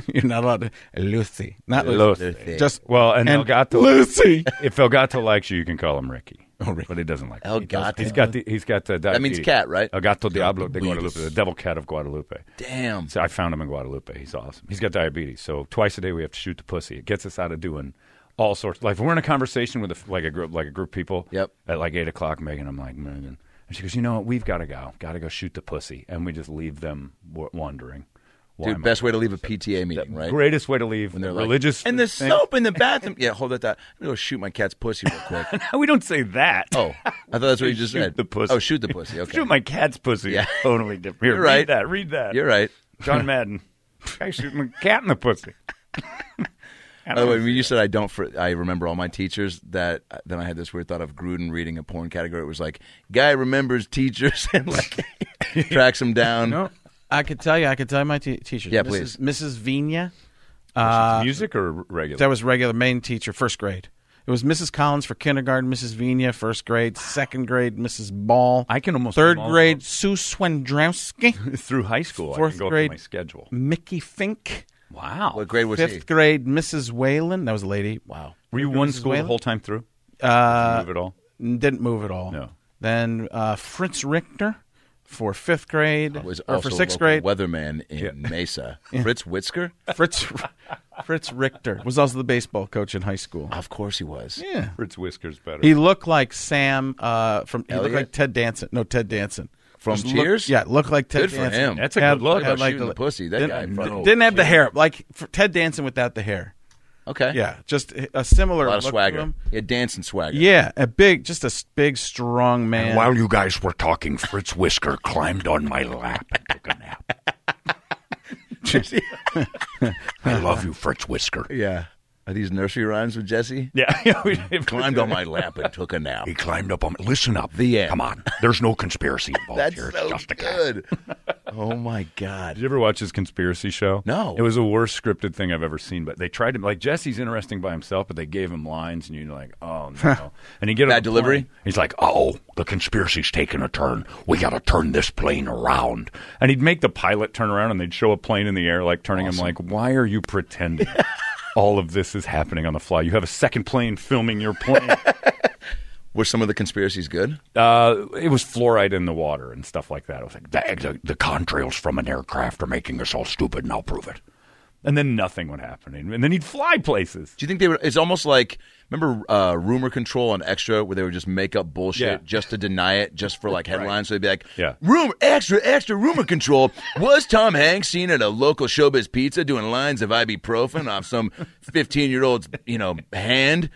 S1: [laughs] You're not allowed to. Lucy, not Lucy.
S12: Lucy.
S1: Just
S3: Well, and,
S1: And
S3: Elgato.
S1: Lucy.
S3: [laughs] If Elgato likes you, you can call him Ricky. Oh, Ricky. But he doesn't like
S12: El
S3: He doesn't.
S12: Gato.
S3: He's got the, he's got the
S12: That means
S3: diabetes.
S12: cat, right?
S3: Elgato Diablo de Guadalupe, the devil cat of Guadalupe.
S12: Damn.
S3: So I found him in Guadalupe. He's awesome. He's got diabetes, so twice a day we have to shoot the pussy. It gets us out of doing all sorts. Like if we're in a conversation with a, like a group, like a group of people.
S12: Yep.
S3: At like eight o'clock, Megan, I'm like Megan, and she goes, "You know what? We've got to go. Got to go shoot the pussy," and we just leave them w- wondering. Why
S12: Dude,
S3: am I-
S12: best way to leave a PTA meeting, right?
S3: greatest way to leave
S12: When they're like,
S3: religious
S12: and there's
S3: thing-
S12: soap in the bathroom. Yeah, hold that thought. I'm gonna go shoot my cat's pussy real quick.
S3: [laughs] we don't say that.
S12: Oh, I thought that's what you just
S3: Shoot
S12: said.
S3: the pussy.
S12: Oh, shoot the
S5: [laughs]
S3: [laughs]
S12: pussy. Okay,
S3: Shoot my cat's pussy.
S12: Yeah.
S3: Totally different.
S12: [laughs]
S3: Here,
S12: You're
S3: read
S12: right.
S3: that. Read that.
S12: You're right. [laughs]
S3: John Madden. I shoot my cat in the pussy.
S12: By the way, when you said I don't, for, I remember all my teachers. That then I had this weird thought of Gruden reading a porn category. It was like guy remembers teachers [laughs] and like tracks them down.
S1: No, I could tell you. I could tell you my t- teachers.
S12: Yeah,
S1: Mrs.
S12: please.
S1: Mrs. Vigna. Uh,
S3: Music or regular?
S1: that was regular main teacher, first grade. It was Mrs. Collins for kindergarten, Mrs. Vigna, first grade, second grade, Mrs. Ball.
S3: I can almost
S1: third
S3: remember-
S1: grade, Sue
S5: [laughs]
S1: Swendrowski.
S3: through high school. I
S1: Fourth
S3: can go
S1: grade.
S3: up to [laughs] my schedule.
S1: Mickey Fink.
S3: Wow.
S12: What grade was he?
S1: Fifth grade, Mrs. Whalen. That was a lady. Wow.
S3: Were you one
S1: Mrs.
S3: school the
S1: Whalen?
S3: whole time through?
S1: Uh,
S3: Move at all?
S1: n- didn't move at all.
S3: No.
S1: Then uh, Fritz Richter for fifth grade,
S12: It was
S1: or
S12: also
S1: for sixth
S12: local
S1: grade.
S12: weatherman in
S3: [laughs]
S12: Mesa, Fritz Witzker.
S1: Fritz Fritz Richter was also the baseball coach in high school.
S12: Of course he was.
S1: Yeah.
S3: Fritz Whiskers better.
S1: He looked like Sam uh, from. He looked
S12: Elliot?
S1: like Ted Danson. No, Ted Danson
S12: From
S1: Just look-
S12: Cheers?
S1: yeah, looked like Ted
S12: Good for
S1: Danson.
S12: him. That's
S3: a
S1: Had-
S3: good look.
S1: had
S12: About shooting the pussy, that
S1: didn't,
S12: guy fucking-
S1: didn't have the hair like for Ted Danson without the hair.
S12: Okay.
S1: Yeah, just a similar
S12: a lot of
S1: look to
S12: swagger.
S1: him.
S12: Yeah, dancing
S1: [laughs]
S12: swagger.
S1: Yeah, a big, just a s- big, strong man.
S5: And while you guys were talking, Fritz Whisker climbed on my lap and took a
S12: [laughs]
S5: nap.
S12: I love you, Fritz Whisker. Yeah. Are these nursery rhymes with Jesse?
S5: Yeah.
S12: climbed on my lap and took a nap.
S5: He climbed up on me. Listen up. The end. Come on. There's
S12: [laughs]
S5: no conspiracy involved
S12: That's
S5: here.
S12: so
S3: [laughs]
S12: good. oh my god!
S3: Did you ever watch his conspiracy show?
S12: No.
S3: It was the worst scripted thing I've ever seen. But they tried to like Jesse's interesting by himself, but they gave him lines, and you're like,
S12: [laughs]
S3: oh no. and you get that delivery.
S5: He's like, oh, the conspiracy's taking a turn. We got to turn this plane around.
S3: And he'd make the pilot turn around, and they'd show a plane in the air, like turning him. Like, why are you pretending?
S12: [laughs]
S3: All of this is happening on the fly. You have a second plane filming your
S12: [laughs]
S3: plane.
S12: Were some of the conspiracies good?
S3: Uh, it was fluoride in the water and stuff like that. I was like,
S5: The, the, the contrails from an aircraft are
S3: [laughs]
S5: making us all stupid, and I'll prove it.
S3: and then nothing would happen, and then he'd fly places.
S12: Do you think they were? It's almost like remember uh, rumor control on Extra, where they would just make up bullshit
S3: Yeah.
S12: just to deny it, just for like headlines. So they'd be like, "Rumor Extra Extra Rumor Control was Tom Hanks seen at a local showbiz pizza doing lines of ibuprofen off some fifteen-year-old's you know
S3: [laughs]
S12: hand."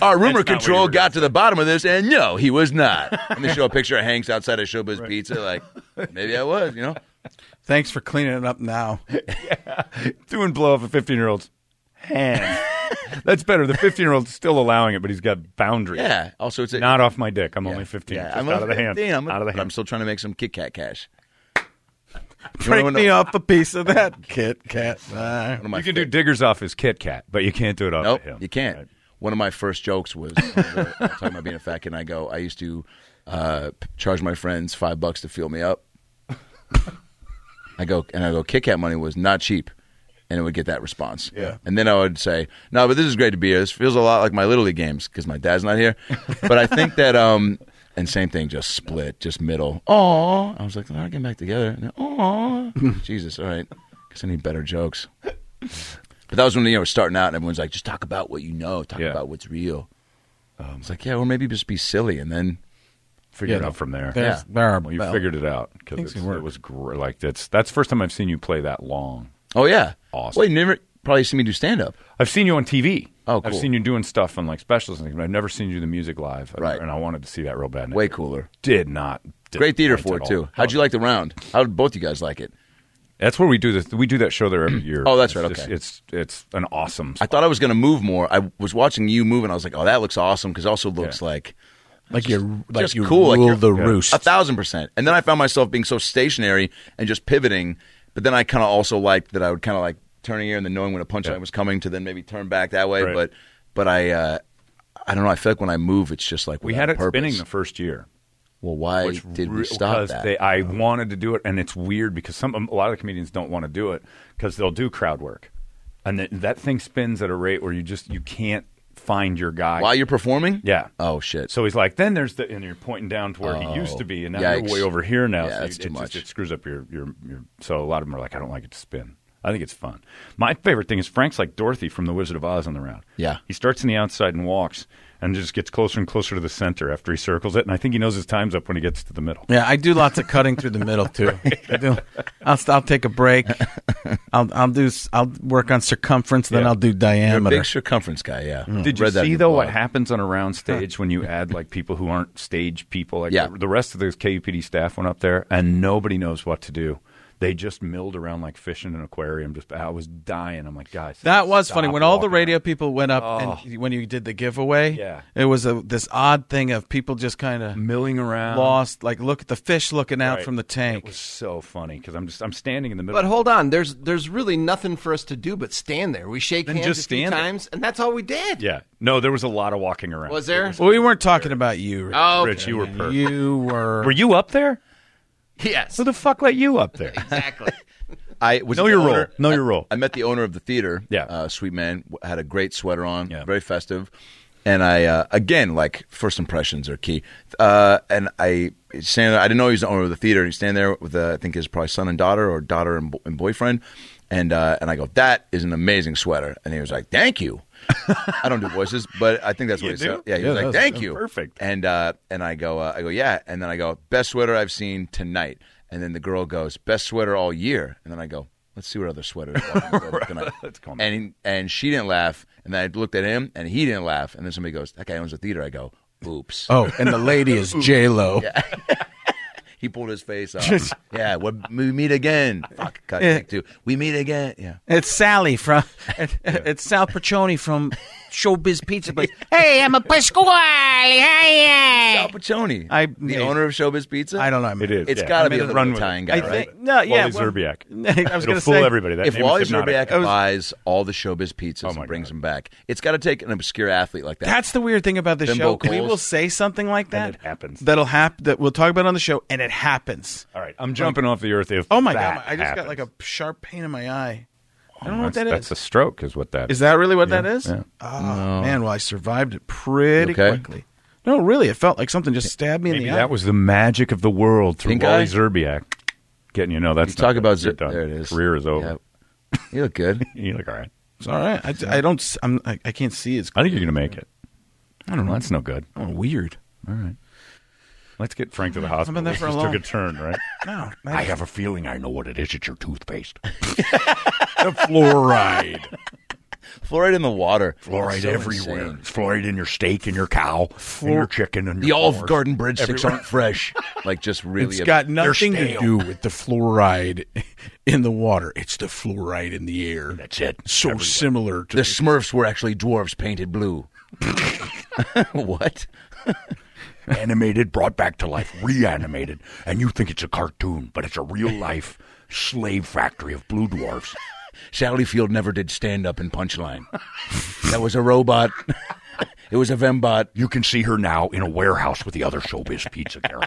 S12: Our rumor
S5: That's not what you
S12: control
S5: were
S12: got to the bottom of this, and no, he was not. And they show a picture of Hanks outside of Showbiz Pizza,
S3: [laughs]
S12: like maybe I was, you know.
S1: Thanks for cleaning it
S12: [laughs]
S1: up now. [laughs]
S3: doing blow up a 15 year old's
S12: [laughs]
S3: hand. That's better. The 15 year old's still allowing it, but he's got boundaries.
S12: Yeah. Also, it's a-
S3: not off my dick. I'm only 15.
S12: Yeah,
S3: Just
S12: I'm
S3: out of the
S12: only
S3: hand.
S12: 15, I'm,
S3: out of the
S12: but
S3: hand.
S12: I'm still trying to make some Kit Kat cash.
S1: Break me off a piece
S12: [laughs]
S1: of that Kit Kat. Uh,
S3: you can do diggers off his Kit Kat, but you can't do it off
S12: Nope,
S3: of him.
S12: you can't. One of my first jokes was I was uh, talking about being a fat kid, and I go, I used to uh, p- charge my friends five bucks to fill me up. I go, and I go, Kit Kat money was not cheap. And it would get that response.
S5: Yeah.
S12: And then I would say, no, but this is great to be here. This feels a lot like my Little League games because my dad's not here. But I think that, um, and same thing, just split, just middle. Oh, I was like, all right, get back together. And then, oh, [laughs] Jesus, all right. Because I need better jokes. But that was when you know, we're starting out, and everyone's like, just talk about what you know, talk about what's real.
S3: Um,
S12: it's like, yeah, or maybe just be silly, and then
S3: Figure it out from there.
S12: Yeah.
S3: well, you figured it out because
S12: Things
S3: it was great. Like that's that's the first time I've seen you play that long.
S12: Oh yeah,
S3: awesome.
S12: Well, you never probably seen me do stand up.
S3: I've seen you on TV.
S12: Oh,
S3: I've
S12: cool.
S3: seen you doing stuff on like specials and things, but I've never seen you do the music live. Right. And I wanted to see that real bad.
S12: Way cooler.
S3: Did not. did
S12: Great theater
S3: not
S12: for it
S3: at all.
S12: too. How'd you like the round? How did both you guys like it?
S3: That's where we do this. We do that show there
S12: [clears throat]
S3: every year.
S12: Oh, that's right,
S3: It's just-
S12: okay.
S3: it's it's an awesome.
S12: I thought I was going to move more. I was watching you move, and I was like, oh, that looks awesome because also looks like
S15: Like you, like
S12: just
S15: you
S12: cool, like
S15: rule
S12: you're-
S15: the
S12: Yeah.
S15: roost.
S12: a thousand percent. And then I found myself being so stationary and just pivoting. But then I kind of also liked that I would kind of like turning here and then knowing when a punchline was coming to then maybe turn back that way. But but I uh, I don't know. I feel like when I move, it's just like
S3: We
S12: without
S3: had it
S12: purpose.
S3: spinning the first year.
S12: Well, why did we
S3: Re-
S12: stop
S3: because
S12: that?
S3: They, I wanted to do it, and it's weird because some a lot of comedians don't want to do it because they'll do crowd work, and that that thing spins at a rate where you just you can't find your guy
S12: While you're performing?
S3: Yeah.
S12: Oh shit.
S3: So he's like, then there's the and you're pointing down to where
S12: Oh,
S3: he used to be, and now
S12: yikes.
S3: you're way over here now.
S12: Yeah,
S3: so
S12: that's
S3: you-
S12: too
S3: it
S12: much.
S3: Just, it screws up your, your your. So a lot of them are like, I don't like it to spin. I think it's fun. My favorite thing is Frank's like Dorothy from The Wizard of Oz on the round.
S12: Yeah.
S3: He starts in the outside and walks, and just gets closer and closer to the center after he circles it. And I think he knows his time's up when he gets to the middle.
S1: Yeah, I do lots of cutting through the
S3: [laughs]
S1: middle too. I do. I'll, st- I'll take a break. I'll I'll do s- I'll work on circumference, then
S3: Yeah.
S1: I'll do
S12: You're a
S1: diameter.
S12: big circumference guy, yeah.
S1: Mm.
S3: Did you
S12: Read that in
S3: see
S12: your
S3: though
S12: blog.
S3: what happens on a round stage when you add like people who aren't stage people? Like
S12: Yeah.
S3: the, the rest of the KUPD staff went up there and nobody knows what to do. They just milled around like fish in an aquarium. Just I was dying. I'm like, guys,
S1: That was
S3: stop
S1: funny when all the
S3: walking. Oh.
S1: radio people went up and when you did the giveaway.
S3: Yeah.
S1: it was a this odd thing of people just kind of
S3: milling around,
S1: lost. Like look at the fish looking out
S3: Right.
S1: from the tank.
S3: It was so funny because I'm just I'm standing in the middle.
S9: But hold on, there's there's really nothing for us to do but stand there. We shake
S3: Then
S9: hands
S3: just
S9: a few
S3: stand there.
S9: times, and that's all we did.
S3: yeah, no, there was a lot of walking around.
S9: Was there?
S1: Well, we weren't talking about you, Rich.
S9: Oh, okay.
S3: Rich, you were perfect.
S1: You were.
S3: Were you up there?
S9: Yes.
S3: Who the fuck let you up there?
S9: Exactly.
S12: I was
S3: Know
S12: the
S3: your
S12: owner-
S3: role. Know your role.
S12: I met the owner of the theater. Yeah, uh, sweet man w- had a great sweater on. very festive. And I uh, again, like first impressions are key. Uh, and I stand there. I didn't know he was the owner of the theater. He's standing there with uh, I think his probably son and daughter, or daughter and, bo- and boyfriend. And uh, and I go, that is an amazing sweater. And he was like, thank you. I don't do voices, but I think that's what
S5: You
S12: he said.
S5: do?
S12: Yeah, he
S5: Yeah,
S12: was like,
S5: that's-
S12: thank
S5: that's
S12: you.
S5: perfect.
S12: And uh, and I go, uh, I go, yeah. And then I go, best sweater I've seen tonight. And then the girl goes, best sweater all year. And then I go, let's see what other sweaters are
S1: [laughs]
S12: in the building tonight. and, and she didn't laugh. And then I looked at him, and he didn't laugh. And then somebody goes, that guy owns a theater. I go, oops.
S1: Oh, and the lady
S12: [laughs]
S1: is
S12: Oops.
S1: J-Lo.
S12: Yeah. he pulled his face off. yeah, we, we meet again. Fuck, cut
S1: Yeah.
S12: take two. We meet again. Yeah.
S1: It's Sally from. [laughs] It's Sal
S3: [laughs]
S1: Piccioni from Showbiz Pizza Place.
S15: [laughs] Hey, I'm a Pasquale. Hey,
S12: Sal Piccioni,
S1: I,
S12: the owner of Showbiz Pizza.
S1: I don't know. It
S12: It's
S1: is.
S12: got to be the Italian guy, right?
S1: No, yeah. well, [laughs] I was going to say
S12: If Wally Zerbiak buys all the Showbiz
S3: Oh
S12: pizzas and brings them back, it's got to take an obscure athlete like that.
S1: That's the weird thing about the
S12: Bimbo
S1: show. We
S12: Coles.
S1: will say something like that.
S12: it happens.
S1: That'll happen. That we'll talk about on the show, and it happens.
S3: All right, I'm jumping off the earth. If
S1: Oh my
S3: that
S1: god! I just
S3: happens.
S1: got like a sharp pain in my eye. I don't
S3: That's,
S1: know what that is.
S3: that's a stroke, is what that
S1: Is that really what that is?
S3: Yeah.
S1: Oh man! Well, I survived it pretty
S3: Okay.
S1: quickly. No, really, it felt like something just stabbed me in the
S3: Maybe
S1: eye.
S3: that was the magic of the world through
S1: Pink
S3: Wally
S1: eye?
S3: Zerbiak. Getting you know that's
S1: You talk
S3: about Zer- there it is. Career is over.
S12: You look good.
S3: [laughs] you look all right.
S1: It's all right. I, I don't. s- I'm. I, I can't see as.
S3: I think you're gonna make it.
S1: I don't know.
S3: That's no good.
S1: Oh, weird.
S3: All right. Let's get Frank to the hospital.
S1: there
S3: This
S1: for a
S3: just
S1: long-
S3: took a
S1: [laughs]
S3: turn, right?
S1: No,
S5: I have a feeling I know what it is. It's your
S12: [laughs]
S5: toothpaste.
S3: the fluoride.
S12: Fluoride in the water.
S5: Fluoride
S12: So
S5: everywhere.
S12: insane.
S5: It's fluoride in your steak and your cow and your chicken and
S12: the
S5: your
S12: Olive
S5: horse.
S12: Garden breadsticks
S5: Everywhere.
S12: aren't fresh. [laughs] Like just really,
S5: It's got
S12: They're
S5: nothing to
S12: stale.
S5: do
S6: with the fluoride [laughs] in the water. It's the fluoride in the air. That's it. So similar to
S12: The Smurfs were actually dwarves
S6: [laughs]
S12: painted blue. [laughs] what?
S5: [laughs] Animated, brought back to life, reanimated, and you think it's a cartoon, but it's
S12: [laughs]
S5: a real life slave factory of blue dwarfs.
S12: Sally Field never did stand up in [laughs] Punchline. that was a
S5: [laughs]
S12: robot. it was a Vembot.
S5: You can see her now in a warehouse with the other showbiz
S12: [laughs]
S5: pizza girl.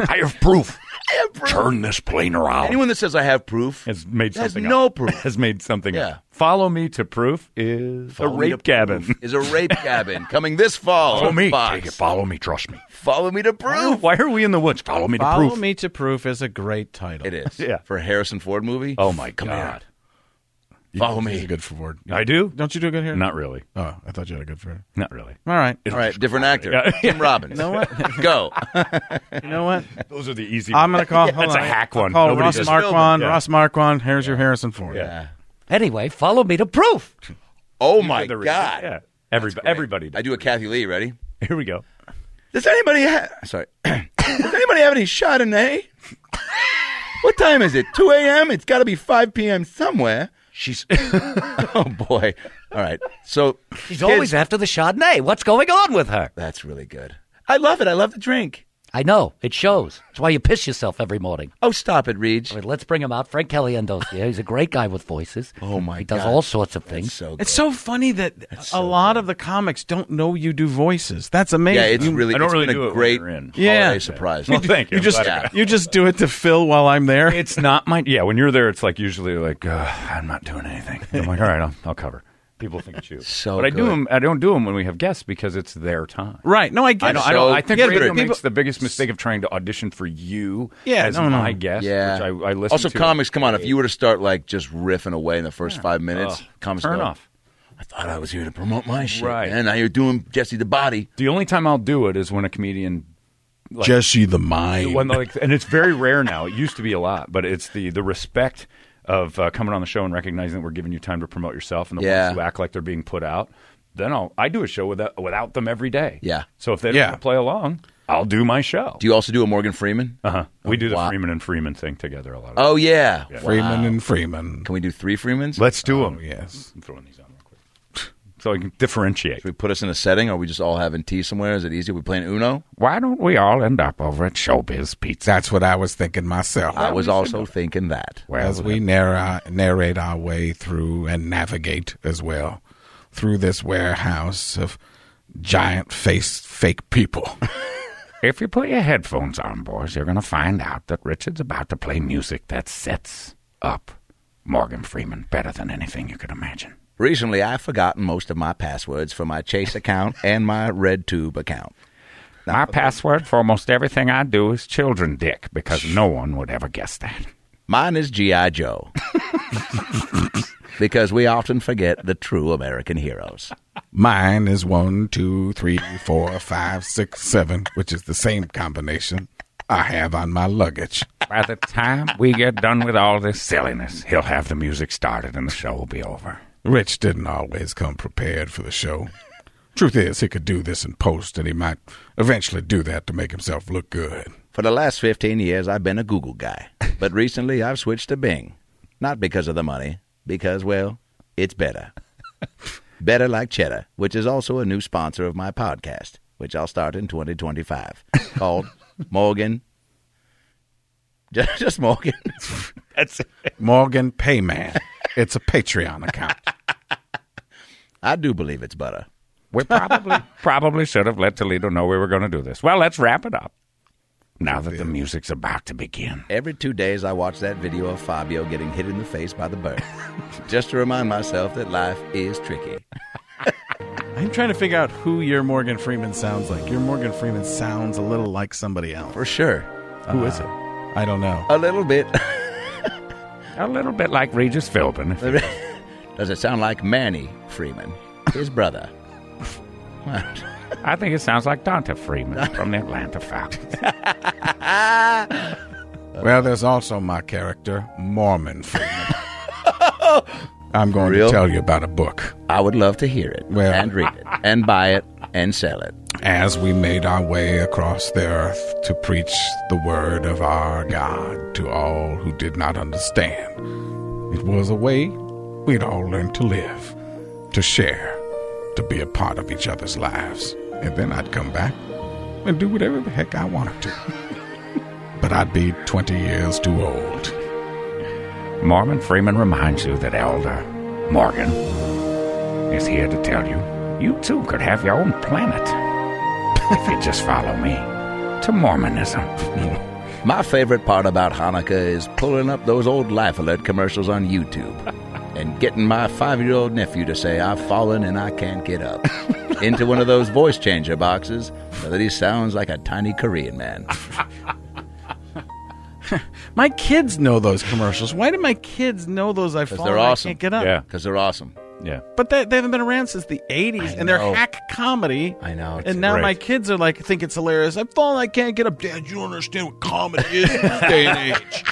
S5: I have proof. I have proof. Turn this plane around.
S12: Anyone that says I have proof
S3: has made
S12: has
S3: something
S12: no
S3: up.
S12: proof.
S3: [laughs] Has made something
S12: Yeah.
S3: up. Follow me to proof is
S12: Follow
S3: a
S12: me to [laughs]
S3: rape cabin.
S12: Is a rape cabin coming this fall?
S3: Follow
S12: on
S3: me.
S12: Fox.
S5: Take it. Follow me. Trust me.
S12: Follow me to proof.
S3: Why are we in the woods? Follow me
S1: Follow me to proof is a great title.
S12: It
S3: [laughs]
S12: is. yeah. For a Harrison Ford movie.
S3: Oh my
S12: Come
S3: God.
S12: on. Follow me.
S6: He's a good Ford.
S3: I do.
S1: Don't you
S3: [laughs]
S1: do good
S3: [laughs]
S1: here?
S3: Not really.
S6: Oh, I thought you had a good Ford.
S3: Not really.
S1: All right.
S12: All right. Different actor.
S3: Yeah.
S12: [laughs]
S3: [laughs]
S12: Tim Robbins.
S1: You know what?
S12: Go.
S1: [laughs] You know what?
S3: Those are the easy.
S1: I'm gonna call.
S3: [laughs]
S1: hold
S3: That's
S1: on.
S3: a hack
S1: I'll
S3: one.
S1: Call
S3: Nobody
S1: Ross
S3: does-
S1: Marquand.
S3: Yeah.
S1: Ross Marquand. Here's your Harrison Ford.
S12: Yeah.
S15: Anyway, follow me to proof.
S12: Oh my
S3: did the
S12: God.
S3: research. Yeah. Everybody. Everybody. Does.
S12: I do a Kathy Lee. Ready?
S3: Here we go.
S12: Does anybody have?
S3: [laughs]
S12: Sorry. Does anybody have any Chardonnay? what time is it? 2 a.m. It's got to be 5 p.m. somewhere.
S3: [laughs]
S5: She's.
S12: oh boy. All right. So
S15: She's always after the Chardonnay. What's going on with her?
S12: that's really good. I love it. I love the drink.
S15: I know. It shows. That's why you piss yourself every morning.
S12: Oh, stop it, Reed.
S15: I mean, let's bring him out. Frank Caliendo's here. He's a great guy with voices.
S12: Oh my
S15: He does
S12: God.
S15: all sorts of
S12: That's
S15: things.
S12: so good.
S1: It's so funny that a lot of the comics don't know you do voices. That's amazing.
S12: yeah, it's
S1: You-
S12: really.
S3: I don't
S12: it's
S3: really
S12: been
S3: do it
S12: a
S3: when
S12: great
S3: you're in.
S1: Yeah.
S12: holiday surprise.
S3: Well, thank you.
S1: You
S3: I'm
S1: just
S3: glad I got it.
S1: you just do it to Phil while I'm there.
S3: It's not my. Yeah. When you're there, it's like usually like uh, I'm not doing anything. And I'm like, all right, I'll, I'll cover. People think
S1: [laughs]
S3: it's you.
S12: So
S3: but I do
S12: good.
S3: them. I don't do them when we have guests because it's their time.
S1: right. No, I get
S3: I
S1: it.
S3: don't, I, don't, I think
S1: Yeah, but
S3: radio
S1: people-
S3: makes the biggest mistake of trying to audition for you
S1: Yeah,
S3: as
S1: no, no.
S3: my guest,
S12: Yeah.
S3: which I, I listen
S12: also,
S3: to.
S12: comics. Come on, if you were to start like just riffing away in the first five minutes,
S3: Ugh,
S12: comics
S3: turn
S12: go,
S3: off.
S12: I thought I was here to promote my shit,
S3: Right.
S12: And now you're doing Jesse the Body.
S3: The only time I'll do it is when a comedian like,
S6: Jesse the Mime.
S3: when, like, and it's very rare now. It used to be a lot, but it's the the respect of uh, coming on the show and recognizing that we're giving you time to promote yourself and the
S12: Yeah.
S3: ones who act like they're being put out. Then I'll I do a show without without them every day.
S12: Yeah.
S3: So if they
S1: Yeah.
S3: don't play along, I'll do my show.
S12: Do you also do a Morgan Freeman?
S3: Uh huh. We do the
S12: Wow.
S3: Freeman and Freeman thing together a lot. Of
S12: Oh yeah,
S1: Freeman
S12: Wow.
S1: and Freeman.
S12: Can we do three Freemans? Um,
S3: Let's do them.
S1: Yes.
S3: I'm throwing these on real quick so I can differentiate.
S12: Should we put us in a setting? Or are we just all having tea somewhere? Is it easy? Are we playing Uno?
S5: Why don't we all end up over at Showbiz Pizza?
S6: That's what I was thinking myself.
S12: I was also thinking that.
S5: Well,
S6: as we narr- narrate our way through and navigate as well through this warehouse of giant faced fake
S12: [laughs]
S6: people.
S5: if you put your headphones on, boys, you're going to find out that Richard's about to play music that sets up Morgan Freeman better than anything you could imagine.
S12: Recently, I've forgotten most of my passwords for my Chase account and my [laughs] RedTube account.
S5: My password for almost everything I do is children dick because no one would ever guess that.
S12: Mine is G.I. Joe. [laughs] because we often forget the true American heroes.
S6: Mine is one, two, three, four, five, six, seven, which is the same combination I have on my luggage.
S5: By the time we get done with all this silliness, he'll have the music started and the show will be over.
S16: Rich didn't always come prepared for the show. Truth is, he could do this in post, and he might eventually do that to make himself look good.
S12: For the last 15 years, I've been a Google guy. But recently, I've switched to Bing. Not because of the money, because, well, it's better. better like cheddar, which is also a new sponsor of my podcast, which I'll start in 2025, called [laughs] Morgan. Ju- Just Morgan. That's it.
S16: Morgan Payman. It's a Patreon account.
S12: [laughs] I do believe it's butter.
S5: We probably probably should have let Toledo know we were going to do this. Well, let's wrap it up. Now that the music's about to begin.
S12: Every two days, I watch that video of Fabio getting hit in the face by the bird, [laughs] just to remind myself that life is tricky.
S1: I'm trying to figure out who your Morgan Freeman sounds like. Your Morgan Freeman sounds a little like somebody else. For
S12: sure.
S1: Who is it? I don't know.
S12: A little bit.
S5: [laughs] A little bit like Regis Philbin.
S12: [laughs] Does it sound like Manny Freeman, his brother?
S5: I think it sounds like Dante Freeman
S12: [laughs]
S5: from the Atlanta Falcons.
S16: Well, there's also my character,
S12: [laughs]
S16: Mormon Freeman. I'm going to tell you about a book.
S12: I would love to hear it well, and read it and buy it and sell it.
S16: As we made our way across the earth to preach the word of our God to all who did not understand, it was a way we'd all learned to live, to share, to be a part of each other's lives. And then I'd come back and do whatever the heck I wanted to. but I'd be 20 years too old.
S5: Mormon Freeman reminds you that Elder Morgan is here to tell you you too could have your own planet if you just follow me to Mormonism.
S12: My favorite part about Hanukkah is pulling up those old Life Alert commercials on YouTube and getting my five year old nephew to say, I've fallen and I can't get
S5: [laughs]
S12: up, into one of those voice changer boxes so that he sounds like a tiny Korean man.
S1: My kids know those commercials. Why do my kids know those? I
S12: Because [laughs]
S1: fall.
S12: they're awesome.
S1: I can't get up.
S12: Because they're awesome.
S5: Yeah.
S1: But they, they haven't been around since the 80s, and they're
S12: know.
S1: hack comedy.
S12: I know. it's
S1: And now
S12: great.
S1: my kids are like, think it's hilarious. I'm falling, I can't get up. Dad, you don't understand what comedy
S12: [laughs]
S1: is in this day and age.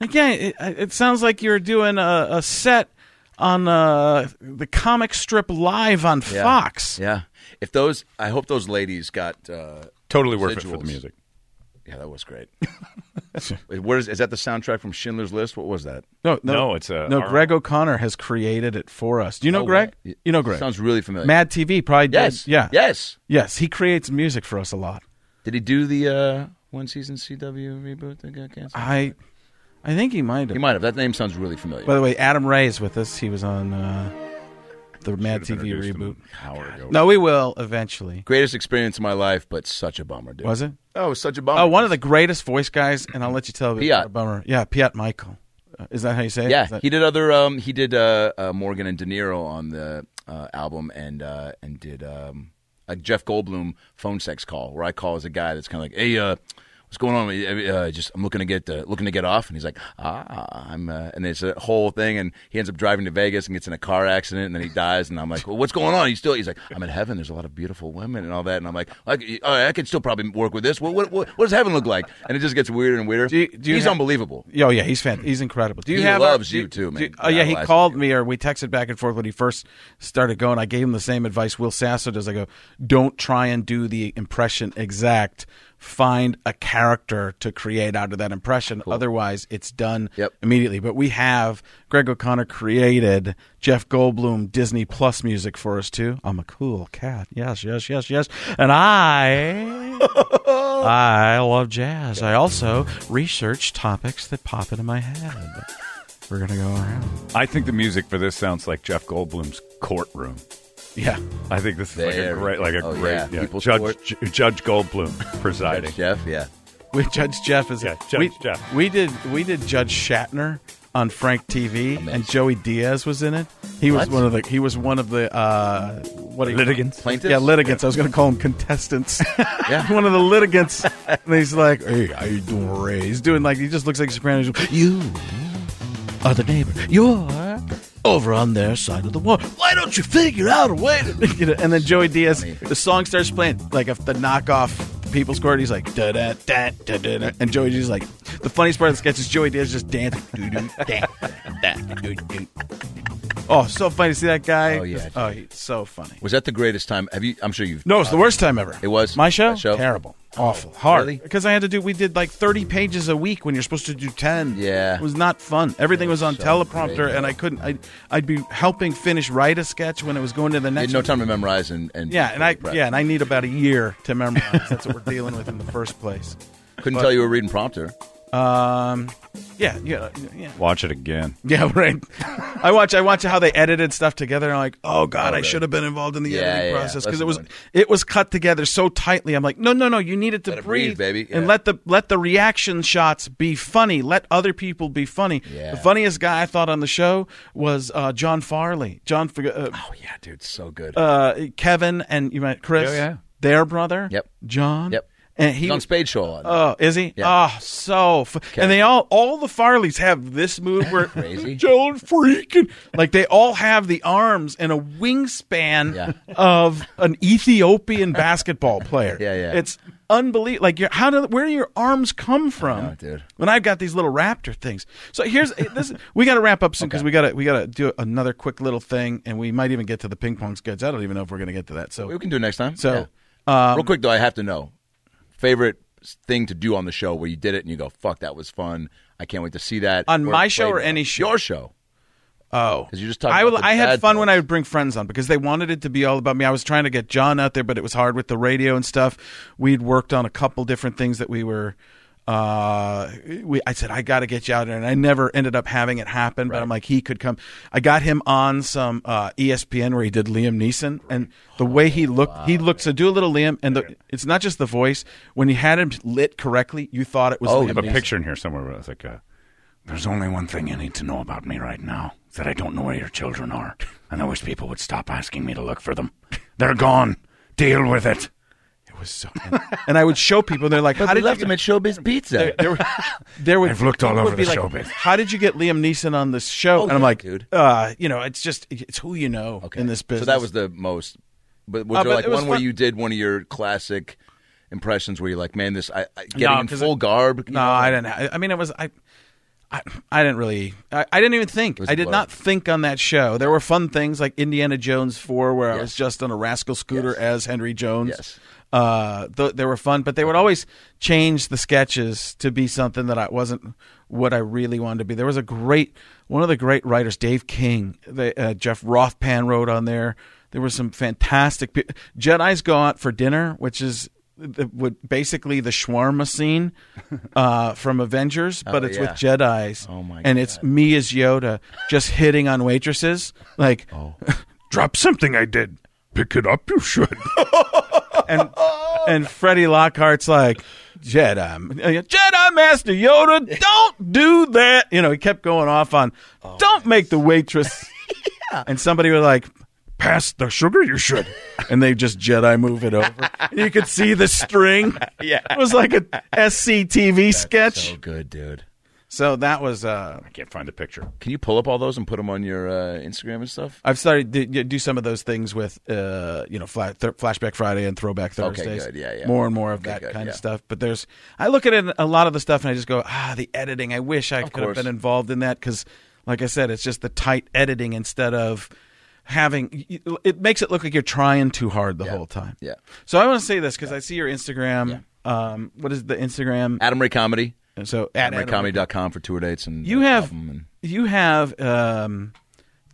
S1: Like, yeah, it, it sounds like you're doing a, a set on uh, the comic strip live on
S12: Yeah.
S1: Fox.
S12: Yeah. If those, I hope those ladies got uh,
S3: Totally worth it for the
S12: residuals.
S3: music.
S12: Yeah, that was great. [laughs] Wait, Where is, is that the soundtrack from Schindler's List? What was that?
S1: No, no,
S3: uh,
S12: uh,
S1: no. Greg O'Connor has created it for us. Do you know
S12: No
S1: Greg?
S12: way.
S1: You know Greg?
S12: Oh, Sounds really familiar.
S1: Mad TV probably
S12: Yes.
S1: does. Yeah.
S12: Yes.
S1: Yes. He creates music for us a lot.
S12: Did he do the uh, one season CW reboot that got canceled?
S1: I, I think he might have.
S12: He might have. That name sounds really familiar.
S1: By the way, Adam Ray is with us. He was on uh, the Mad TV
S12: introduced him
S1: reboot.
S12: an hour ago.
S1: No, we will eventually.
S12: Greatest experience of my life, but such a bummer, dude.
S1: Was it?
S12: Oh, it was such a bummer.
S1: Oh, one of the greatest voice guys, and I'll let you tell. Piat. A bummer. Yeah, Piat Michael. Uh, is that how you say it?
S12: Yeah,
S1: Is that-
S12: he did other. Um, he did uh, uh, Morgan and De Niro on the uh, album, and uh, and did um, a Jeff Goldblum phone sex call where I call as a guy that's kind of like, hey. Uh, What's going on? Uh, uh, just I'm looking to get uh, looking to get off, and he's like, ah, I'm, uh, and it's a whole thing, and he ends up driving to Vegas and gets in a car accident, and then he dies, and I'm like, well, what's going on? He's still, he's like, I'm in heaven. There's a lot of beautiful women and all that, and I'm like, I, I, I could still probably work with this. What, what, what, what does heaven look like? And it just gets weirder and weirder.
S1: you
S12: he's
S1: have-
S12: unbelievable.
S1: Oh yeah, he's fan. He's incredible. Do you
S12: He
S1: have?
S12: loves
S1: do
S12: you too,
S1: do-
S12: man.
S1: oh yeah, he
S12: Idolizes
S1: called me or we texted back and forth when he first started going. I gave him the same advice Will Sasso does. I go, don't try and do the impression exact. Find a character to create out of that impression. Otherwise, it's done immediately. But we have Greg O'Connor created Jeff Goldblum Disney Plus music for us too. I'm a cool cat. Yes, yes, yes, yes. And [laughs] I I love jazz. I also research topics that pop into my head. We're gonna go around.
S3: I think the music for this sounds like Jeff Goldblum's courtroom.
S1: Yeah.
S3: I think this is like a
S1: There.
S3: great, like a
S1: Oh,
S3: great
S1: yeah. People's
S3: Judge
S1: court.
S3: J- Judge Goldblum presiding.
S12: Jeff, yeah.
S1: We Judge Jeff is
S3: Yeah, Judge
S1: we,
S3: Jeff.
S1: We did we did Judge Shatner on Frank TV, and Joey Diaz was in it. He was
S3: What?
S1: one of the he was one of the uh, what do you-
S3: Litigants?
S12: Plaintiffs?
S1: Yeah, litigants. I was going to call him contestants.
S12: [laughs]
S1: yeah, one of the litigants. and he's like, "Hey, how you doing, Ray?" He's doing like he just looks like Sopranos. You are the neighbor. You're over on their side of the wall. Why don't you figure out a way? To... [laughs] you know, and then Joey Diaz, the song starts playing like if the knockoff People's Court. He's like da da da da da, da. and Joey Diaz is like the funniest part of the sketch is Joey Diaz just dancing. Doo-doo, da, [laughs] da, doo-doo. oh, so funny to see that guy.
S12: Oh, yeah.
S1: Oh, he's so funny.
S12: Was that the greatest time? Have you? I'm sure you've. uh,
S1: No, it's the worst time ever.
S12: It was
S1: My show?
S12: that show? Oh,
S1: Terrible. Awful. Hard.
S12: Really?
S1: Because I had to do, we did like 30 pages a week when you're supposed to do 10.
S12: Yeah.
S1: It was not fun. Everything was on
S12: so
S1: teleprompter
S12: great.
S1: and I couldn't, I'd, I'd be helping finish write a sketch when it was going to the
S12: You had
S1: next
S12: no time to memorize and, and
S1: Yeah, and I
S12: prep.
S1: yeah, and I need about a year to memorize. That's what we're dealing with in the first place.
S12: couldn't
S1: but-
S12: tell you were reading prompter.
S1: Um, yeah, [laughs] yeah, yeah.
S3: Watch it again.
S1: Yeah, right. I watch. I watch how they edited stuff together. And I'm like, oh god, I should have been involved in the
S12: Yeah,
S1: editing
S12: yeah,
S1: process because
S12: that's
S1: it was
S12: annoying.
S1: it was cut together so tightly. I'm like, no, no, no. You needed to
S12: Let it breathe, baby.
S1: and
S12: Yeah.
S1: let the let the reaction shots be funny. Let other people be funny.
S12: Yeah.
S1: The funniest guy I thought on the show was uh, John Farley. John. Fig- Uh,
S12: Oh yeah, dude, so good.
S1: uh, Kevin and you met Chris.
S12: Oh, yeah.
S1: Their brother.
S12: Yep.
S1: John.
S12: Yep.
S1: And he
S12: He's on Spade Show a lot.
S1: Oh, is he?
S12: Yeah.
S1: Oh, so f- and they all all the Farleys have this move
S12: [laughs]
S1: where [laughs]
S12: Crazy.
S1: Joan freaking like they all have the arms and a wingspan of an
S12: [laughs]
S1: Ethiopian basketball player.
S12: Yeah, yeah.
S1: It's unbelievable. Like, your- how do where do your arms come from,
S12: know, dude.
S1: When I've got these little raptor things. So here's eh, this. We got to wrap up soon because we got to we got to do another quick little thing, and we might even get to the ping pong sketch. I don't even know if we're going to get to that. So
S12: we can do it next time.
S1: So.
S12: Yeah.
S1: Um,
S12: real quick though, I have to know favorite s- thing to do on the show where you did it and you go, "Fuck, that was fun. I can't wait to see that
S1: On my show
S12: played
S1: or
S12: that."
S1: any show?
S12: Your show.
S1: Oh,
S12: because you just talking.
S1: I,
S12: about
S1: will-
S12: the
S1: I had
S12: bad
S1: fun when I would bring friends on because they wanted it to be all about me. I was trying to get John out there, but it was hard with the radio and stuff. We'd worked on a couple different things that we were. Uh, we I said I got to get you out there, and I never ended up having it happen. But I'm like, he could come. I got him on some uh, ESPN where he did Liam Neeson, and the way he looked, he looked. So do a little Liam, and the, it's not just the voice. When you had him lit correctly, you thought it was.
S3: oh,
S1: Liam
S3: I have a
S1: Neeson.
S3: picture in here somewhere. Where I was like, uh,
S5: There's only one thing you need to know about me right now is that I don't know where your children are, and I wish people would stop asking me to look for them. They're gone. Deal with it.
S1: It was so. [laughs] and I would show people, and they're like, "How
S12: But we
S1: did
S12: left
S1: you
S12: him at Showbiz Pizza.
S1: there, were- [laughs] there would,
S5: I've looked all
S1: people
S5: over
S1: would be
S5: the
S1: like,
S5: showbiz.
S1: How did you get Liam Neeson on this show? and I'm
S12: yeah,
S1: like,
S12: dude.
S1: Uh, you know, it's just it's who you know in this
S12: so
S1: business.
S12: that was the most. But was
S1: Uh,
S12: there
S1: but
S12: like
S1: it was
S12: one where
S1: fun.
S12: you did one of your classic impressions where you're like, "Man, this I, I getting
S1: No,
S12: in
S1: 'cause
S12: full
S1: it-
S12: garb." you
S1: no,
S12: know,
S1: I
S12: like-
S1: didn't. I, I mean, it was I. I, I didn't really. I, I didn't even think.
S12: was
S1: I
S12: a
S1: did
S12: blur.
S1: not think on that show. There were fun things like Indiana Jones Four, where I was just on a rascal scooter as Henry Jones.
S12: Yes.
S1: Uh, th- they were fun, but they would always change the sketches to be something that I wasn't what I really wanted to be. There was a great one of the great writers, Dave King. They, uh, Jeff Rothpan wrote on there. There were some fantastic pe- Jedi's go out for dinner, which is the, would basically the
S12: [laughs]
S1: shawarma scene uh, from Avengers, but
S12: Oh,
S1: it's
S12: yeah.
S1: with Jedi's.
S12: Oh, my
S1: And it's me as Yoda just hitting on waitresses, like,
S12: Oh.
S1: [laughs]
S7: Drop something I did. Pick it up, you should.
S1: and and Freddie Lockhart's like Jedi, uh, Jedi Master Yoda, don't do that. You know, he kept going off on,
S12: Oh,
S1: don't make
S12: [laughs]
S1: the waitress. And somebody was like, pass the sugar, you should. And they just Jedi move it over. And [laughs] you could see the string.
S12: [laughs] Yeah.
S1: it was like
S12: [laughs]
S1: a SCTV sketch.
S12: So good, dude.
S1: So that was. Uh,
S3: I can't find the picture.
S12: Can you pull up all those and put them on your uh, Instagram and stuff?
S1: I've started to d- do some of those things with, uh, you know, fla- th- Flashback Friday and Throwback
S12: Okay,
S1: Thursdays.
S12: good. Yeah, yeah.
S1: More and more of
S12: Okay,
S1: that
S12: good,
S1: kind of
S12: yeah.
S1: stuff. But there's, I look at it, a lot of the stuff and I just go, ah, the editing. I wish I could
S12: course.
S1: have been involved in that because, like I said, it's just the tight editing instead of having. y- It makes it look like you're trying too hard the whole time.
S12: Yeah.
S1: So I want to say this because I see your Instagram. Um, what is the Instagram?
S12: Adam Ray Comedy.
S1: And so at Adam Ray-
S12: AdamRayComedy.com for tour dates and
S1: You have
S12: album and-
S1: you have um,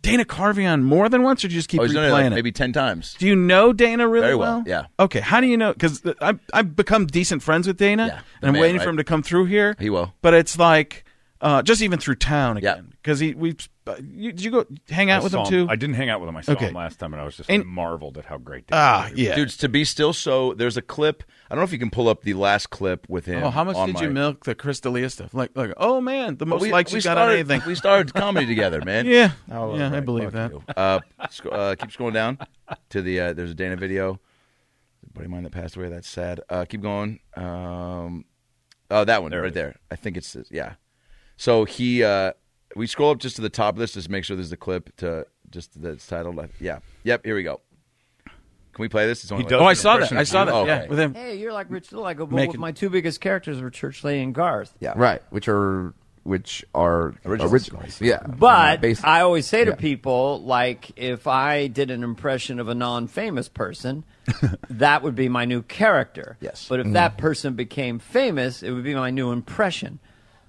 S1: Dana Carvey on more than once, or do you just keep
S12: oh, he's done it like
S1: replaying it?
S12: maybe ten times.
S1: Do you know Dana really
S12: Very well, yeah.
S1: Okay. How do you know? Because I've, I've become decent friends with Dana,
S12: Yeah, the
S1: and I'm
S12: man,
S1: waiting
S12: right?
S1: for him to come through here.
S12: He will.
S1: But it's like uh, just even through town
S12: Yeah.
S1: again. Because he we uh, you, did you go hang out
S3: I
S1: with
S3: saw
S1: him too?
S3: I didn't hang out with him. I saw
S1: Okay.
S3: him last time, and I was just
S1: And-
S3: marveled at how great. They
S1: ah, yeah.
S12: Dudes, to be still so there's a clip. I don't know if you can pull up the last clip with him.
S1: oh, how much
S12: on
S1: did
S12: my-
S1: you milk the Crystalia stuff? Like, like, oh man, the
S12: But
S1: most
S12: we,
S1: likes
S12: we
S1: you got
S12: started,
S1: on anything.
S12: We started comedy together, man.
S1: [laughs] yeah,
S12: Oh,
S1: yeah, I
S12: alright,
S1: believe
S12: fuck
S1: that.
S12: you. Uh, sc- uh, keep scrolling down to the uh, there's a Dana video. A buddy of mine that passed away. That's sad. Uh, keep going. Um, oh, that one
S3: There it
S12: right
S3: is.
S12: there. I think it's yeah. So he uh, we scroll up just to the top of this, just to make sure there's the clip to just that's titled. Yeah. Yep. Here we go. Can we play this? It's only
S1: He
S12: like
S1: does
S12: Oh, I
S1: an
S12: saw that.
S1: impression
S12: I
S1: of
S12: saw
S1: you.
S12: that.
S1: Oh,
S12: yeah,
S1: okay.
S12: with him.
S17: Hey, you're like Rich Little. I go, but
S12: Make
S17: with
S12: it-
S17: my two biggest characters were Church Lady and Garth.
S5: Yeah. Right, which are which are originals. Yeah.
S17: But
S5: Based-
S17: I always say to
S5: yeah.
S17: people, like, if I did an impression of a non
S5: [laughs]
S17: famous person, that would be my new character. Yes. But if
S5: Mm-hmm.
S17: that person became famous, it would be my new impression.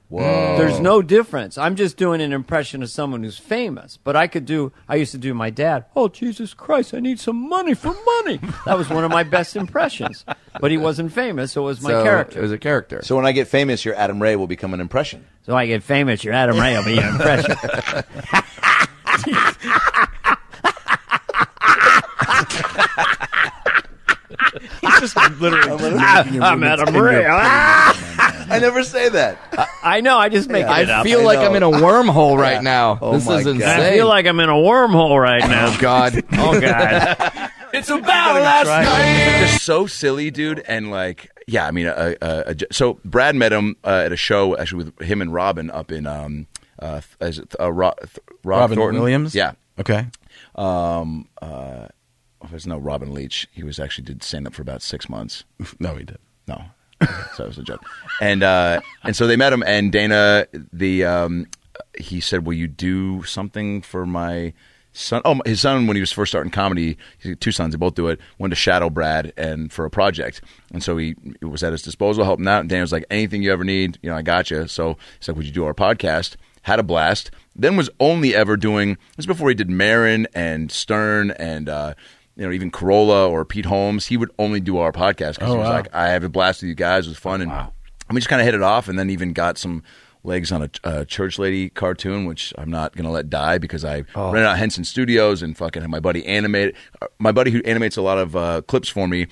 S5: Whoa.
S17: There's no difference. I'm just doing an impression of someone who's famous. But I could do, I used to do my dad. Oh, Jesus Christ, I need some money
S5: [laughs]
S17: for money. That was one of my best impressions. But he wasn't famous, so it was my
S5: So,
S17: character.
S5: It was a character.
S18: So when I get famous, your Adam Ray will become an impression.
S17: So I get famous, your Adam Ray will be an impression. [laughs]
S1: He's just literally.
S17: I'm Adam Ray.
S18: I never say that.
S17: I, [laughs] I know. I just make
S5: I
S17: it up.
S5: feel like I'm in a wormhole right now.
S17: Oh
S5: this
S17: my
S5: is
S17: God.
S5: insane.
S17: I feel like I'm in a wormhole right now.
S5: Oh
S17: [laughs]
S5: God.
S17: oh God.
S5: it's
S1: [laughs]
S5: about last
S12: They're so silly, dude, and like, yeah, I mean, uh, uh, uh, j- so Brad met him uh, at a show actually with him and Robin up in um, uh, th- is it, uh, Ro- th- Rob
S1: Robin
S12: Thornton
S1: Williams?
S12: yeah,
S1: Okay.
S12: Um, uh, oh, there's no Robin Leach. He was actually did stand up for about six months.
S1: [laughs] no, he did.
S12: No, Okay, so it was a joke. And uh, and so they met him, and Dana, the um, he said, "Will you do something for my?" Son, oh, his son when he was first starting comedy, he had two sons, they both do it. One to shadow Brad and for a project, and so he it was at his disposal, helping out. And Dana was like, "Anything you ever need, you know, I got you." So he's like, "Would you do our podcast?" Had a blast. Then was only ever doing this is before he did Marin and Stern and uh, you know even Corolla or Pete Holmes. He would only do our podcast because
S1: Oh,
S12: he was
S1: wow.
S12: like, I have a blast with you guys. It was fun, and we just kind of hit it off, and then even got some legs on a, a church lady cartoon, which I'm not gonna let die because I
S1: Oh.
S12: rented out Henson Studios and fucking had my buddy animate. uh, My buddy who animates a lot of uh, clips for me.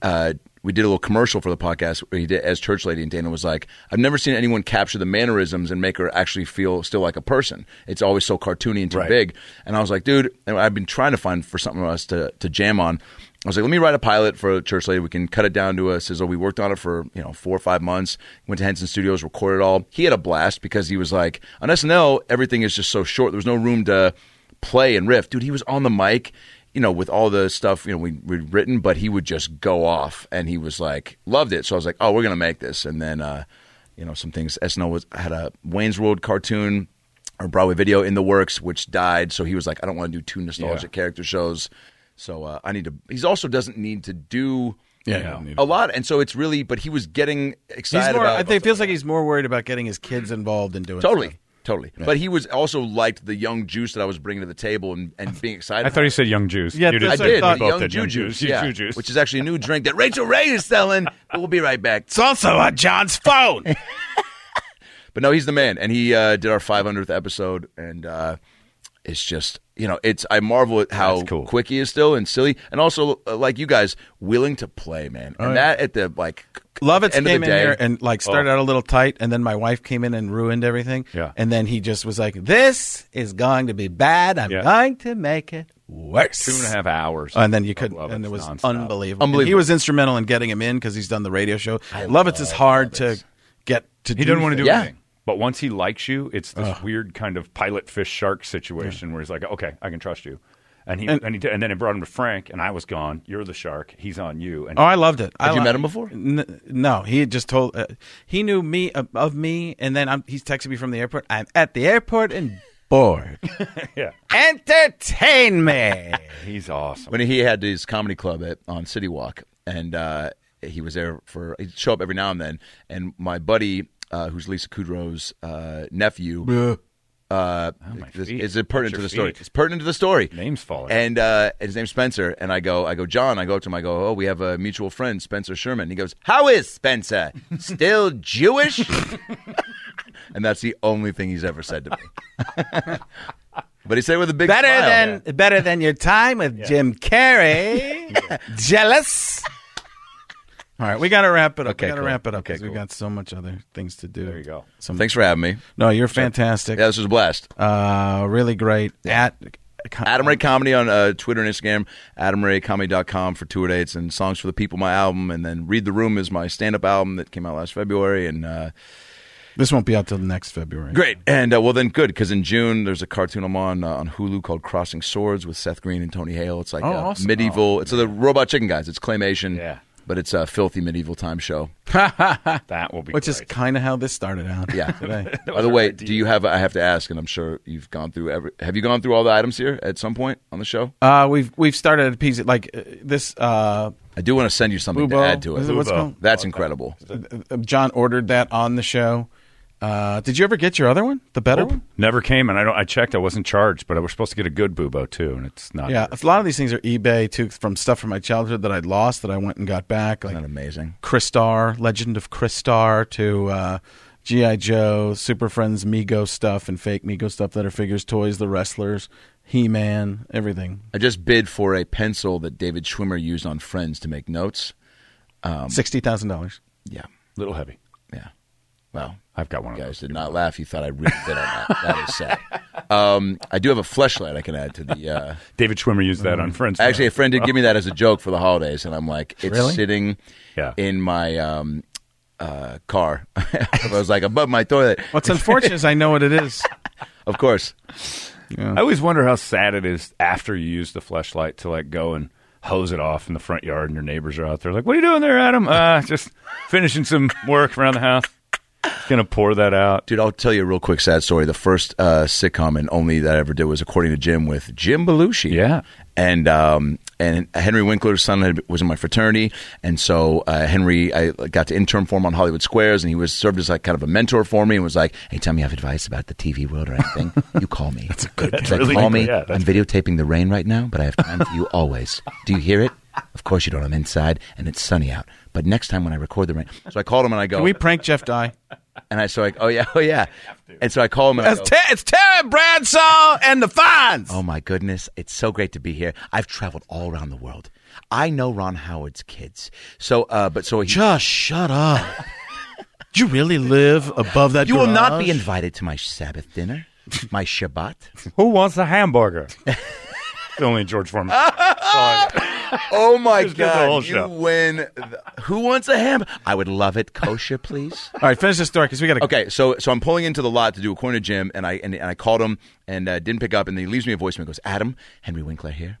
S12: Uh, we did a little commercial for the podcast where he did as church lady, and Dana was like, "I've never seen anyone capture the mannerisms and make her actually feel still like a person. It's always so cartoony and too big." And I was like, "Dude, and I've been trying to find for something else to to jam on." I was like, let me write a pilot for Church Lady. We can cut it down to a sizzle. We worked on it for you know four or five months. Went to Henson Studios, recorded it all. He had a blast because he was like, on SNL, everything is just so short. There was no room to play and riff. Dude, he was on the mic, you know, with all the stuff you know we, we'd written, but he would just go off, and he was like, loved it. So I was like, oh, we're gonna make this. And then, uh, you know, some things. SNL was had a Wayne's World cartoon or Broadway video in the works, which died. So he was like, I don't want to do two nostalgic character shows. So uh, I need to. He also doesn't need to do you
S1: Yeah, he
S12: know,
S1: doesn't need
S12: a lot, and so it's really. But he was getting excited
S1: He's more.
S12: about.
S1: I think feels like he's more worried about getting his kids involved and doing
S12: totally,
S1: stuff.
S12: totally.
S1: Yeah.
S12: But he was also liked the young juice that I was bringing to the table and, and being excited.
S3: I thought
S12: about
S3: you
S12: it.
S3: said young Jews.
S12: Yeah,
S3: you
S12: I
S3: did.
S12: did.
S3: Both
S12: young
S3: did. Young
S12: Jujus,
S3: Jews.
S12: yeah,
S3: Young Jujus.
S12: which is actually a new drink that Rachel Ray is selling. but we'll be right back. It's
S19: also on John's phone.
S12: [laughs] But no, he's the man, and he uh, did our 500th episode, and uh, it's just you know, it's I marvel at how quick he is still and silly, and also uh, like you guys, willing to play, man,
S1: Oh,
S12: and
S1: yeah.
S12: that at the like
S1: Love it
S12: end of
S1: came
S12: the
S1: in
S12: day
S1: here and like started out a little tight, and then my wife came in and ruined everything. Oh. Yeah. And then he just was like, "This is going to be bad. I'm going to make it worse."
S3: Two and a half hours.
S1: And then you could,
S3: love
S1: and
S3: it.
S1: it was
S3: Nonstop.
S1: unbelievable.
S3: Unbelievable.
S1: And he was instrumental in getting him in because he's done the radio show. love it's is hard to get to.
S3: He doesn't want to do
S1: things.
S3: anything. But once he likes you, it's this weird kind of pilot fish shark situation where he's like, okay, I can trust you. And he and,
S1: And-
S3: he did- and then it brought him to Frank, and I was gone. You're the shark. He's on you. And
S1: Oh, I loved it. I
S3: Had you
S1: li-
S3: met him before?
S1: N- no, he had just told. Uh, he knew me of, of me, and then I'm, he's texted me from the airport. I'm at the airport [laughs] and bored.
S3: [laughs] yeah.
S1: Entertain me.
S3: [laughs] He's awesome.
S12: When he had his comedy club at, on City Walk, and uh, he was there for he'd show up every now and then. And my buddy, uh, who's Lisa Kudrow's uh, nephew,
S1: Bleh.
S12: uh, this- is it pertinent
S3: Watch
S12: to
S3: your
S12: the story?
S3: Oh, feet.
S12: It's pertinent to the story.
S3: Name's falling.
S12: And uh, his name's Spencer. And I go, I go, John. I go up to him. I go, oh, we have a mutual friend, Spencer Sherman. He goes, how is Spencer still
S3: [laughs]
S12: Jewish? and that's the only thing he's ever said to me. [laughs] but he said it with a big
S1: better
S12: smile.
S1: than better than your time with
S3: [laughs]
S1: Jim Carrey. Jealous. All right, we got to wrap it up.
S12: Okay,
S1: we got to
S12: cool.
S1: wrap it up because we got so much other things to do. There you
S3: go.
S12: Thanks for having me.
S1: No, you're fantastic.
S12: Yeah, this was a blast.
S1: Uh, really great. At
S12: Adam Ray Comedy on uh, Twitter and Instagram, adamraycomedy.com for tour dates and Songs for the People, my album. And then Read the Room is my stand up album that came out last February. And uh,
S1: This won't be out till next February.
S12: Great, and uh, well then good because in June there's a cartoon I'm on uh, on Hulu called Crossing Swords with Seth Green and Tony Hale. It's like
S1: Oh,
S12: uh,
S1: awesome.
S12: medieval. it's the Robot Chicken guys. It's claymation. Yeah, but it's a filthy medieval time
S1: [laughs]
S12: show.
S3: that will be
S1: Which is kind of how this started [laughs] out.
S12: Yeah. [laughs]
S1: Today.
S12: By the way, do you have? I have to ask, and I'm sure you've gone through every. Have you gone through all the items here at some point on the show?
S1: Uh, we've we've started a piece like uh, this. Uh,
S12: I do want to send you something to
S1: Fubo.
S12: add to it.
S1: Is it what's Fubo. called? Oh,
S12: That's incredible.
S1: uh, John ordered that on the show. Uh, did you ever get your other one, the better one?
S3: Oh, Never came, and I don't. I checked. I wasn't charged, but I was supposed to get a good bubo too, and it's not.
S1: Yeah, a lot of these things are eBay too, from stuff from my childhood that I lost that I went and got back. Like
S12: amazing,
S1: Kristar, Legend of Kristar, to uh, GI Joe, Super Friends, Mego stuff, and fake Mego stuff that are figures, toys, the wrestlers, He Man, everything.
S12: I just bid for a pencil that David Schwimmer used on Friends to make notes. Um,
S1: Sixty thousand dollars.
S12: Yeah,
S3: little heavy.
S12: Yeah. Well,
S3: I've got one.
S12: You guys did not laugh. You thought I really did on that. That is [laughs] sad. Um, I do have a fleshlight I can add to the. Uh,
S3: David Schwimmer used
S1: Mm-hmm.
S3: that on Friends.
S12: Mm-hmm. Actually, a friend
S3: [laughs]
S12: did give me that as a joke for the holidays, and I'm like, it's
S3: Really?
S12: sitting in my um, uh, car. [laughs] I was like above my toilet.
S1: What's unfortunate is I know what it is.
S12: [laughs] Of course.
S3: I always wonder how sad it is after you use the flashlight to like go and hose it off in the front yard, and your neighbors are out there like, "What are you doing there, Adam?" Uh, just finishing some work around the house. Gonna pour that out,
S12: dude. I'll tell you a real quick sad story. The first uh, sitcom and only that I ever did was According to Jim with Jim Belushi.
S3: Yeah,
S12: and um, and Henry Winkler's son had, was in my fraternity, and so uh, Henry, I got to intern for him on Hollywood Squares, and he was served as like kind of a mentor for me, and was like, "Anytime you have advice about the TV world or anything, you call me. that's a good.
S3: [laughs] that's really
S12: call
S3: good.
S12: me.
S3: Yeah, that's
S12: I'm videotaping the rain right now, but I have time for you always. Do you hear it? Of course you don't. I'm inside, and it's sunny out. But next time when I record the rain, so I called him and I go,
S1: Can we prank Jeff Dye?
S12: and I so I oh yeah oh yeah, and so I call him and I go,
S1: That's Ter- it's Terry Bradshaw and the Fonz.
S12: Oh my goodness, it's so great to be here. I've traveled all around the world. I know Ron Howard's kids. So uh but so he
S15: Just shut
S12: [laughs]
S15: up. Do you really live above that?
S12: You will not be
S15: garage?
S12: invited to my Sabbath dinner, my Shabbat.
S3: [laughs] Who wants a
S12: [laughs]
S3: hamburger? only George Foreman.
S12: oh my
S3: Just did the whole
S12: god, you
S3: show.
S12: win. the- who wants a ham? I would love it kosher, please.
S1: [laughs] All right, finish this story because we got to.
S12: Okay, so so I'm pulling into the lot to do a corner gym, and I and, and I called him and uh, didn't pick up, and he leaves me a voicemail. He Goes, Adam Henry Winkler here.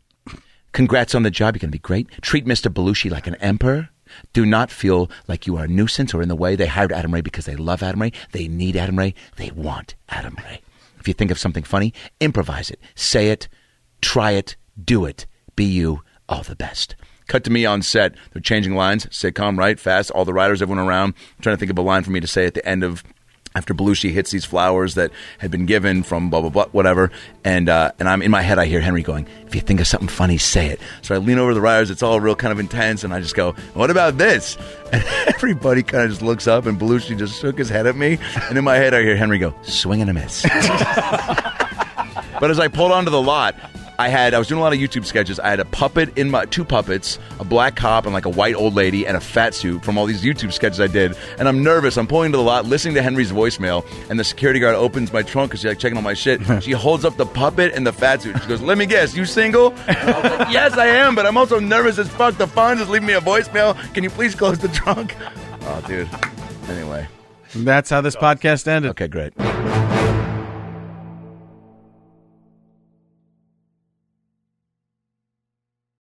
S12: Congrats on the job. You're going to be great. Treat Mr. Belushi like an emperor. Do not feel like you are a nuisance or in the way. They hired Adam Ray because they love Adam Ray. They need Adam Ray. They want Adam Ray. If you think of something funny, improvise it. Say it. Try it. Do it. Be you. All the best. Cut to me on set. They're changing lines. Sitcom, right? Fast. All the writers, everyone around. I'm trying to think of a line for me to say at the end of after Belushi hits these flowers that had been given from blah blah blah whatever, and uh, and I'm in my head I hear Henry going, "If you think of something funny, say it." So I lean over to the writers. It's all real kind of intense, and I just go, "What about this?" [laughs] And everybody kind of just looks up, and Belushi just shook his head at me, and in my head I hear Henry go, "Swing and a miss." But as I pulled onto the lot, I had I was doing a lot of YouTube sketches. I had a puppet in my two puppets, a black cop and like a white old lady and a fat suit from all these YouTube sketches I did. And I'm nervous. I'm pulling into the lot, listening to Henry's voicemail, and the security guard opens my trunk because she's like checking all my shit. she holds up the puppet and the fat suit. She goes, "Let me guess, you single?" And I was like, yes, I am, but I'm also nervous as fuck. The phone is leaving me a voicemail. Can you please close the trunk? Oh, dude. Anyway.
S1: That's how this podcast ended.
S12: Okay, great.